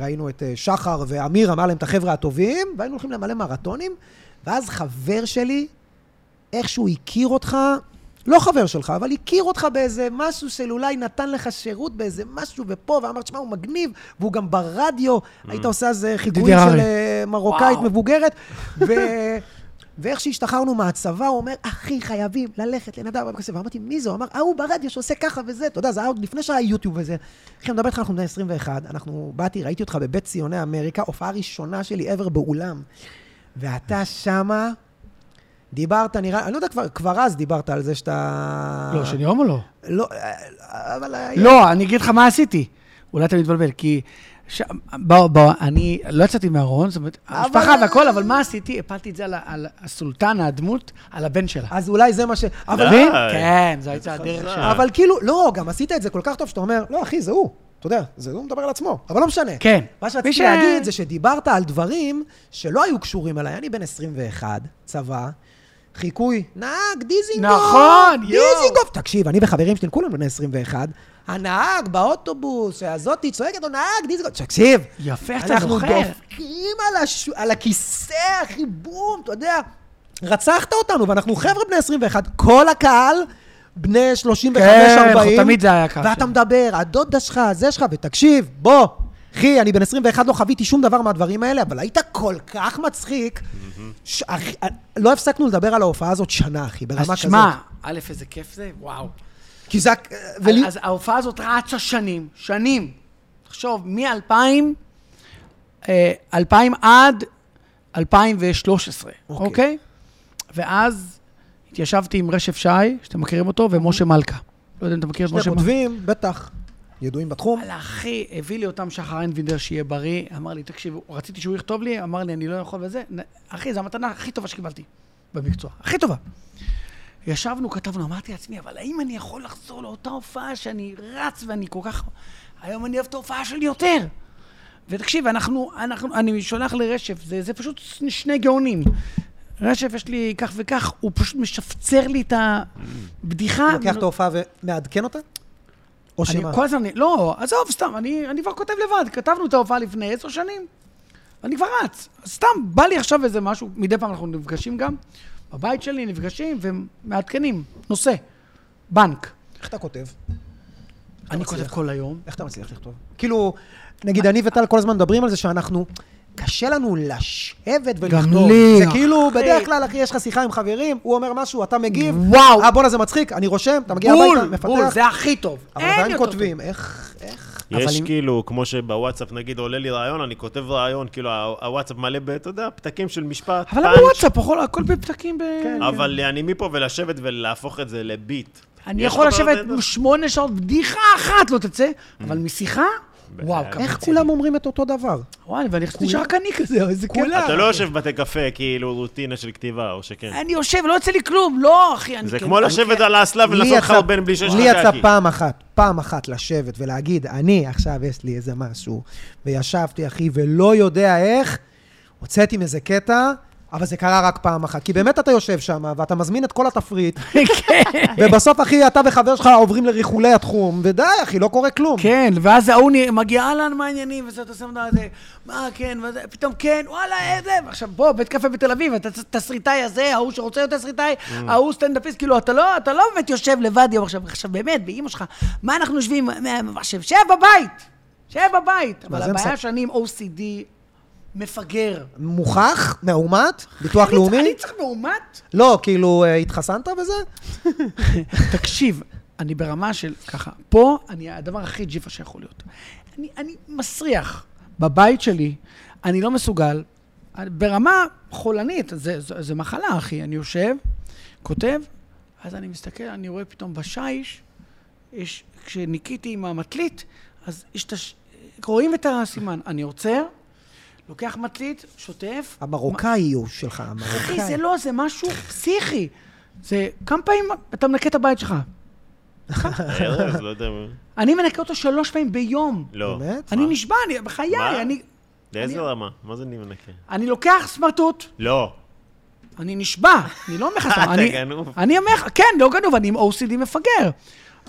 Speaker 2: אה, ראינו את אה, שחר ואמיר, אמר להם את החבר'ה הטובים, והיינו הולכים למלא מרתונים, ואז חבר שלי, איכשהו הכיר אותך, לא חבר שלך, אבל הכיר אותך באיזה משהו של אולי נתן לך שירות באיזה משהו ופה, ואמר, תשמע, הוא מגניב, והוא גם ברדיו, היית עושה אז אה, חיקויים של
Speaker 3: Mm. הררי.
Speaker 2: אה, מרוקאית
Speaker 3: וואו.
Speaker 2: מבוגרת, ו... ואיך שהשתחררנו מהצבא, הוא אומר, אחי, חייבים ללכת לנדב אבו כסף. ואמרתי, מי זה? הוא אמר, ההוא ברדיו שעושה ככה וזה. אתה יודע, זה היה עוד לפני שהיה יוטיוב וזה. אחי, אני מדבר איתך, אנחנו בני 21, אנחנו, באתי, ראיתי אותך בבית ציוני אמריקה, הופעה ראשונה שלי ever באולם. ואתה שמה, דיברת, נראה, אני לא יודע, כבר, כבר אז דיברת על זה שאתה...
Speaker 3: לא, שאני הומו לא.
Speaker 2: לא, אה, אבל... היה-
Speaker 3: לא, אני אגיד לך מה עשיתי. אולי אתה מתבלבל, כי... ש... בוא, בוא, אני לא יצאתי מהארון, זאת אומרת,
Speaker 2: אבל-
Speaker 3: המשפחה והכל, אבל מה עשיתי? הפלתי את זה על, ה- על הסולטן, הדמות, על הבן שלה.
Speaker 2: אז אולי זה מה ש...
Speaker 3: אתה
Speaker 2: אבל,
Speaker 1: די.
Speaker 3: מבין? כן, זו הייתה הדרך
Speaker 1: חזק.
Speaker 3: שלה.
Speaker 2: אבל כאילו, לא, גם עשית את זה כל כך טוב שאתה אומר, לא, אחי, זה הוא. אתה יודע, זה הוא מדבר על עצמו, אבל לא משנה.
Speaker 3: כן.
Speaker 2: מה
Speaker 3: מי
Speaker 2: שרציתי
Speaker 3: ש-
Speaker 2: ש... להגיד זה שדיברת על דברים שלא היו קשורים אליי. אני בן 21, צבא, חיקוי, נהג, דיזינגוף.
Speaker 3: נכון, יואו.
Speaker 2: דיזינגוף. תקשיב, אני וחברים שלי, כולם בני 21. הנהג באוטובוס, הזאתי צועקת לו, נהג, דיזינגוף. תקשיב.
Speaker 3: יפה, אתה
Speaker 2: אנחנו
Speaker 3: זוכר.
Speaker 2: דופקים על, הש... על הכיסא, אחי, בום, אתה יודע. רצחת אותנו, ואנחנו חבר'ה בני 21, כל הקהל בני 35-40.
Speaker 3: כן, אנחנו- תמיד זה היה הקהל
Speaker 2: ואתה
Speaker 3: שלנו.
Speaker 2: מדבר, הדודה שלך, זה שלך, ותקשיב, בוא, אחי, אני בן 21, לא חוויתי שום דבר מהדברים האלה, אבל היית כל כך מצחיק, ש... אחי, לא הפסקנו לדבר על ההופעה הזאת שנה, אחי, ברמה
Speaker 3: אז
Speaker 2: כזאת.
Speaker 3: תשמע, א', איזה כיף זה, וואו.
Speaker 2: כי זה... ולי...
Speaker 3: אז ההופעה הזאת רצה שנים, שנים. תחשוב, מ-2000, 2000 עד 2013,
Speaker 2: אוקיי.
Speaker 3: אוקיי? ואז התיישבתי עם רשף שי, שאתם מכירים אותו, ומשה מלכה. לא יודע אם אתה מכיר את משה
Speaker 2: שני
Speaker 3: מלכה.
Speaker 2: כותבים, בטח, ידועים בתחום.
Speaker 3: וואלה, אחי, הביא לי אותם שחר איינבינדר, שיהיה בריא. אמר לי, תקשיב, רציתי שהוא יכתוב לי, אמר לי, אני לא יכול וזה. נ- אחי, זו המתנה הכי טובה שקיבלתי במקצוע. הכי טובה. ישבנו, כתבנו, אמרתי לעצמי, אבל האם אני יכול לחזור לאותה הופעה שאני רץ ואני כל כך... היום אני אוהב את ההופעה שלי יותר. ותקשיב, אנחנו, אנחנו, אני שולח לרשף, זה, זה פשוט ש- שני גאונים. רשף, יש לי כך וכך, הוא פשוט משפצר לי את הבדיחה.
Speaker 2: לוקח את ההופעה ומעדכן אותה? או
Speaker 3: אני
Speaker 2: שמה?
Speaker 3: כל הזמן, אני- לא, עזוב, סתם, אני, אני כבר כותב לבד, כתבנו את ההופעה לפני עשר שנים. אני כבר רץ. סתם, בא לי עכשיו איזה משהו, מדי פעם אנחנו נפגשים גם, בבית שלי נפגשים ומעדכנים, נושא, בנק.
Speaker 2: איך אתה כותב?
Speaker 3: אני
Speaker 2: מצליח?
Speaker 3: כותב כל היום.
Speaker 2: איך אתה מצליח לכתוב? כאילו, נגיד אני וטל כל הזמן מדברים על זה שאנחנו, קשה לנו לשבת ולכתוב.
Speaker 3: לי,
Speaker 2: זה כאילו,
Speaker 3: אחי.
Speaker 2: בדרך כלל, אחי, יש לך שיחה עם חברים, הוא אומר משהו, אתה מגיב,
Speaker 3: וואו.
Speaker 2: אה, בואנה, זה מצחיק, אני רושם, אתה מגיע
Speaker 3: בול,
Speaker 2: הביתה, מפתח.
Speaker 3: בול, זה הכי טוב.
Speaker 2: אבל
Speaker 3: אין
Speaker 2: עדיין
Speaker 3: יותר
Speaker 2: כותבים, איך, איך...
Speaker 3: אבל
Speaker 1: יש
Speaker 3: אם-
Speaker 1: כאילו, כמו שבוואטסאפ, נגיד, עולה לי רעיון, אני כותב רעיון, כאילו, ה- הוואטסאפ מלא ב, אתה יודע, פתקים של משפט,
Speaker 3: טוב. אבל למה
Speaker 1: פאנץ'.
Speaker 3: וואטסאפ, הכל- הכל בפתקים ב...
Speaker 2: כן.
Speaker 1: אבל אני מפה ולשבת ולהפוך את זה לביט.
Speaker 3: אני
Speaker 1: יש
Speaker 3: יכול
Speaker 1: לך Mm. בעיות
Speaker 3: לשבת
Speaker 1: נהדר?
Speaker 3: שמונה שעות, בדיחה אחת לא תצא, אבל משיחה, וואו, כמה
Speaker 2: איך
Speaker 3: יוצא לי.
Speaker 2: כולם אומרים את אותו דבר?
Speaker 3: וואי, ואני חשבתי שרק אני כזה, איזה כולם.
Speaker 1: אתה לא יושב בתי קפה, כאילו, רוטינה של כתיבה, או שכן.
Speaker 3: אני יושב, לא יוצא לי כלום, לא, אחי, אני
Speaker 1: זה
Speaker 3: כן-
Speaker 1: כמו
Speaker 3: אני
Speaker 1: לשבת
Speaker 3: כן-
Speaker 1: על האסלה
Speaker 2: לי
Speaker 1: ולנסות
Speaker 2: יצא-
Speaker 1: לחרבן בלי שיש לך
Speaker 2: לי יצא
Speaker 1: קקי.
Speaker 2: פעם אחת, פעם אחת לשבת ולהגיד, אני עכשיו יש לי איזה משהו, וישבתי, אחי, ולא יודע איך, הוצאתי מזה קטע, אבל זה קרה רק פעם אחת. כי באמת אתה יושב שם, ואתה מזמין את כל התפריט,
Speaker 3: כן.
Speaker 2: ובסוף, אחי, אתה וחבר שלך עוברים לריחולי התחום, ודי, אחי, לא קורה כלום.
Speaker 3: כן, ואז ההוא נ- מגיע, אהלן, מה העניינים? וזה, אתה שם את זה, מה, כן, וזה, פתאום כן, וואלה, איזה... עכשיו, בוא, בית קפה בתל אביב, אתה ת- תסריטאי הזה, ההוא שרוצה להיות תסריטאי,
Speaker 2: Mm.
Speaker 3: ההוא סטנדאפיסט, כאילו, אתה לא, אתה לא באמת יושב לבד יום עכשיו, עכשיו, באמת, באמא שלך, מה אנחנו יושבים, מה- מה- עכשיו, שב בבית, שב בבית. אבל
Speaker 2: מה, זה
Speaker 3: הבעיה
Speaker 2: מספ-
Speaker 3: שאני עם OCD מפגר.
Speaker 2: מוכח, מאומת, ביטוח
Speaker 3: אני צריך-
Speaker 2: לאומי.
Speaker 3: אני צריך מאומת?
Speaker 2: לא, כאילו, אה, התחסנת בזה?
Speaker 3: תקשיב, אני ברמה של ככה, פה אני הדבר הכי ג'יפה שיכול להיות. אני, אני מסריח. בבית שלי, אני לא מסוגל, ברמה חולנית, זה, זה, זה מחלה, אחי. אני יושב, כותב, אז אני מסתכל, אני רואה פתאום בשיש, יש, כשניקיתי עם המטלית, אז יש את הש... רואים את הסימן. אני עוצר, לוקח מטלית, שוטף.
Speaker 2: המרוקאי הוא שלך, המרוקאי.
Speaker 3: אחי, זה לא, זה משהו פסיכי. זה, כמה פעמים אתה מנקה את הבית שלך?
Speaker 1: ארז, לא יודע. מה.
Speaker 3: אני מנקה אותו שלוש פעמים ביום.
Speaker 1: לא.
Speaker 2: באמת?
Speaker 3: אני
Speaker 1: מה?
Speaker 3: נשבע, אני, בחיי,
Speaker 1: מה?
Speaker 3: אני,
Speaker 1: לאיזה רמה? מה זה אני מנקה?
Speaker 3: אני לוקח סמרטוט,
Speaker 1: לא.
Speaker 3: אני נשבע, אני לא אומר לך,
Speaker 1: אתה
Speaker 3: אני-
Speaker 1: גנוב.
Speaker 3: אני אומר לך, כן, לא גנוב, אני עם OCD מפגר.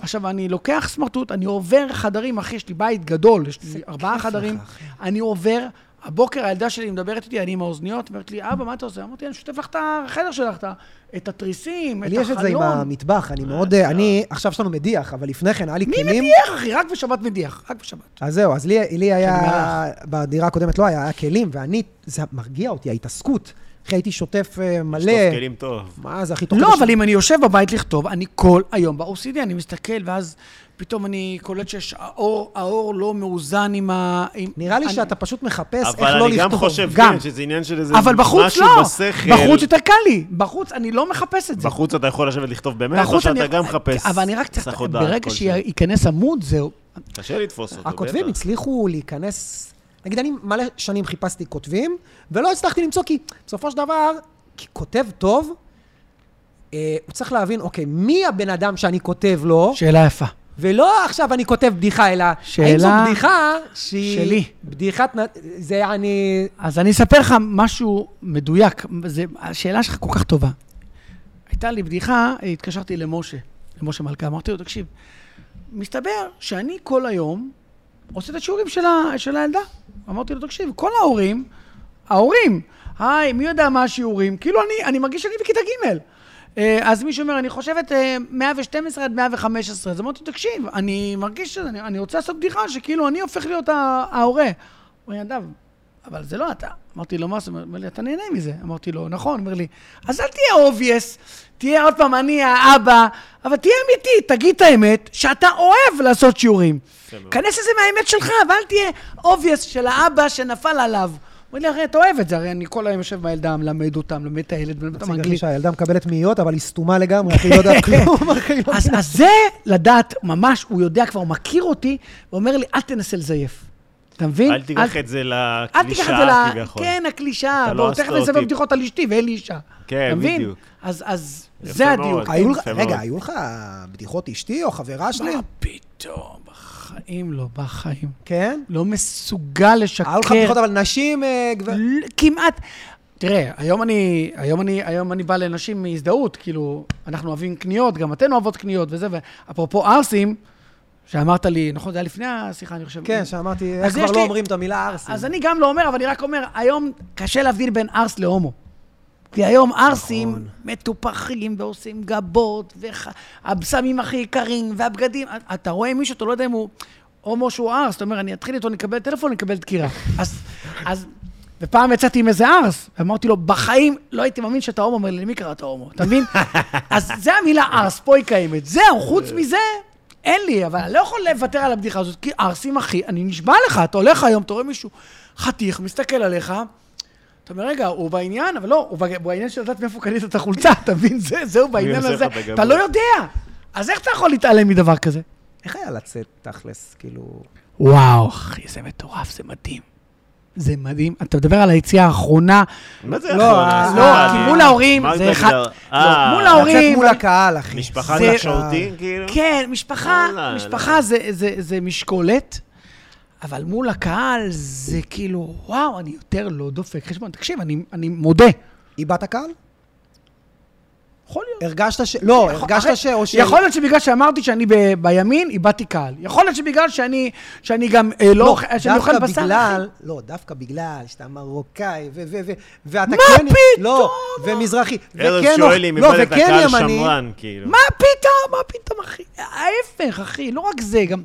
Speaker 3: עכשיו, אני לוקח סמרטוט, אני עובר חדרים, אחי, יש לי בית גדול, יש לי ארבעה
Speaker 2: כיף
Speaker 3: חדרים,
Speaker 2: לך, אחי.
Speaker 3: אני עובר, הבוקר הילדה שלי מדברת איתי, אני עם האוזניות, אומרת לי, אבא, מה אתה עושה? אמרתי, אני שוטף לך את החדר שלך, את ה- את התריסים, את
Speaker 2: לי יש את זה עם
Speaker 3: החלון.
Speaker 2: המטבח, אני מאוד... אה, אני, עכשיו יש לנו מדיח, אבל לפני כן היה לי
Speaker 3: מי
Speaker 2: כלים.
Speaker 3: מדיח, אחי? רק בשבת מדיח, רק בשבת.
Speaker 2: אז זהו, אז לי, לי
Speaker 3: שאני
Speaker 2: היה, בדירה הקודמת לא היה, היה כלים, ואני, זה מרגיע אותי, ההתעסקות. אחי, הייתי שוטף אה, מלא.
Speaker 1: שטוף כלים טוב.
Speaker 2: מה זה, אחי, תוך
Speaker 3: לא,
Speaker 2: כדי
Speaker 3: אבל אם אני יושב בבית לכתוב, אני כל היום ב-OCD, אני מסתכל, ואז פתאום אני קולט שיש האור, האור לא מאוזן עם ה... עם-
Speaker 2: נראה לי
Speaker 3: אני-
Speaker 2: שאתה פשוט מחפש איך
Speaker 1: אבל
Speaker 2: לא
Speaker 1: אני גם
Speaker 2: לכתוב.
Speaker 1: חושב,
Speaker 3: גם.
Speaker 1: כן, שזה עניין של איזה
Speaker 3: אבל בחוץ
Speaker 1: משהו
Speaker 3: לא,
Speaker 1: בשכל.
Speaker 3: בחוץ יותר קל לי, בחוץ אני לא מחפש את זה.
Speaker 1: בחוץ אתה יכול לשבת לכתוב באמת, או
Speaker 3: בחוץ
Speaker 1: שאתה
Speaker 3: אני-
Speaker 1: גם מחפש
Speaker 3: אבל אני רק צריך,
Speaker 1: סך הודעה
Speaker 3: ברגע
Speaker 1: כלשהי.
Speaker 3: שייכנס עמוד, זהו.
Speaker 1: קשה לתפוס אותו,
Speaker 2: הכותבים
Speaker 1: בטח.
Speaker 2: הצליחו להיכנס... נגיד, אני מלא שנים חיפשתי כותבים, ולא הצלחתי למצוא, כי בסופו של דבר, כי כותב טוב, אה, הוא צריך להבין, אוקיי, מי הבן אדם שאני כותב לו, ש...
Speaker 3: שאלה יפה.
Speaker 2: ולא עכשיו אני כותב בדיחה, אלא האם זו
Speaker 3: שאלה
Speaker 2: בדיחה שהיא...
Speaker 3: שלי.
Speaker 2: בדיחת... נ- זה יעני...
Speaker 3: אז אני אספר לך משהו מדויק, זה, השאלה שלך כל כך טובה. הייתה לי בדיחה, התקשרתי למשה, למשה מלכה, אמרתי לו, תקשיב, מסתבר שאני כל היום עושה את השיעורים של, ה, של הילדה. אמרתי לו, תקשיב, כל ההורים, ההורים, היי, מי יודע מה השיעורים? כאילו אני, אני מרגיש שאני בכיתה ג'. אה, אז מישהו אומר, אני חושבת אה, 112 עד 115. אז אמרתי, תקשיב, אני מרגיש שאני אני רוצה לעשות בדיחה שכאילו אני הופך להיות ה- ההורה. הוא אומר, נדב, אבל זה לא אתה. אמרתי לו, מה זאת אומרת? הוא אומר לי, אתה נהנה מזה. אמרתי לו, נכון. אומר לי, אז אל תהיה אובייס, תהיה עוד פעם אני האבא, אבל תהיה אמיתי, תגיד את האמת, שאתה אוהב לעשות שיעורים.
Speaker 1: יפה מאוד.
Speaker 3: כנס לזה מהאמת שלך, ואל תהיה אובייס של האבא שנפל עליו. הוא אומר לי, הרי אתה אוהב את זה, הרי אני כל היום יושב עם הילדה, מלמד אותה, מלמד את הילד, מלמד אותם
Speaker 2: מציג
Speaker 3: אנגלית.
Speaker 2: אחי שהילדה מקבלת מאיות, אבל היא סתומה לגמרי, אחי, לא יודעת כלום, אחי. לא
Speaker 3: אז,
Speaker 2: יודעת.
Speaker 3: אז זה לדעת, ממש, הוא יודע כבר, הוא מכיר אותי, ואומר לי, אל תנסה לזייף. אתה מבין?
Speaker 1: אל תיקח את זה
Speaker 3: אל תיקח את זה
Speaker 1: לקלישאה
Speaker 3: ל...
Speaker 1: כביכול.
Speaker 3: כן, הקלישאה.
Speaker 1: אתה לא
Speaker 3: בואו, תכף אני אספר
Speaker 1: הסטריאוטיפ.
Speaker 3: בדיחות על אשתי, ואין לי אישה.
Speaker 1: כן,
Speaker 3: אתה מבין?
Speaker 1: בדיוק.
Speaker 3: אז- אז
Speaker 1: יפה
Speaker 3: זה
Speaker 1: מאוד.
Speaker 3: הדיוק.
Speaker 2: היו לך-
Speaker 1: יפה
Speaker 2: רגע,
Speaker 1: מאוד.
Speaker 2: היו לך בדיחות אשתי או חברה שלי?
Speaker 3: מה פתאום, בחיים לא, בחיים.
Speaker 2: כן?
Speaker 3: לא מסוגל לשקר.
Speaker 2: היו לך בדיחות, אבל נשים... אה, גבר-
Speaker 3: ל- כמעט... תראה, היום אני, היום, אני, היום אני בא לנשים מהזדהות, כאילו, אנחנו אוהבים קניות, גם אתן אוהבות קניות וזה, ואפרופו ערסים, שאמרת לי, נכון, זה היה לפני השיחה, אני חושב.
Speaker 2: כן, שאמרתי,
Speaker 3: אז
Speaker 2: איך כבר
Speaker 3: יש
Speaker 2: לא
Speaker 3: לי-
Speaker 2: אומרים את המילה ערסים?
Speaker 3: אז אני גם לא אומר, אבל אני רק אומר, היום קשה להבדיל בין ערס להומו. כי היום ערסים
Speaker 2: נכון.
Speaker 3: מטופחים ועושים גבות, והבשמים הכי יקרים, והבגדים. אתה רואה מישהו, אתה לא יודע אם הוא הומו שהוא ערס, אתה אומר, אני אתחיל איתו, אני אקבל טלפון, אני אקבל דקירה. אז, אז, ופעם יצאתי עם איזה ערס, ואמרתי לו, בחיים לא הייתי מאמין שאתה הומו, אומר לי, למי קראת הומו, אתה מבין? אז זה המילה ערס, פה היא קיימת. זהו, חוץ מזה, אין לי, אבל אני לא יכול לוותר על הבדיחה הזאת, כי ערסים, אחי, אני נשבע לך, אתה הולך היום, אתה רואה מישהו חתיך, מסתכל עליך, אתה אומר, רגע, הוא בעניין, אבל לא, הוא בג- בעניין של לדעת מאיפה קנית את החולצה, אתה מבין? זה, זהו, בעניין
Speaker 1: עושה
Speaker 3: הזה.
Speaker 1: לך את הגבות?
Speaker 3: אתה לא יודע. אז איך אתה יכול להתעלם מדבר כזה?
Speaker 2: איך היה לצאת תכלס, כאילו...
Speaker 3: וואו, אחי, זה מטורף, זה מדהים. זה מדהים. אתה מדבר על היציאה האחרונה,
Speaker 1: מה זה
Speaker 2: לא,
Speaker 1: אחרונה?
Speaker 2: לא,
Speaker 1: סליחה,
Speaker 2: כי
Speaker 1: אני-
Speaker 3: אה, מול ההורים
Speaker 1: מה
Speaker 3: זה
Speaker 1: תגיד
Speaker 3: אחד-
Speaker 1: על-
Speaker 3: לא,
Speaker 1: אה,
Speaker 3: מול ההורים.
Speaker 2: לצאת מול הקהל, אחי. אה,
Speaker 1: משפחה
Speaker 3: זה-
Speaker 1: נשארתי, כאילו?
Speaker 3: כן, משפחה,
Speaker 1: וואלה,
Speaker 3: משפחה
Speaker 1: לא.
Speaker 3: זה, זה, זה משקולת, אבל מול הקהל זה כאילו, וואו, אני יותר לא דופק חשבון. תקשיב, אני, אני מודה.
Speaker 2: איבדת קהל?
Speaker 3: יכול להיות.
Speaker 2: הרגשת ש... לא, הרגשת
Speaker 3: אחרי-
Speaker 2: ש... או ש...
Speaker 3: נכון, יכול להיות שבגלל שאמרתי שאני ב, בימין, איבדתי קהל. יכול להיות שבגלל שאני, שאני גם אה, לא, אוכל- שאני
Speaker 2: דווקא
Speaker 3: אוכל בשר.
Speaker 2: בגלל, לא, דווקא בגלל שאתה מרוקאי, ו... ו... ו... ואתה
Speaker 3: מה
Speaker 2: כן...
Speaker 3: פתאום?
Speaker 2: לא, ומזרחי.
Speaker 1: ארז
Speaker 2: וכן
Speaker 1: שואל אם
Speaker 2: לא- לא,
Speaker 1: איבדת
Speaker 2: וכן
Speaker 1: קהל
Speaker 2: ימני.
Speaker 1: שמרן, כאילו.
Speaker 3: מה פתאום, מה פתאום, אחי? ההפך, אחי, לא רק זה, גם,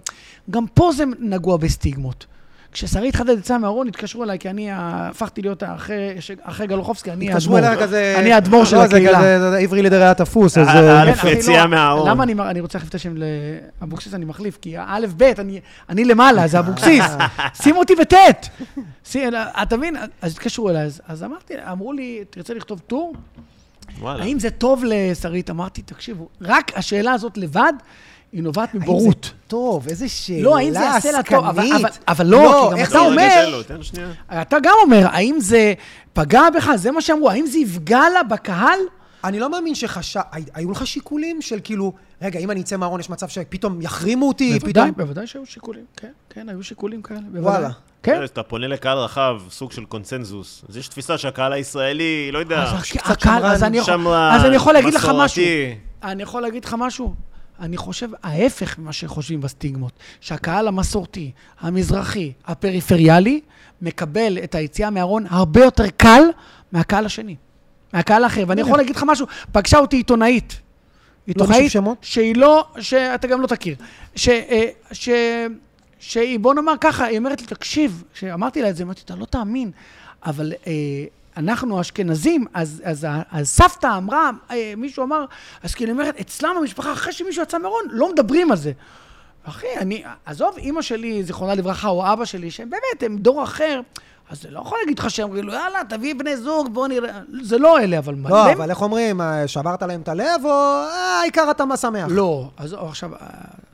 Speaker 3: גם פה זה נגוע בסטיגמות. כששרית חדד יצאה מהארון, התקשרו אליי, כי אני ה- הפכתי להיות האחרי ש- אחרי גלוחובסקי, אני
Speaker 2: התקשרו
Speaker 3: האדמו"ר.
Speaker 2: אליי כזה...
Speaker 3: אני האדמו"ר של
Speaker 2: לא, זה
Speaker 3: הקהילה.
Speaker 2: כזה, זה- עברי לידר היה תפוס, אז...
Speaker 1: אה,
Speaker 2: אה,
Speaker 1: אה,
Speaker 3: כן,
Speaker 1: א',
Speaker 3: אחי,
Speaker 1: יציאה
Speaker 3: לא,
Speaker 1: מהארון.
Speaker 3: למה אני, מר- אני רוצה להחליף את השם לאבוקסיס, אני מחליף, כי האלף בית, אני, אני למעלה, זה אבוקסיס. שים אותי בטית. שים- אה, אתה מבין? אז התקשרו אליי, אז, אז אמרתי, אמרו לי, תרצה לכתוב טור?
Speaker 1: וואלה.
Speaker 3: האם זה טוב לשרית? אמרתי, תקשיבו, רק השאלה הזאת לבד, היא נובעת
Speaker 2: האם
Speaker 3: מבורות.
Speaker 2: זה טוב, איזה שאלה
Speaker 3: לא, האם זה יעשה לה טוב, אבל-
Speaker 2: עסקנית.
Speaker 3: אבל- אבל לא, כי גם
Speaker 2: איך
Speaker 3: אתה
Speaker 1: לא,
Speaker 2: זה-
Speaker 1: רגע,
Speaker 3: אומר-
Speaker 1: תן לו, תן שנייה.
Speaker 3: אתה גם אומר, האם זה פגע בך? זה מה שאמרו, האם זה יפגע לה בקהל?
Speaker 2: אני לא מאמין שחשב... היו לך שיקולים של כאילו, רגע, אם אני אצא מהארון יש מצב שפתאום יחרימו אותי,
Speaker 3: בוודאי,
Speaker 2: פתאום...
Speaker 3: בוודאי שהיו שיקולים, כן, כן, היו שיקולים כאלה, בוודאי.
Speaker 2: וואלה.
Speaker 3: כן.
Speaker 1: תראה, אתה פונה לקהל רחב, סוג של קונצנזוס. אז יש תפיסה שהקהל הישראלי, לא יודע,
Speaker 3: אז
Speaker 2: שקצת
Speaker 3: הקהל, אז
Speaker 2: אה, שמרן,
Speaker 3: אני יכול-
Speaker 1: שמרן,
Speaker 3: אז אני יכול להגיד לך
Speaker 1: מסורתי.
Speaker 3: משהו. אני יכול להגיד לך משהו? אני חושב ההפך ממה שחושבים בסטיגמות, שהקהל המסורתי, המזרחי, הפריפריאלי, מקבל את היציאה מהארון הרבה יותר קל מהקהל השני, מהקהל האחר. ואני יכול להגיד לך משהו, פגשה אותי עיתונאית.
Speaker 2: חשוב
Speaker 3: עיתונאית
Speaker 2: שמות?
Speaker 3: שהיא לא, שאתה גם לא תכיר. ש, אה, ש, שהיא, בוא נאמר ככה, היא אומרת לי, תקשיב, כשאמרתי לה את זה, אמרתי, אתה לא תאמין, אבל אה, אנחנו אשכנזים, אז, אז, ה- אז סבתא אמרה, אה, מישהו אמר, אז כאילו, היא אומרת, אצלם במשפחה, אחרי שמישהו יצא מהארון, לא מדברים על זה. אחי, אני, עזוב, אימא שלי, זיכרונה לברכה, או אבא שלי, שהם באמת, הם דור אחר, אז אני לא יכול להגיד לך שהם כאילו, יאללה, תביא בני זוג, בוא נראה, זה לא אלה, אבל מלא...
Speaker 2: לא, אבל איך אומרים, אה, שברת להם את הלב, או אה, העיקר אתה מה שמח?
Speaker 3: לא, אז עכשיו, אה,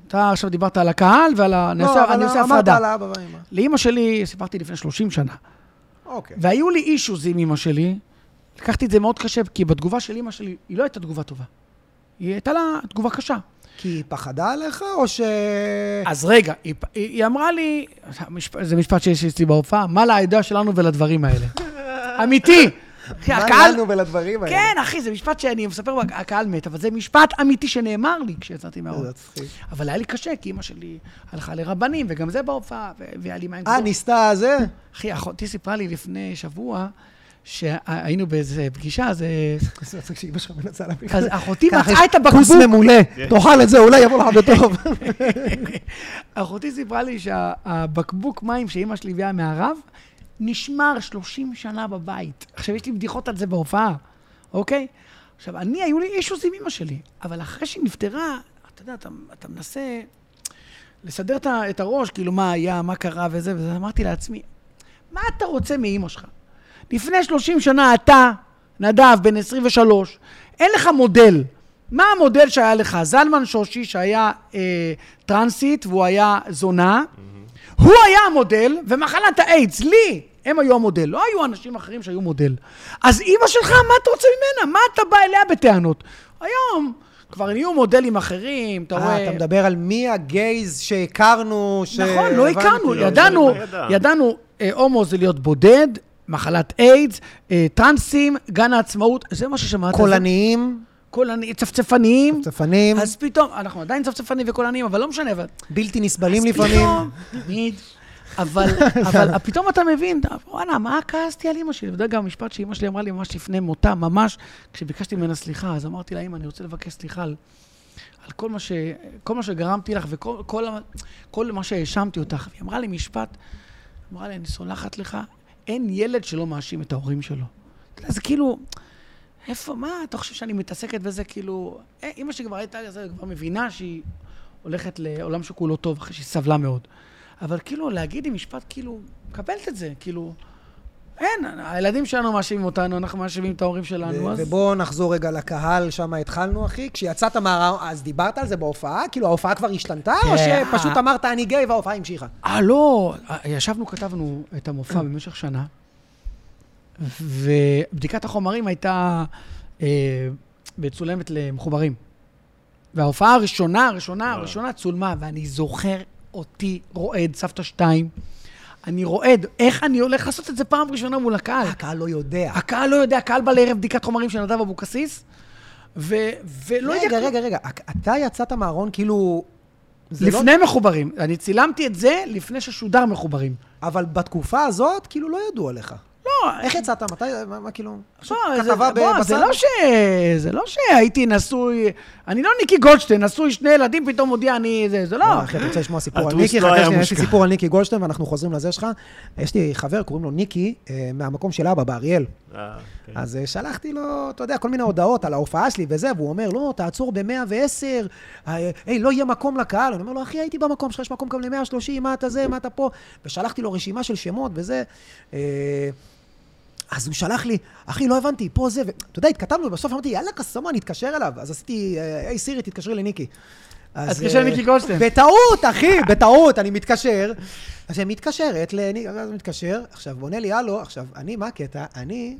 Speaker 3: אתה עכשיו דיברת על הקהל ועל ה... אני עושה- אני עושה
Speaker 2: לא, אמרת על
Speaker 3: הפרדה.
Speaker 2: האבא והאמא.
Speaker 3: לאימא שלי סיפרתי לפני 30 שנה,
Speaker 2: אוקיי.
Speaker 3: והיו לי אישוז עם אימא שלי, לקחתי את זה מאוד קשה, כי בתגובה של אימא שלי, היא לא הייתה תגובה טובה. היא הייתה לה תגובה קשה.
Speaker 2: כי היא פחדה עליך, או ש... כן.
Speaker 3: אז רגע, היא, פ- היא, היא אמרה לי, המשפ- זה משפט שיש אצלי בהופעה, מה לעדה שלנו ולדברים האלה? אמיתי! אחי,
Speaker 2: מה
Speaker 3: הקהל...
Speaker 2: לנו ולדברים האלה?
Speaker 3: כן, אחי, זה משפט שאני מספר, בה- הקהל מת, אבל זה משפט אמיתי שנאמר לי כשיצאתי
Speaker 2: זה
Speaker 3: מהאור.
Speaker 2: מצחיק.
Speaker 3: אבל היה לי קשה, כי אימא שלי הלכה לרבנים, וגם זה בהופעה, ו- והיה לי מים
Speaker 2: אה,
Speaker 3: גדולים.
Speaker 2: ניסתה זה?
Speaker 3: אחי, אחותי סיפרה לי לפני שבוע, שהיינו באיזה פגישה, אז... אה,
Speaker 2: זה מצחיק שאימא שלך מנסה להביא לך.
Speaker 3: אז אחותי
Speaker 2: ככה,
Speaker 3: מצאה את הבקבוק.
Speaker 2: כוס ממולא, תאכל את זה, אולי יבוא לך בטוב.
Speaker 3: אחותי סיפרה לי שהבקבוק מים שאימא שלי הביאה מערב, נשמר 30 שנה בבית. עכשיו, יש לי בדיחות על זה בהופעה, אוקיי? עכשיו, אני, היו לי אישוז עם אימא שלי, אבל אחרי שהיא נפטרה, אתה יודע, אתה, אתה מנסה לסדר את ה- את הראש, כאילו, מה היה, מה קרה וזה, וזה, אמרתי לעצמי, מה אתה רוצה מאימא שלך? לפני 30 שנה אתה, נדב, בן 23, אין לך מודל. מה המודל שהיה לך? זלמן שושי, שהיה אה, טרנסית והוא היה זונה,
Speaker 2: Mm-hmm.
Speaker 3: הוא היה המודל, ומחלת האיידס, לי, הם היו המודל. לא היו אנשים אחרים שהיו מודל. אז אימא שלך, מה אתה רוצה ממנה? מה אתה בא אליה בטענות? היום כבר נהיו מודלים אחרים, אתה רואה...
Speaker 2: אה, אתה מדבר על מי הגייז שהכרנו, כאילו. ש...
Speaker 3: נכון, לא
Speaker 2: הבנתי.
Speaker 3: הכרנו,
Speaker 1: אה, לא,
Speaker 3: ידענו,
Speaker 1: לא ידע.
Speaker 3: ידענו, אה, הומו זה להיות בודד, מחלת איידס, אה, טרנסים, גן העצמאות, זה מה ששמעת.
Speaker 2: קולניים,
Speaker 3: קולניים, צפצפניים.
Speaker 2: צפנים,
Speaker 3: אז פתאום, אנחנו עדיין צפצפנים וקולניים, אבל לא משנה, אבל...
Speaker 2: בלתי נסבלים
Speaker 3: אז
Speaker 2: לפעמים.
Speaker 3: פתאום, תמיד. אבל, אבל פתאום אתה מבין, וואלה, מה כעסתי על אימא שלי? אתה יודע, גם המשפט שאימא שלי אמרה לי ממש לפני מותה, ממש, כשביקשתי ממנה סליחה, אז אמרתי לה, אימא, אני רוצה לבקש סליחה על, על כל, מה ש, כל מה שגרמתי לך וכל כל, ה- כל מה שהאשמתי אותך. היא אמרה לי משפט, אמרה לי, אני סולחת לך, אין ילד שלא מאשים את ההורים שלו. אתה יודע, זה כאילו, איפה, מה, אתה חושב שאני מתעסקת בזה, כאילו... אה, אימא שלי כבר הייתה, אז היא כבר מבינה שהיא הולכת לעולם שכולו טוב, אחרי שהיא סבלה מאוד. אבל כאילו, להגיד לי משפט, כאילו, מקבלת את זה, כאילו... אין, הילדים שלנו מאשימים אותנו, אנחנו מאשימים את ההורים שלנו, אה, אז...
Speaker 2: ובואו נחזור רגע לקהל, שם התחלנו, אחי. כשיצאת מהרעיון, אז דיברת על זה בהופעה? כאילו, ההופעה כבר השתנתה, או
Speaker 3: כן.
Speaker 2: שפשוט אמרת, אני גיי, וההופעה המשיכה?
Speaker 3: אה, לא, ישבנו, כתבנו את המופע במשך שנה, ובדיקת החומרים הייתה אה, מצולמת למחוברים. וההופעה הראשונה, הראשונה,
Speaker 1: וואו.
Speaker 3: הראשונה צולמה, ואני זוכר אותי רועד, סבתא שתיים. אני רועד, איך אני הולך לעשות את זה פעם ראשונה מול הקהל?
Speaker 2: הקהל לא יודע.
Speaker 3: הקהל לא יודע, הקהל בא לערב בדיקת חומרים של נדב אבוקסיס, ו- ולא לא יודע...
Speaker 2: רגע,
Speaker 3: כלום.
Speaker 2: רגע, רגע, הק- אתה יצאת מהארון כאילו... זה לא-
Speaker 3: לפני מחוברים. אני צילמתי את זה לפני ששודר מחוברים.
Speaker 2: אבל בתקופה הזאת, כאילו, לא ידעו עליך.
Speaker 3: לא,
Speaker 2: איך יצאת? מתי? מה מה כאילו?
Speaker 3: עכשיו, זה-
Speaker 2: כתבה
Speaker 3: בוא, זה
Speaker 2: בבשר?
Speaker 3: לא ש... זה לא שהייתי נשוי... אני לא ניקי גולדשטיין, נשוי שני ילדים, פתאום מודיע אני... זה זה לא...
Speaker 2: לא, אחי, אני רוצה לשמוע סיפור על
Speaker 1: הטוויסט
Speaker 2: ניקי,
Speaker 1: לא
Speaker 2: חכה
Speaker 1: היה
Speaker 2: שנייה, יש לי
Speaker 1: מושקע.
Speaker 2: סיפור על ניקי גולדשטיין, ואנחנו חוזרים לזה שלך. יש לי חבר, קוראים לו ניקי, אה, מהמקום של אבא, באריאל.
Speaker 1: אה, כן.
Speaker 2: אז אה, שלחתי לו, אתה יודע, כל מיני הודעות על ההופעה שלי וזה, והוא אומר, לא, תעצור ב-110, היי, לא יהיה מקום לקהל. אני אומר לו, אחי, הייתי במקום שלך, יש מקום גם ל-130, מה אתה זה, מה אתה פה? ושלחתי לו רשימה של שמות וזה. אה, אז הוא שלח לי, אחי, לא הבנתי, פה זה, ואתה יודע, התכתבנו, ובסוף אמרתי, יאללה, קסומה, נתקשר אליו. אז עשיתי, אה, היי, סירי, תתקשרי לניקי.
Speaker 3: אז תתקשר
Speaker 2: אה,
Speaker 3: למיקי גולדשטיין.
Speaker 2: בטעות, אחי, בטעות, אני מתקשר. אז היא מתקשרת, לני, אז מתקשר, עכשיו, הוא עונה לי, הלו, עכשיו, אני, מה הקטע? אני,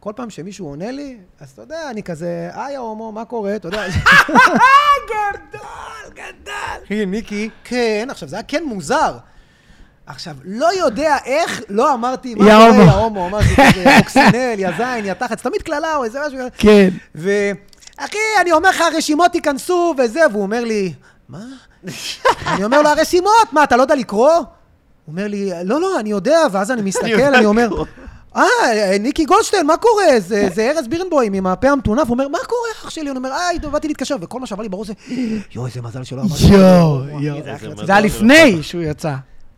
Speaker 2: כל פעם שמישהו עונה לי, אז אתה יודע, אני כזה, היי ההומו, מה קורה? אתה יודע... גדול, גדול. היא, מיקי, כן, עכשיו, זה היה כן מוזר. עכשיו, לא יודע איך, לא אמרתי, מה
Speaker 3: יא
Speaker 2: קורה,
Speaker 3: הומו."
Speaker 2: יא הומו, אמרתי כזה, אוקסינל, יא זין, יא תחת, זה תמיד קללה או איזה משהו כזה.
Speaker 3: כן.
Speaker 2: ו... אחי, אני אומר לך, הרשימות ייכנסו וזה, והוא אומר לי, מה? אני אומר לו, הרשימות, מה, אתה לא יודע לקרוא? הוא אומר לי, לא, לא, אני יודע, ואז אני מסתכל,
Speaker 1: יודע
Speaker 2: אני אומר,
Speaker 1: לקרוא.
Speaker 2: אה, ניקי גולדשטיין, מה קורה? זה זה ארז בירנבוים עם הפה המטונף, הוא אומר, מה קורה, אח שלי? אני אומר, אה, איתו, באתי להתקשר, וכל מה שעבר לי בראש זה, יואו, איזה מזל שלא אמרתי.
Speaker 3: יואו,
Speaker 2: וואי,
Speaker 3: יואו.
Speaker 2: זה היה אחלה
Speaker 1: איזה
Speaker 2: צד.
Speaker 3: זה היה לפני שהוא יצא.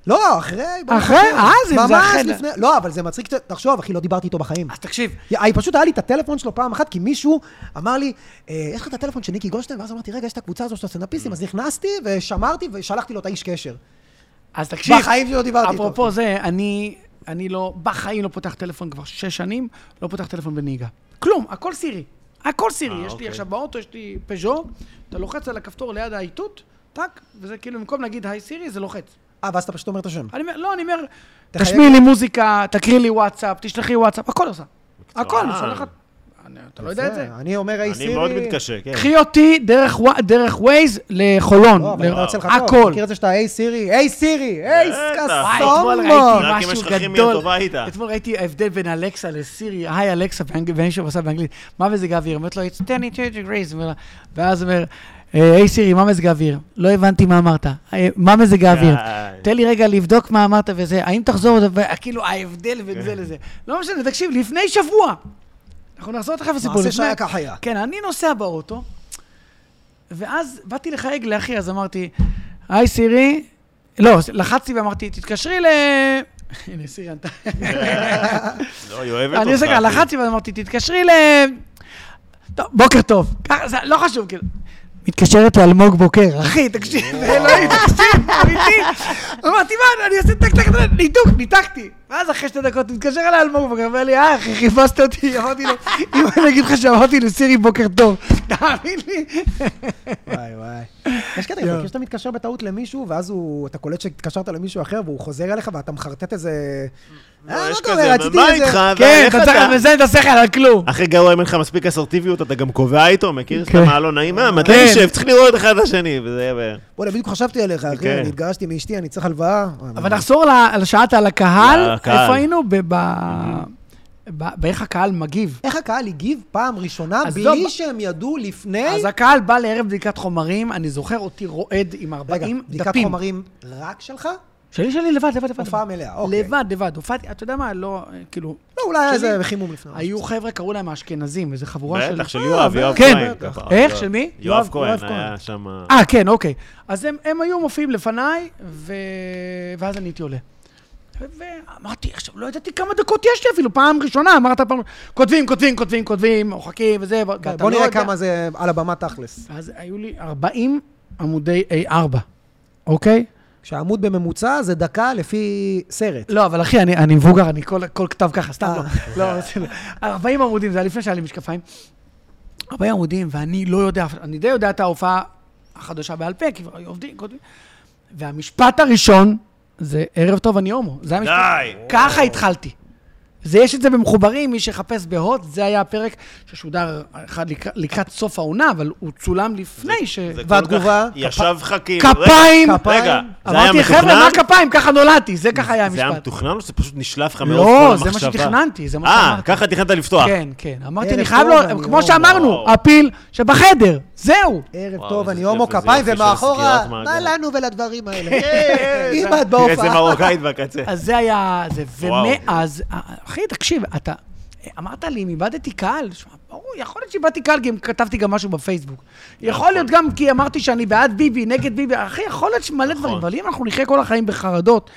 Speaker 2: לא, אחרי, ברוך
Speaker 3: אחרי? אה,
Speaker 2: השם.
Speaker 3: אז אם זה אחרי-
Speaker 2: ממש לפני, לא, אבל זה מצחיק, קצת. תחשוב, אחי, לא דיברתי איתו בחיים.
Speaker 3: אז תקשיב,
Speaker 2: אני פשוט היה לי את הטלפון שלו פעם אחת, כי מישהו אמר לי, "אה, יש לך את הטלפון של ניקי גולדשטיין? ואז אמרתי, רגע, יש את הקבוצה הזו של
Speaker 3: Mm.
Speaker 2: הסטנדאפיסטים, אז נכנסתי ושמרתי ושלחתי לו את האיש קשר.
Speaker 3: אז תקשיב.
Speaker 2: בחיים שלא דיברתי איתו.
Speaker 3: אפרופו זה, אני, אני לא, בחיים לא פותח טלפון כבר שש שנים, לא פותח טלפון בנהיגה. כלום, הכל סירי. הכל סירי.
Speaker 1: אה,
Speaker 3: יש לי
Speaker 1: אוקיי.
Speaker 3: עכשיו באוטו, יש לי פז'ו, אתה לוחץ על הכפתור ליד האיתות, טאק, וזה כאילו, במקום להגיד היי סירי, זה לוחץ.
Speaker 2: אה, ואז אתה פשוט אומר את השם.
Speaker 3: אני אומר, לא, אני אומר,
Speaker 2: תחייג
Speaker 3: תשמיעי
Speaker 2: לי.
Speaker 3: לי מוזיקה, תקריא לי וואטסאפ, תשלחי וואטסאפ, הכל עושה. הכל, אני שולחת. אני- אתה לא יודע את זה?
Speaker 2: אני אומר, היי סירי...
Speaker 1: אה, אני מאוד מתקשה, כן.
Speaker 3: קחי אותי דרך ווא- דרך ווייז לחולון.
Speaker 2: לא, אבל
Speaker 3: ל-
Speaker 2: אתה יוצא לך טוב.
Speaker 3: הכל.
Speaker 2: מכיר את זה שאתה, היי סירי, היי סירי, היי
Speaker 1: בטח.
Speaker 3: וואי,
Speaker 2: קסומו.
Speaker 3: אתמול
Speaker 1: רק
Speaker 3: ראיתי
Speaker 1: אם יש
Speaker 3: משהו
Speaker 1: לך כימיה
Speaker 3: גדול.
Speaker 1: טובה היית.
Speaker 3: אתמול ראיתי ההבדל בין אלכסה לסירי, היי אלכסה, באנג- ומישהו עושה באנגלית, מה מזג האוויר? אומרת לו, it's 10 degrees, אומר לה- ואז אומר, "אה, היי סירי, מה מזג האוויר? לא הבנתי מה אמרת. "אה, מה מזג האוויר?
Speaker 1: די.
Speaker 3: תן לי רגע לבדוק מה אמרת וזה, האם תחזור, ו- כאילו ההבדל בין זה לזה. לא משנה, תקשיב, לפני שבוע. אנחנו נחזור תכף לסיפור.
Speaker 2: מעשה
Speaker 3: לפני-
Speaker 2: שהיה כך היה.
Speaker 3: כן, אני נוסע באוטו, ואז באתי לחייג לאחי, אז אמרתי, היי סירי, לא, לחצתי ואמרתי, תתקשרי ל... הנה, סירי ענתה.
Speaker 1: לא, היא אוהבת אותך.
Speaker 3: אני עושה ככה,
Speaker 1: אחי.
Speaker 3: לחצתי ואמרתי, תתקשרי ל... טוב, בוקר טוב. ככה, זה לא חשוב, כאילו. מתקשרת לאלמוג בוקר, אחי, תקשיב, אלוהים, תקשיב, אמיתי. אמרתי, מה, אני אעשה טק טק טק, ניתוק, ניתקתי. ואז אחרי שתי דקות מתקשר אליי אלמוג בוקר, אומר לי, אה, אחי, חיפשת אותי, אמרתי לו, אם אני אגיד לך שאמרתי לסירי בוקר טוב, תאמין לי.
Speaker 2: וואי וואי. יש קטע, אתה מכיר שאתה מתקשר בטעות למישהו, ואז הוא, אתה קולט שהתקשרת למישהו אחר, והוא חוזר אליך ואתה מחרטט איזה... אה,
Speaker 1: לא, יש
Speaker 2: מה
Speaker 1: כזה,
Speaker 2: קורה, רציתי
Speaker 1: מה
Speaker 2: איזה...
Speaker 1: איתך?
Speaker 3: כן,
Speaker 1: ואיך
Speaker 3: אתה צריך לזיין את השכל על כלום.
Speaker 1: הכי גרוע אם אין לך מספיק אסרטיביות, אתה גם קובע איתו, מכיר?
Speaker 3: כן.
Speaker 1: סתם מה לא נעים, מה, מתי
Speaker 3: כן.
Speaker 1: נשב? צריך לראות אחד את השני, וזה יהיה... ב-
Speaker 2: בוא'נה, בדיוק חשבתי עליך, אחי,
Speaker 1: כן.
Speaker 2: אני התגרשתי מאשתי, אני צריך הלוואה.
Speaker 3: אבל נחזור ל- לשאלת על הקהל,
Speaker 1: לקהל. Mm-hmm.
Speaker 3: איפה היינו? ב- ב- ב- באיך הקהל מגיב.
Speaker 2: איך הקהל הגיב פעם ראשונה
Speaker 3: אז
Speaker 2: בלי
Speaker 3: לא-
Speaker 2: שהם ידעו לפני?
Speaker 3: אז הקהל בא לערב בדיקת חומרים, אני זוכר אותי רועד עם
Speaker 2: רגע,
Speaker 3: 40
Speaker 2: בדיקת
Speaker 3: דפים.
Speaker 2: חומרים רק שלך?
Speaker 3: שלי שלי לבד, לבד, לבד.
Speaker 2: הופעה
Speaker 3: לבד.
Speaker 2: מלאה, אוקיי.
Speaker 3: לבד, לבד. הופעתי, אתה יודע מה, לא, אה, כאילו,
Speaker 2: לא, אולי היה
Speaker 3: שלי.
Speaker 2: איזה חימום לפני.
Speaker 3: היו חבר'ה, קראו להם האשכנזים, איזו חבורה של...
Speaker 1: בטח, של יואב,
Speaker 2: אה,
Speaker 1: יואב
Speaker 3: כן.
Speaker 1: כהן.
Speaker 2: בטח.
Speaker 1: כפרה.
Speaker 3: איך?
Speaker 1: יואב-
Speaker 3: של מי?
Speaker 1: יואב כהן
Speaker 2: יואב כהן.
Speaker 1: היה שם...
Speaker 3: אה, כן, אוקיי. אז הם, הם היו מופיעים לפניי, ו... ואז אני הייתי עולה. ואמרתי, עכשיו, לא ידעתי כמה דקות יש לי אפילו, פעם ראשונה, אמרת פעם, כותבים, כותבים, כותבים, כותבים, מוחקים וזה, ואתה
Speaker 2: כן, בוא
Speaker 3: לא
Speaker 2: נראה
Speaker 3: יודע.
Speaker 2: כמה זה על הבמה תכלס.
Speaker 3: אז היו לי 40 עמודי A4, אוקיי?
Speaker 2: כשהעמוד בממוצע זה דקה לפי סרט.
Speaker 3: לא, אבל אחי, אני, אני מבוגר, אני כל, כל כתב ככה, סתם
Speaker 2: אה.
Speaker 3: לא. לא, זה לא. 40 עמודים, זה היה לפני שהיה לי משקפיים. 40 עמודים, ואני לא יודע, אני די יודע את ההופעה החדשה בעל פה, כי כבר היו עובדים, כותבים. והמשפט הראשון, זה ערב טוב, אני הומו. זה המשפט.
Speaker 1: די.
Speaker 3: ככה התחלתי. זה, יש את זה במחוברים, מי שיחפש בהוט, זה היה הפרק ששודר אחד לקראת, לקראת סוף העונה, אבל הוא צולם לפני ש...
Speaker 1: זה כל
Speaker 2: והתגובה?
Speaker 1: כך ישב לך כאילו...
Speaker 3: כפיים!
Speaker 1: רגע, רגע,
Speaker 2: כפיים?
Speaker 1: זה היה
Speaker 3: אמרתי, חבר'ה,
Speaker 1: מתוכנן?
Speaker 3: מה כפיים? ככה נולדתי, זה ככה היה המשפט.
Speaker 1: זה היה מתוכנן או שזה פשוט נשלף לך מראש כל
Speaker 3: לא,
Speaker 1: המחשבה?
Speaker 3: זה מה שתכננתי, זה מה
Speaker 1: אה,
Speaker 3: שאמרתי.
Speaker 1: ככה תכננת לפתוח.
Speaker 3: כן, כן. אמרתי,
Speaker 2: ערב
Speaker 3: אני חייב
Speaker 2: טוב,
Speaker 3: לו,
Speaker 2: אני
Speaker 3: כמו
Speaker 2: אה, לא-
Speaker 3: שאמרנו,
Speaker 1: וואו.
Speaker 3: הפיל שבחדר. זהו!
Speaker 2: ערב
Speaker 1: וואו,
Speaker 2: טוב,
Speaker 1: איזה
Speaker 2: אני
Speaker 1: כיף,
Speaker 2: הומו
Speaker 1: איזה
Speaker 2: כפיים,
Speaker 1: יופי של
Speaker 2: ומאחורה,
Speaker 1: סגירת מעגל.
Speaker 2: מה לנו ולדברים האלה?
Speaker 1: אה, היי,
Speaker 2: אם
Speaker 1: זה-
Speaker 2: את
Speaker 1: תראה, זה
Speaker 2: בהופעה.
Speaker 1: מרוקאית בקצה.
Speaker 3: אז זה היה... זה,
Speaker 1: וואו.
Speaker 3: ומאז... אה, אחי, תקשיב, אתה... אמרת לי, אם איבדתי קהל, שמע, ברור, יכול להיות שאיבדתי קהל כי כתבתי גם משהו בפייסבוק. יכול להיות גם כי אמרתי שאני בעד ביבי, נגד ביבי, אחי, יכול להיות שמלא
Speaker 1: נכון.
Speaker 3: דברים, אבל אם אנחנו נחיה כל החיים בחרדות,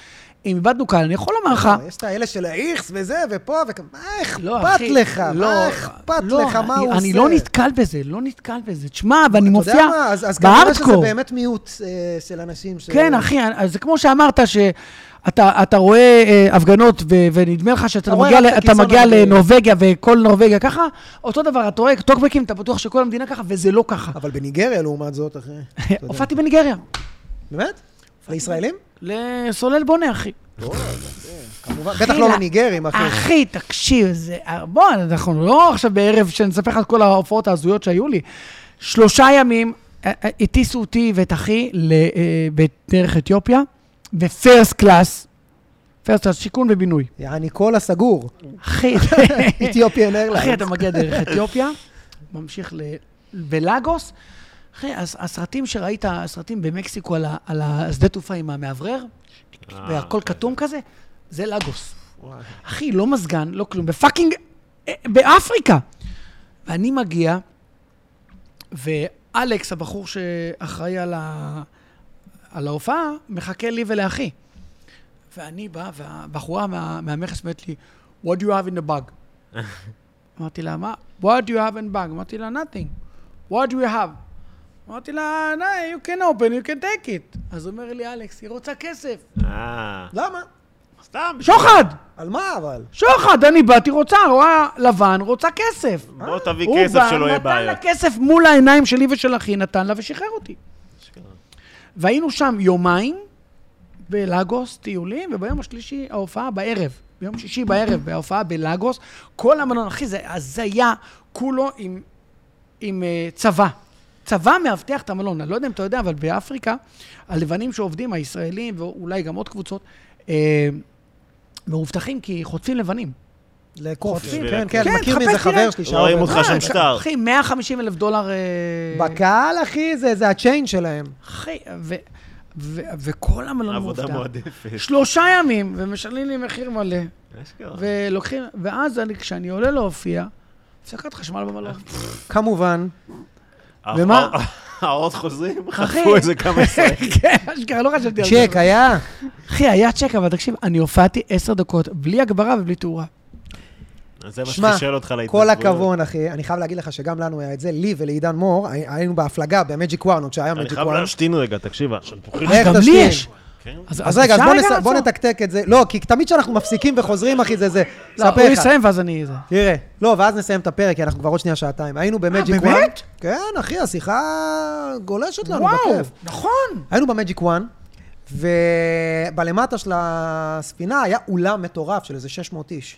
Speaker 3: אם איבדנו קהל, אני יכול לומר לך...
Speaker 2: לא, יש את האלה של האיכס וזה, ופה, ומה
Speaker 3: לא,
Speaker 2: אכפת
Speaker 3: אחי,
Speaker 2: לך?
Speaker 3: לא,
Speaker 2: מה אכפת
Speaker 3: לא,
Speaker 2: לך? מה
Speaker 3: אני-
Speaker 2: הוא עושה?
Speaker 3: אני לא נתקל בזה, לא נתקל בזה. תשמע, ואני מופיע
Speaker 2: אתה
Speaker 3: בארדקור.
Speaker 2: יודע מה, אז, אז כנראה שזה באמת מיעוט אה, של אנשים ש...
Speaker 3: כן, אחי, אני- זה כמו שאמרת שאתה אתה רואה אה, הפגנות ו- ונדמה לך שאתה
Speaker 2: אתה רואה
Speaker 3: מגיע,
Speaker 2: רק
Speaker 3: ל-
Speaker 2: את
Speaker 3: אתה
Speaker 2: הקיצון
Speaker 3: מגיע
Speaker 2: הנורבגי.
Speaker 3: לנורבגיה וכל נורבגיה ככה, אותו דבר, אתה רואה טוקבקים, אתה בטוח שכל המדינה ככה, וזה לא ככה.
Speaker 2: אבל בניגריה, לעומת זאת, אחי. אתה יודע.
Speaker 3: הופעתי בניגריה,
Speaker 2: באמת? לישראלים?
Speaker 3: לסולל בונה, אחי.
Speaker 2: כמובן.
Speaker 3: אחי,
Speaker 2: בטח לא
Speaker 3: לה-
Speaker 2: לניגרים, אחי.
Speaker 3: אחי, תקשיב, זה... אה, בוא, אנחנו לא עכשיו בערב שנספר לך את כל ההופעות ההזויות שהיו לי. שלושה ימים אה, אה, הטיסו אותי ואת אחי ל- אה, בדרך אתיופיה, בפרסט קלאס, פרסט קלאס, שיכון ובינוי.
Speaker 2: יעני כל הסגור.
Speaker 3: אחי,
Speaker 2: אתיופיאן איירליינס.
Speaker 3: אחי, אתה מגיע דרך אתיופיה, ממשיך ל... בלאגוס. אחי, הס- הסרטים שראית, הסרטים במקסיקו על, ה... על השדה תעופה עם המאוורר,
Speaker 1: אה,
Speaker 3: והכל כתום כזה, זה לאגוס.
Speaker 2: וואי.
Speaker 3: אחי, לא מזגן, לא כלום, בפאקינג... אה, באפריקה. ואני מגיע, ואלכס, הבחור שאחראי על, ה... על ההופעה, מחכה לי ולאחי. ואני בא, והבחורה מה... מהמכס אומרת לי, What do you have in the bag? אמרתי לה, מה? What do you have in the bag? אמרתי לה, nothing. What do you have? אמרתי לה, no, you can open, you can take it. אז אומר לי אלכס, היא רוצה כסף.
Speaker 1: אה,
Speaker 2: למה?
Speaker 1: סתם.
Speaker 3: שוחד!
Speaker 2: על מה אבל?
Speaker 3: שוחד, אני באתי, רוצה, רואה לבן, רוצה כסף.
Speaker 1: בוא תביא
Speaker 2: אה,
Speaker 3: הוא
Speaker 1: כסף
Speaker 3: בא,
Speaker 1: שלא יהיה
Speaker 3: נתן
Speaker 1: בעיה.
Speaker 3: לה כסף מול העיניים שלי ושל אחי, נתן לה ושחרר אותי. והיינו שם יומיים בלאגוס, טיולים, וביום השלישי ההופעה בערב. ביום שישי בערב, בהופעה בלאגוס. כל המלון, אחי, זה הזיה, כולו עם, עם uh, צבא. צבא מאבטח את המלון. אני לא יודע אם אתה יודע, אבל באפריקה, הלבנים שעובדים, הישראלים, ואולי גם עוד קבוצות, אה, מאובטחים כי חוטפים לבנים.
Speaker 2: לקופים,
Speaker 1: בשביל
Speaker 2: כן,
Speaker 1: הכיף.
Speaker 2: כן,
Speaker 3: כן,
Speaker 2: מכיר
Speaker 3: תחפש,
Speaker 2: מזה
Speaker 3: תראה.
Speaker 2: חבר שלי
Speaker 1: לא רואים
Speaker 2: שעובד.
Speaker 1: אותך שם
Speaker 3: אה,
Speaker 1: שטר.
Speaker 3: אחי, 150 אלף דולר... אה,
Speaker 2: בקהל, אחי, זה זה הצ'יין שלהם.
Speaker 3: אחי, ו- ו- וכל המלון
Speaker 1: עבודה
Speaker 3: מובטח.
Speaker 1: מועדפת.
Speaker 3: שלושה ימים, ומשלמים לי מחיר מלא,
Speaker 1: אשכרה.
Speaker 3: ולוקחים, ואז אני, כשאני עולה להופיע, הפסקת חשמל במלון.
Speaker 2: כן, כמובן.
Speaker 3: ומה?
Speaker 1: העוד חוזרים?
Speaker 3: אחי.
Speaker 1: חטפו איזה כמה עשרה.
Speaker 3: כן, אשכרה, לא חשבתי על זה.
Speaker 2: צ'ק היה.
Speaker 3: אחי, היה צ'ק, אבל תקשיב, אני הופעתי עשר דקות, בלי הגברה ובלי תאורה.
Speaker 1: אז זה מה
Speaker 2: שמע,
Speaker 1: שחישל אותך להתנדבות.
Speaker 2: כל הכבוד, אחי. אני חייב להגיד לך שגם לנו היה את זה, לי ולעידן מור, הי- היינו בהפלגה במג'יק וואן, עוד שהיה
Speaker 1: אני
Speaker 2: מג'יק
Speaker 1: חייב
Speaker 2: וואן.
Speaker 1: להשתין רגע, תקשיב. עכשיו פוחים.
Speaker 2: איך
Speaker 3: אז גם לי
Speaker 2: תשתין?
Speaker 3: יש.
Speaker 1: כן?
Speaker 2: אז רגע, אז
Speaker 3: אפשר
Speaker 2: בוא נס- בוא
Speaker 3: לעצור?
Speaker 2: נתקתק את זה. לא, כי תמיד כשאנחנו מפסיקים וחוזרים, אחי, זה זה.
Speaker 3: לא, הוא
Speaker 2: ספר לך.
Speaker 3: יסיים ואז אני... זה.
Speaker 2: תראה. לא, ואז נסיים את הפרק, כי אנחנו כבר עוד שנייה שעתיים. היינו במג'יק וואן.
Speaker 3: אה, באמת?
Speaker 2: כן, אחי, השיחה גולשת לנו
Speaker 3: וואו,
Speaker 2: לא, בכיף.
Speaker 3: נכון.
Speaker 2: היינו במג'יק וואן, ובלמטה של הספינה היה אולם מטורף של איזה 600 איש.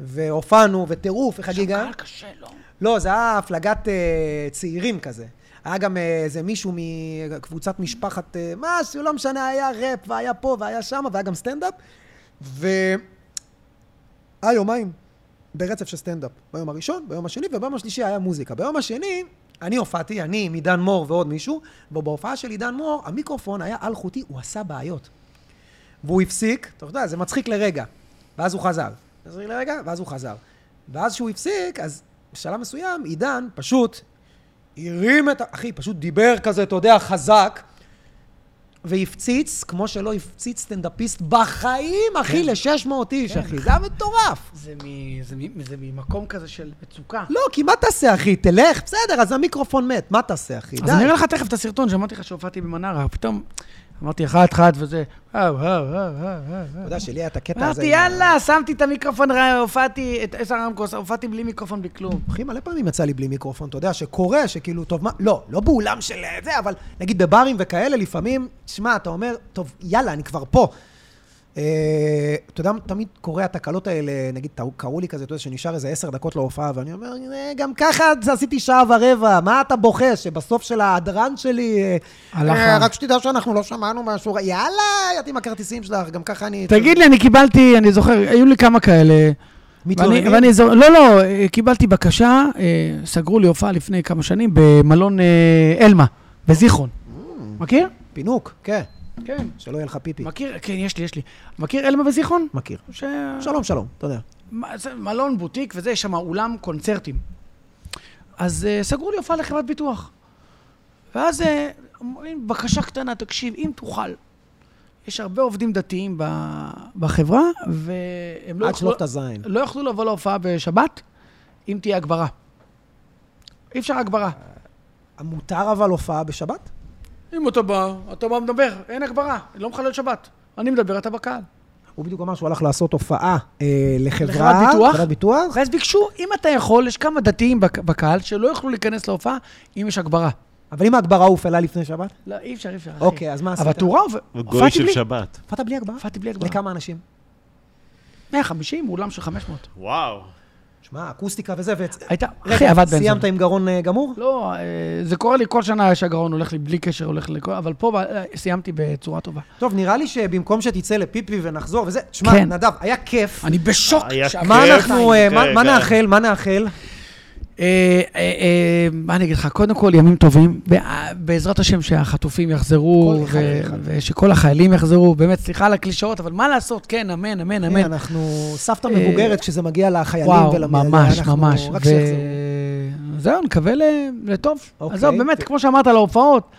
Speaker 2: והופענו, וטירוף, וחגיגה.
Speaker 3: קהל קשה, לא.
Speaker 2: לא, זה היה הפלגת אה, צעירים כזה. היה גם אה, איזה מישהו מקבוצת משפחת אה, משהו, לא משנה, היה ראפ, והיה פה, והיה שם, והיה גם סטנדאפ. והיה יומיים ברצף של סטנדאפ. ביום הראשון, ביום השני, וביום השלישי היה מוזיקה. ביום השני, אני הופעתי, אני עם עידן מור ועוד מישהו, ובהופעה של עידן מור, המיקרופון היה אלחוטי, הוא עשה בעיות. והוא הפסיק, אתה יודע, זה מצחיק לרגע. ואז הוא חזר. מצחיק לרגע, ואז הוא חזר. ואז שהוא הפסיק, אז בשלב מסוים, עידן פשוט הרים את ה... אחי, פשוט דיבר כזה, אתה יודע, חזק, והפציץ, כמו שלא הפציץ סטנדאפיסט בחיים, אחי, ל-600 איש, אחי. זה היה מטורף.
Speaker 3: זה מ- זה מ- זה ממקום כזה של מצוקה.
Speaker 2: לא, כי מה תעשה, אחי? תלך, בסדר, אז המיקרופון מת, מה תעשה, אחי?
Speaker 3: אז
Speaker 2: די.
Speaker 3: אני לא- אראה לך תכף את הסרטון שאמרתי לך שהופעתי במנרה, פתאום אמרתי אחת אחת וזה, אה, וואו, וואו, וואו, וואו,
Speaker 2: אתה
Speaker 3: וואו.
Speaker 2: יודע, שלי היה את הקטע הזה.
Speaker 3: אה, אמרתי
Speaker 2: עם ה-
Speaker 3: יאללה, שמתי את המיקרופון, רע, הופעתי את עשר הרמקוס, הופעתי בלי מיקרופון, בלי כלום.
Speaker 2: אחי, מלא פעמים יצא לי בלי מיקרופון, אתה יודע, שקורה, שכאילו, טוב, מה, לא, לא באולם של אה, זה, אבל נגיד בברים וכאלה, לפעמים, שמע, אתה אומר, טוב, יאללה, אני כבר פה. אה, אתה יודע, תמיד קורה התקלות האלה, נגיד, טעו- קראו לי כזה, אתה יודע, שנשאר איזה עשר דקות להופעה, ואני אומר, "אה, גם ככה עשיתי שעה ורבע, מה אתה בוכה, שבסוף של ההדרן שלי... אה,
Speaker 3: הלך
Speaker 2: אה,
Speaker 3: ה-
Speaker 2: רק שתדע שאנחנו לא שמענו משהו, רע." יאללה, ידעתי עם הכרטיסים שלך, גם ככה אני...
Speaker 3: תגיד לי, אני קיבלתי, אני זוכר, היו לי כמה כאלה, ואני,
Speaker 2: מתלוננים?
Speaker 3: ואני אזור, לא, לא, אה, קיבלתי בקשה, אה, סגרו לי הופעה לפני כמה שנים במלון אה, אלמה, בזיכרון. מכיר?
Speaker 2: פינוק, כן.
Speaker 3: Mm. כן.
Speaker 2: שלא יהיה לך פיפי.
Speaker 3: מכיר, כן, יש לי, יש לי. מכיר אלמה בזיכרון?
Speaker 2: מכיר.
Speaker 3: ש...
Speaker 2: שלום, שלום, אתה יודע.
Speaker 3: מה, זה מלון בוטיק וזה, יש שם אולם קונצרטים. אז uh, סגרו לי הופעה לחברת ביטוח. ואז uh, אומרים, בקשה קטנה, תקשיב, אם תוכל. יש הרבה עובדים דתיים ב... בחברה, והם לא
Speaker 2: עד
Speaker 3: יוכלו,
Speaker 2: שלוף את הזין.
Speaker 3: לא יכלו לבוא להופעה בשבת, אם תהיה הגברה. אי אפשר הגברה.
Speaker 2: מותר אבל הופעה בשבת?
Speaker 3: אם אתה בא, אתה בא מדבר, אין הגברה, לא מחלל שבת. אני מדבר, אתה בקהל.
Speaker 2: הוא בדיוק אמר שהוא הלך לעשות הופעה אה, לחברה...
Speaker 3: לחברת ביטוח?
Speaker 2: חברת ביטוח?
Speaker 3: ואז ביקשו, אם אתה יכול, יש כמה דתיים בק- בקהל שלא יוכלו להיכנס להופעה אם יש הגברה.
Speaker 2: אבל אם ההגברה הופעלה לפני שבת?
Speaker 3: לא, אי אפשר, אי אפשר, אחי.
Speaker 2: אוקיי, אז מה עשית?
Speaker 3: אבל תאורה,
Speaker 1: גוי
Speaker 3: ו- הופעתי
Speaker 1: של
Speaker 3: בלי,
Speaker 1: שבת.
Speaker 2: הופעת בלי הגברה?
Speaker 3: הופעתי בלי הגברה.
Speaker 2: לכמה אנשים?
Speaker 3: 150, אולם של 500.
Speaker 1: וואו.
Speaker 2: שמע, אקוסטיקה וזה, ו...
Speaker 3: הייתה,
Speaker 2: רגע,
Speaker 3: אחי, עבד בן
Speaker 2: סיימת
Speaker 3: זונה.
Speaker 2: עם גרון אה, גמור?
Speaker 3: לא, אה, זה קורה לי כל שנה שהגרון הולך לי בלי קשר, הולך לי, כל- אבל פה אה, סיימתי בצורה טובה.
Speaker 2: טוב, נראה לי שבמקום שתצא לפיפי ונחזור וזה, שמע,
Speaker 3: כן.
Speaker 2: נדב, היה כיף.
Speaker 3: אני בשוק.
Speaker 1: היה
Speaker 3: שאמרת-
Speaker 2: מה
Speaker 1: כיף.
Speaker 2: אנחנו, אה, מה-
Speaker 1: כן,
Speaker 2: מה
Speaker 1: כן.
Speaker 2: נאחל? מה נאחל?
Speaker 3: אה, אה, אה, מה אני אגיד לך? קודם כל, ימים טובים. ב- אה, בעזרת השם שהחטופים יחזרו,
Speaker 2: כל אחד
Speaker 3: ו-
Speaker 2: ואחד.
Speaker 3: ושכל החיילים יחזרו. באמת, סליחה על הקלישאות, אבל מה לעשות? כן, אמן, אמן,
Speaker 2: הנה,
Speaker 3: אמן.
Speaker 2: אנחנו סבתא
Speaker 3: אה,
Speaker 2: מבוגרת כשזה מגיע לחיילים
Speaker 3: וואו,
Speaker 2: ולמ-
Speaker 3: ממש,
Speaker 2: אנחנו-
Speaker 3: ממש.
Speaker 2: רק
Speaker 3: ו-
Speaker 2: שיחזרו.
Speaker 3: זהו, נקווה ל- לטוב.
Speaker 2: אוקיי,
Speaker 3: עזוב, באמת,
Speaker 2: ת-
Speaker 3: כמו שאמרת על ההופעות,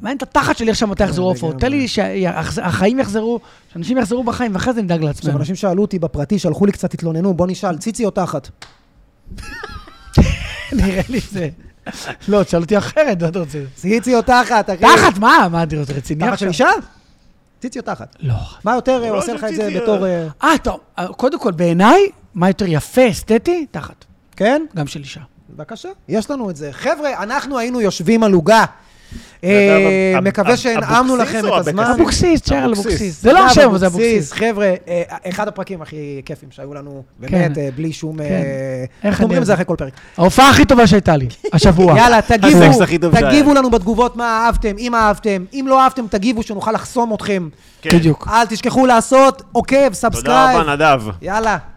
Speaker 3: מעניין את התחת שלי עכשיו מתי יחזרו ההופעות. תן
Speaker 2: אה, לגמרי.
Speaker 3: לי שהחיים יחזרו, שאנשים יחזרו בחיים, ואחרי זה נדאג
Speaker 2: עכשיו,
Speaker 3: לעצמנו.
Speaker 2: אנשים שאלו אותי בפרטי, שלחו לי קצת, התלוננו, בוא נשאל, ציצי או תחת?
Speaker 3: נראה לי זה... לא, תשאל אותי אחרת, מה אתה רוצה?
Speaker 2: ציצי או תחת, אחי?
Speaker 3: תחת מה? מה, אתה רוצה רציני
Speaker 2: תחת של
Speaker 3: עכשיו?
Speaker 2: אישה? ציצי או תחת?
Speaker 3: לא.
Speaker 2: מה יותר אה,
Speaker 1: לא
Speaker 2: עושה לך את זה
Speaker 1: ציצי,
Speaker 2: בתור... אה,
Speaker 3: אה, טוב, אה, קודם כל, בעיניי, מה יותר יפה, אסתטי? תחת.
Speaker 2: כן?
Speaker 3: גם של אישה.
Speaker 2: בבקשה, יש לנו את זה. חבר'ה, אנחנו היינו יושבים על עוגה. אה,
Speaker 1: אב-
Speaker 2: מקווה
Speaker 1: אב-
Speaker 2: שהנעמנו
Speaker 1: אבוקסיס
Speaker 2: לכם
Speaker 1: או
Speaker 2: את הזמן.
Speaker 1: אבקסיס?
Speaker 3: אבוקסיס, תשאר על
Speaker 1: אבוקסיס.
Speaker 3: אבוקסיס. זה לא השם, אבל זה אבוקסיס.
Speaker 2: חבר'ה, אה, אחד הפרקים הכי כיפים שהיו לנו, באמת, אה, בלי שום... אה,
Speaker 3: כן. איך
Speaker 2: אנחנו
Speaker 3: אני
Speaker 2: אומרים
Speaker 3: אוהב.
Speaker 2: את זה אחרי כל פרק.
Speaker 3: ההופעה הכי טובה שהייתה לי, השבוע.
Speaker 2: יאללה,
Speaker 1: הסקס
Speaker 2: תגיבו,
Speaker 1: הכי טוב שהיה.
Speaker 2: תגיבו לנו בתגובות מה אהבתם, אם אהבתם, אם לא אהבתם, תגיבו, שנוכל לחסום אתכם.
Speaker 1: כן.
Speaker 3: בדיוק.
Speaker 2: אל תשכחו לעשות עוקב,
Speaker 1: תודה
Speaker 2: סאבסקרייב.
Speaker 1: רבה, נדב.
Speaker 2: יאללה.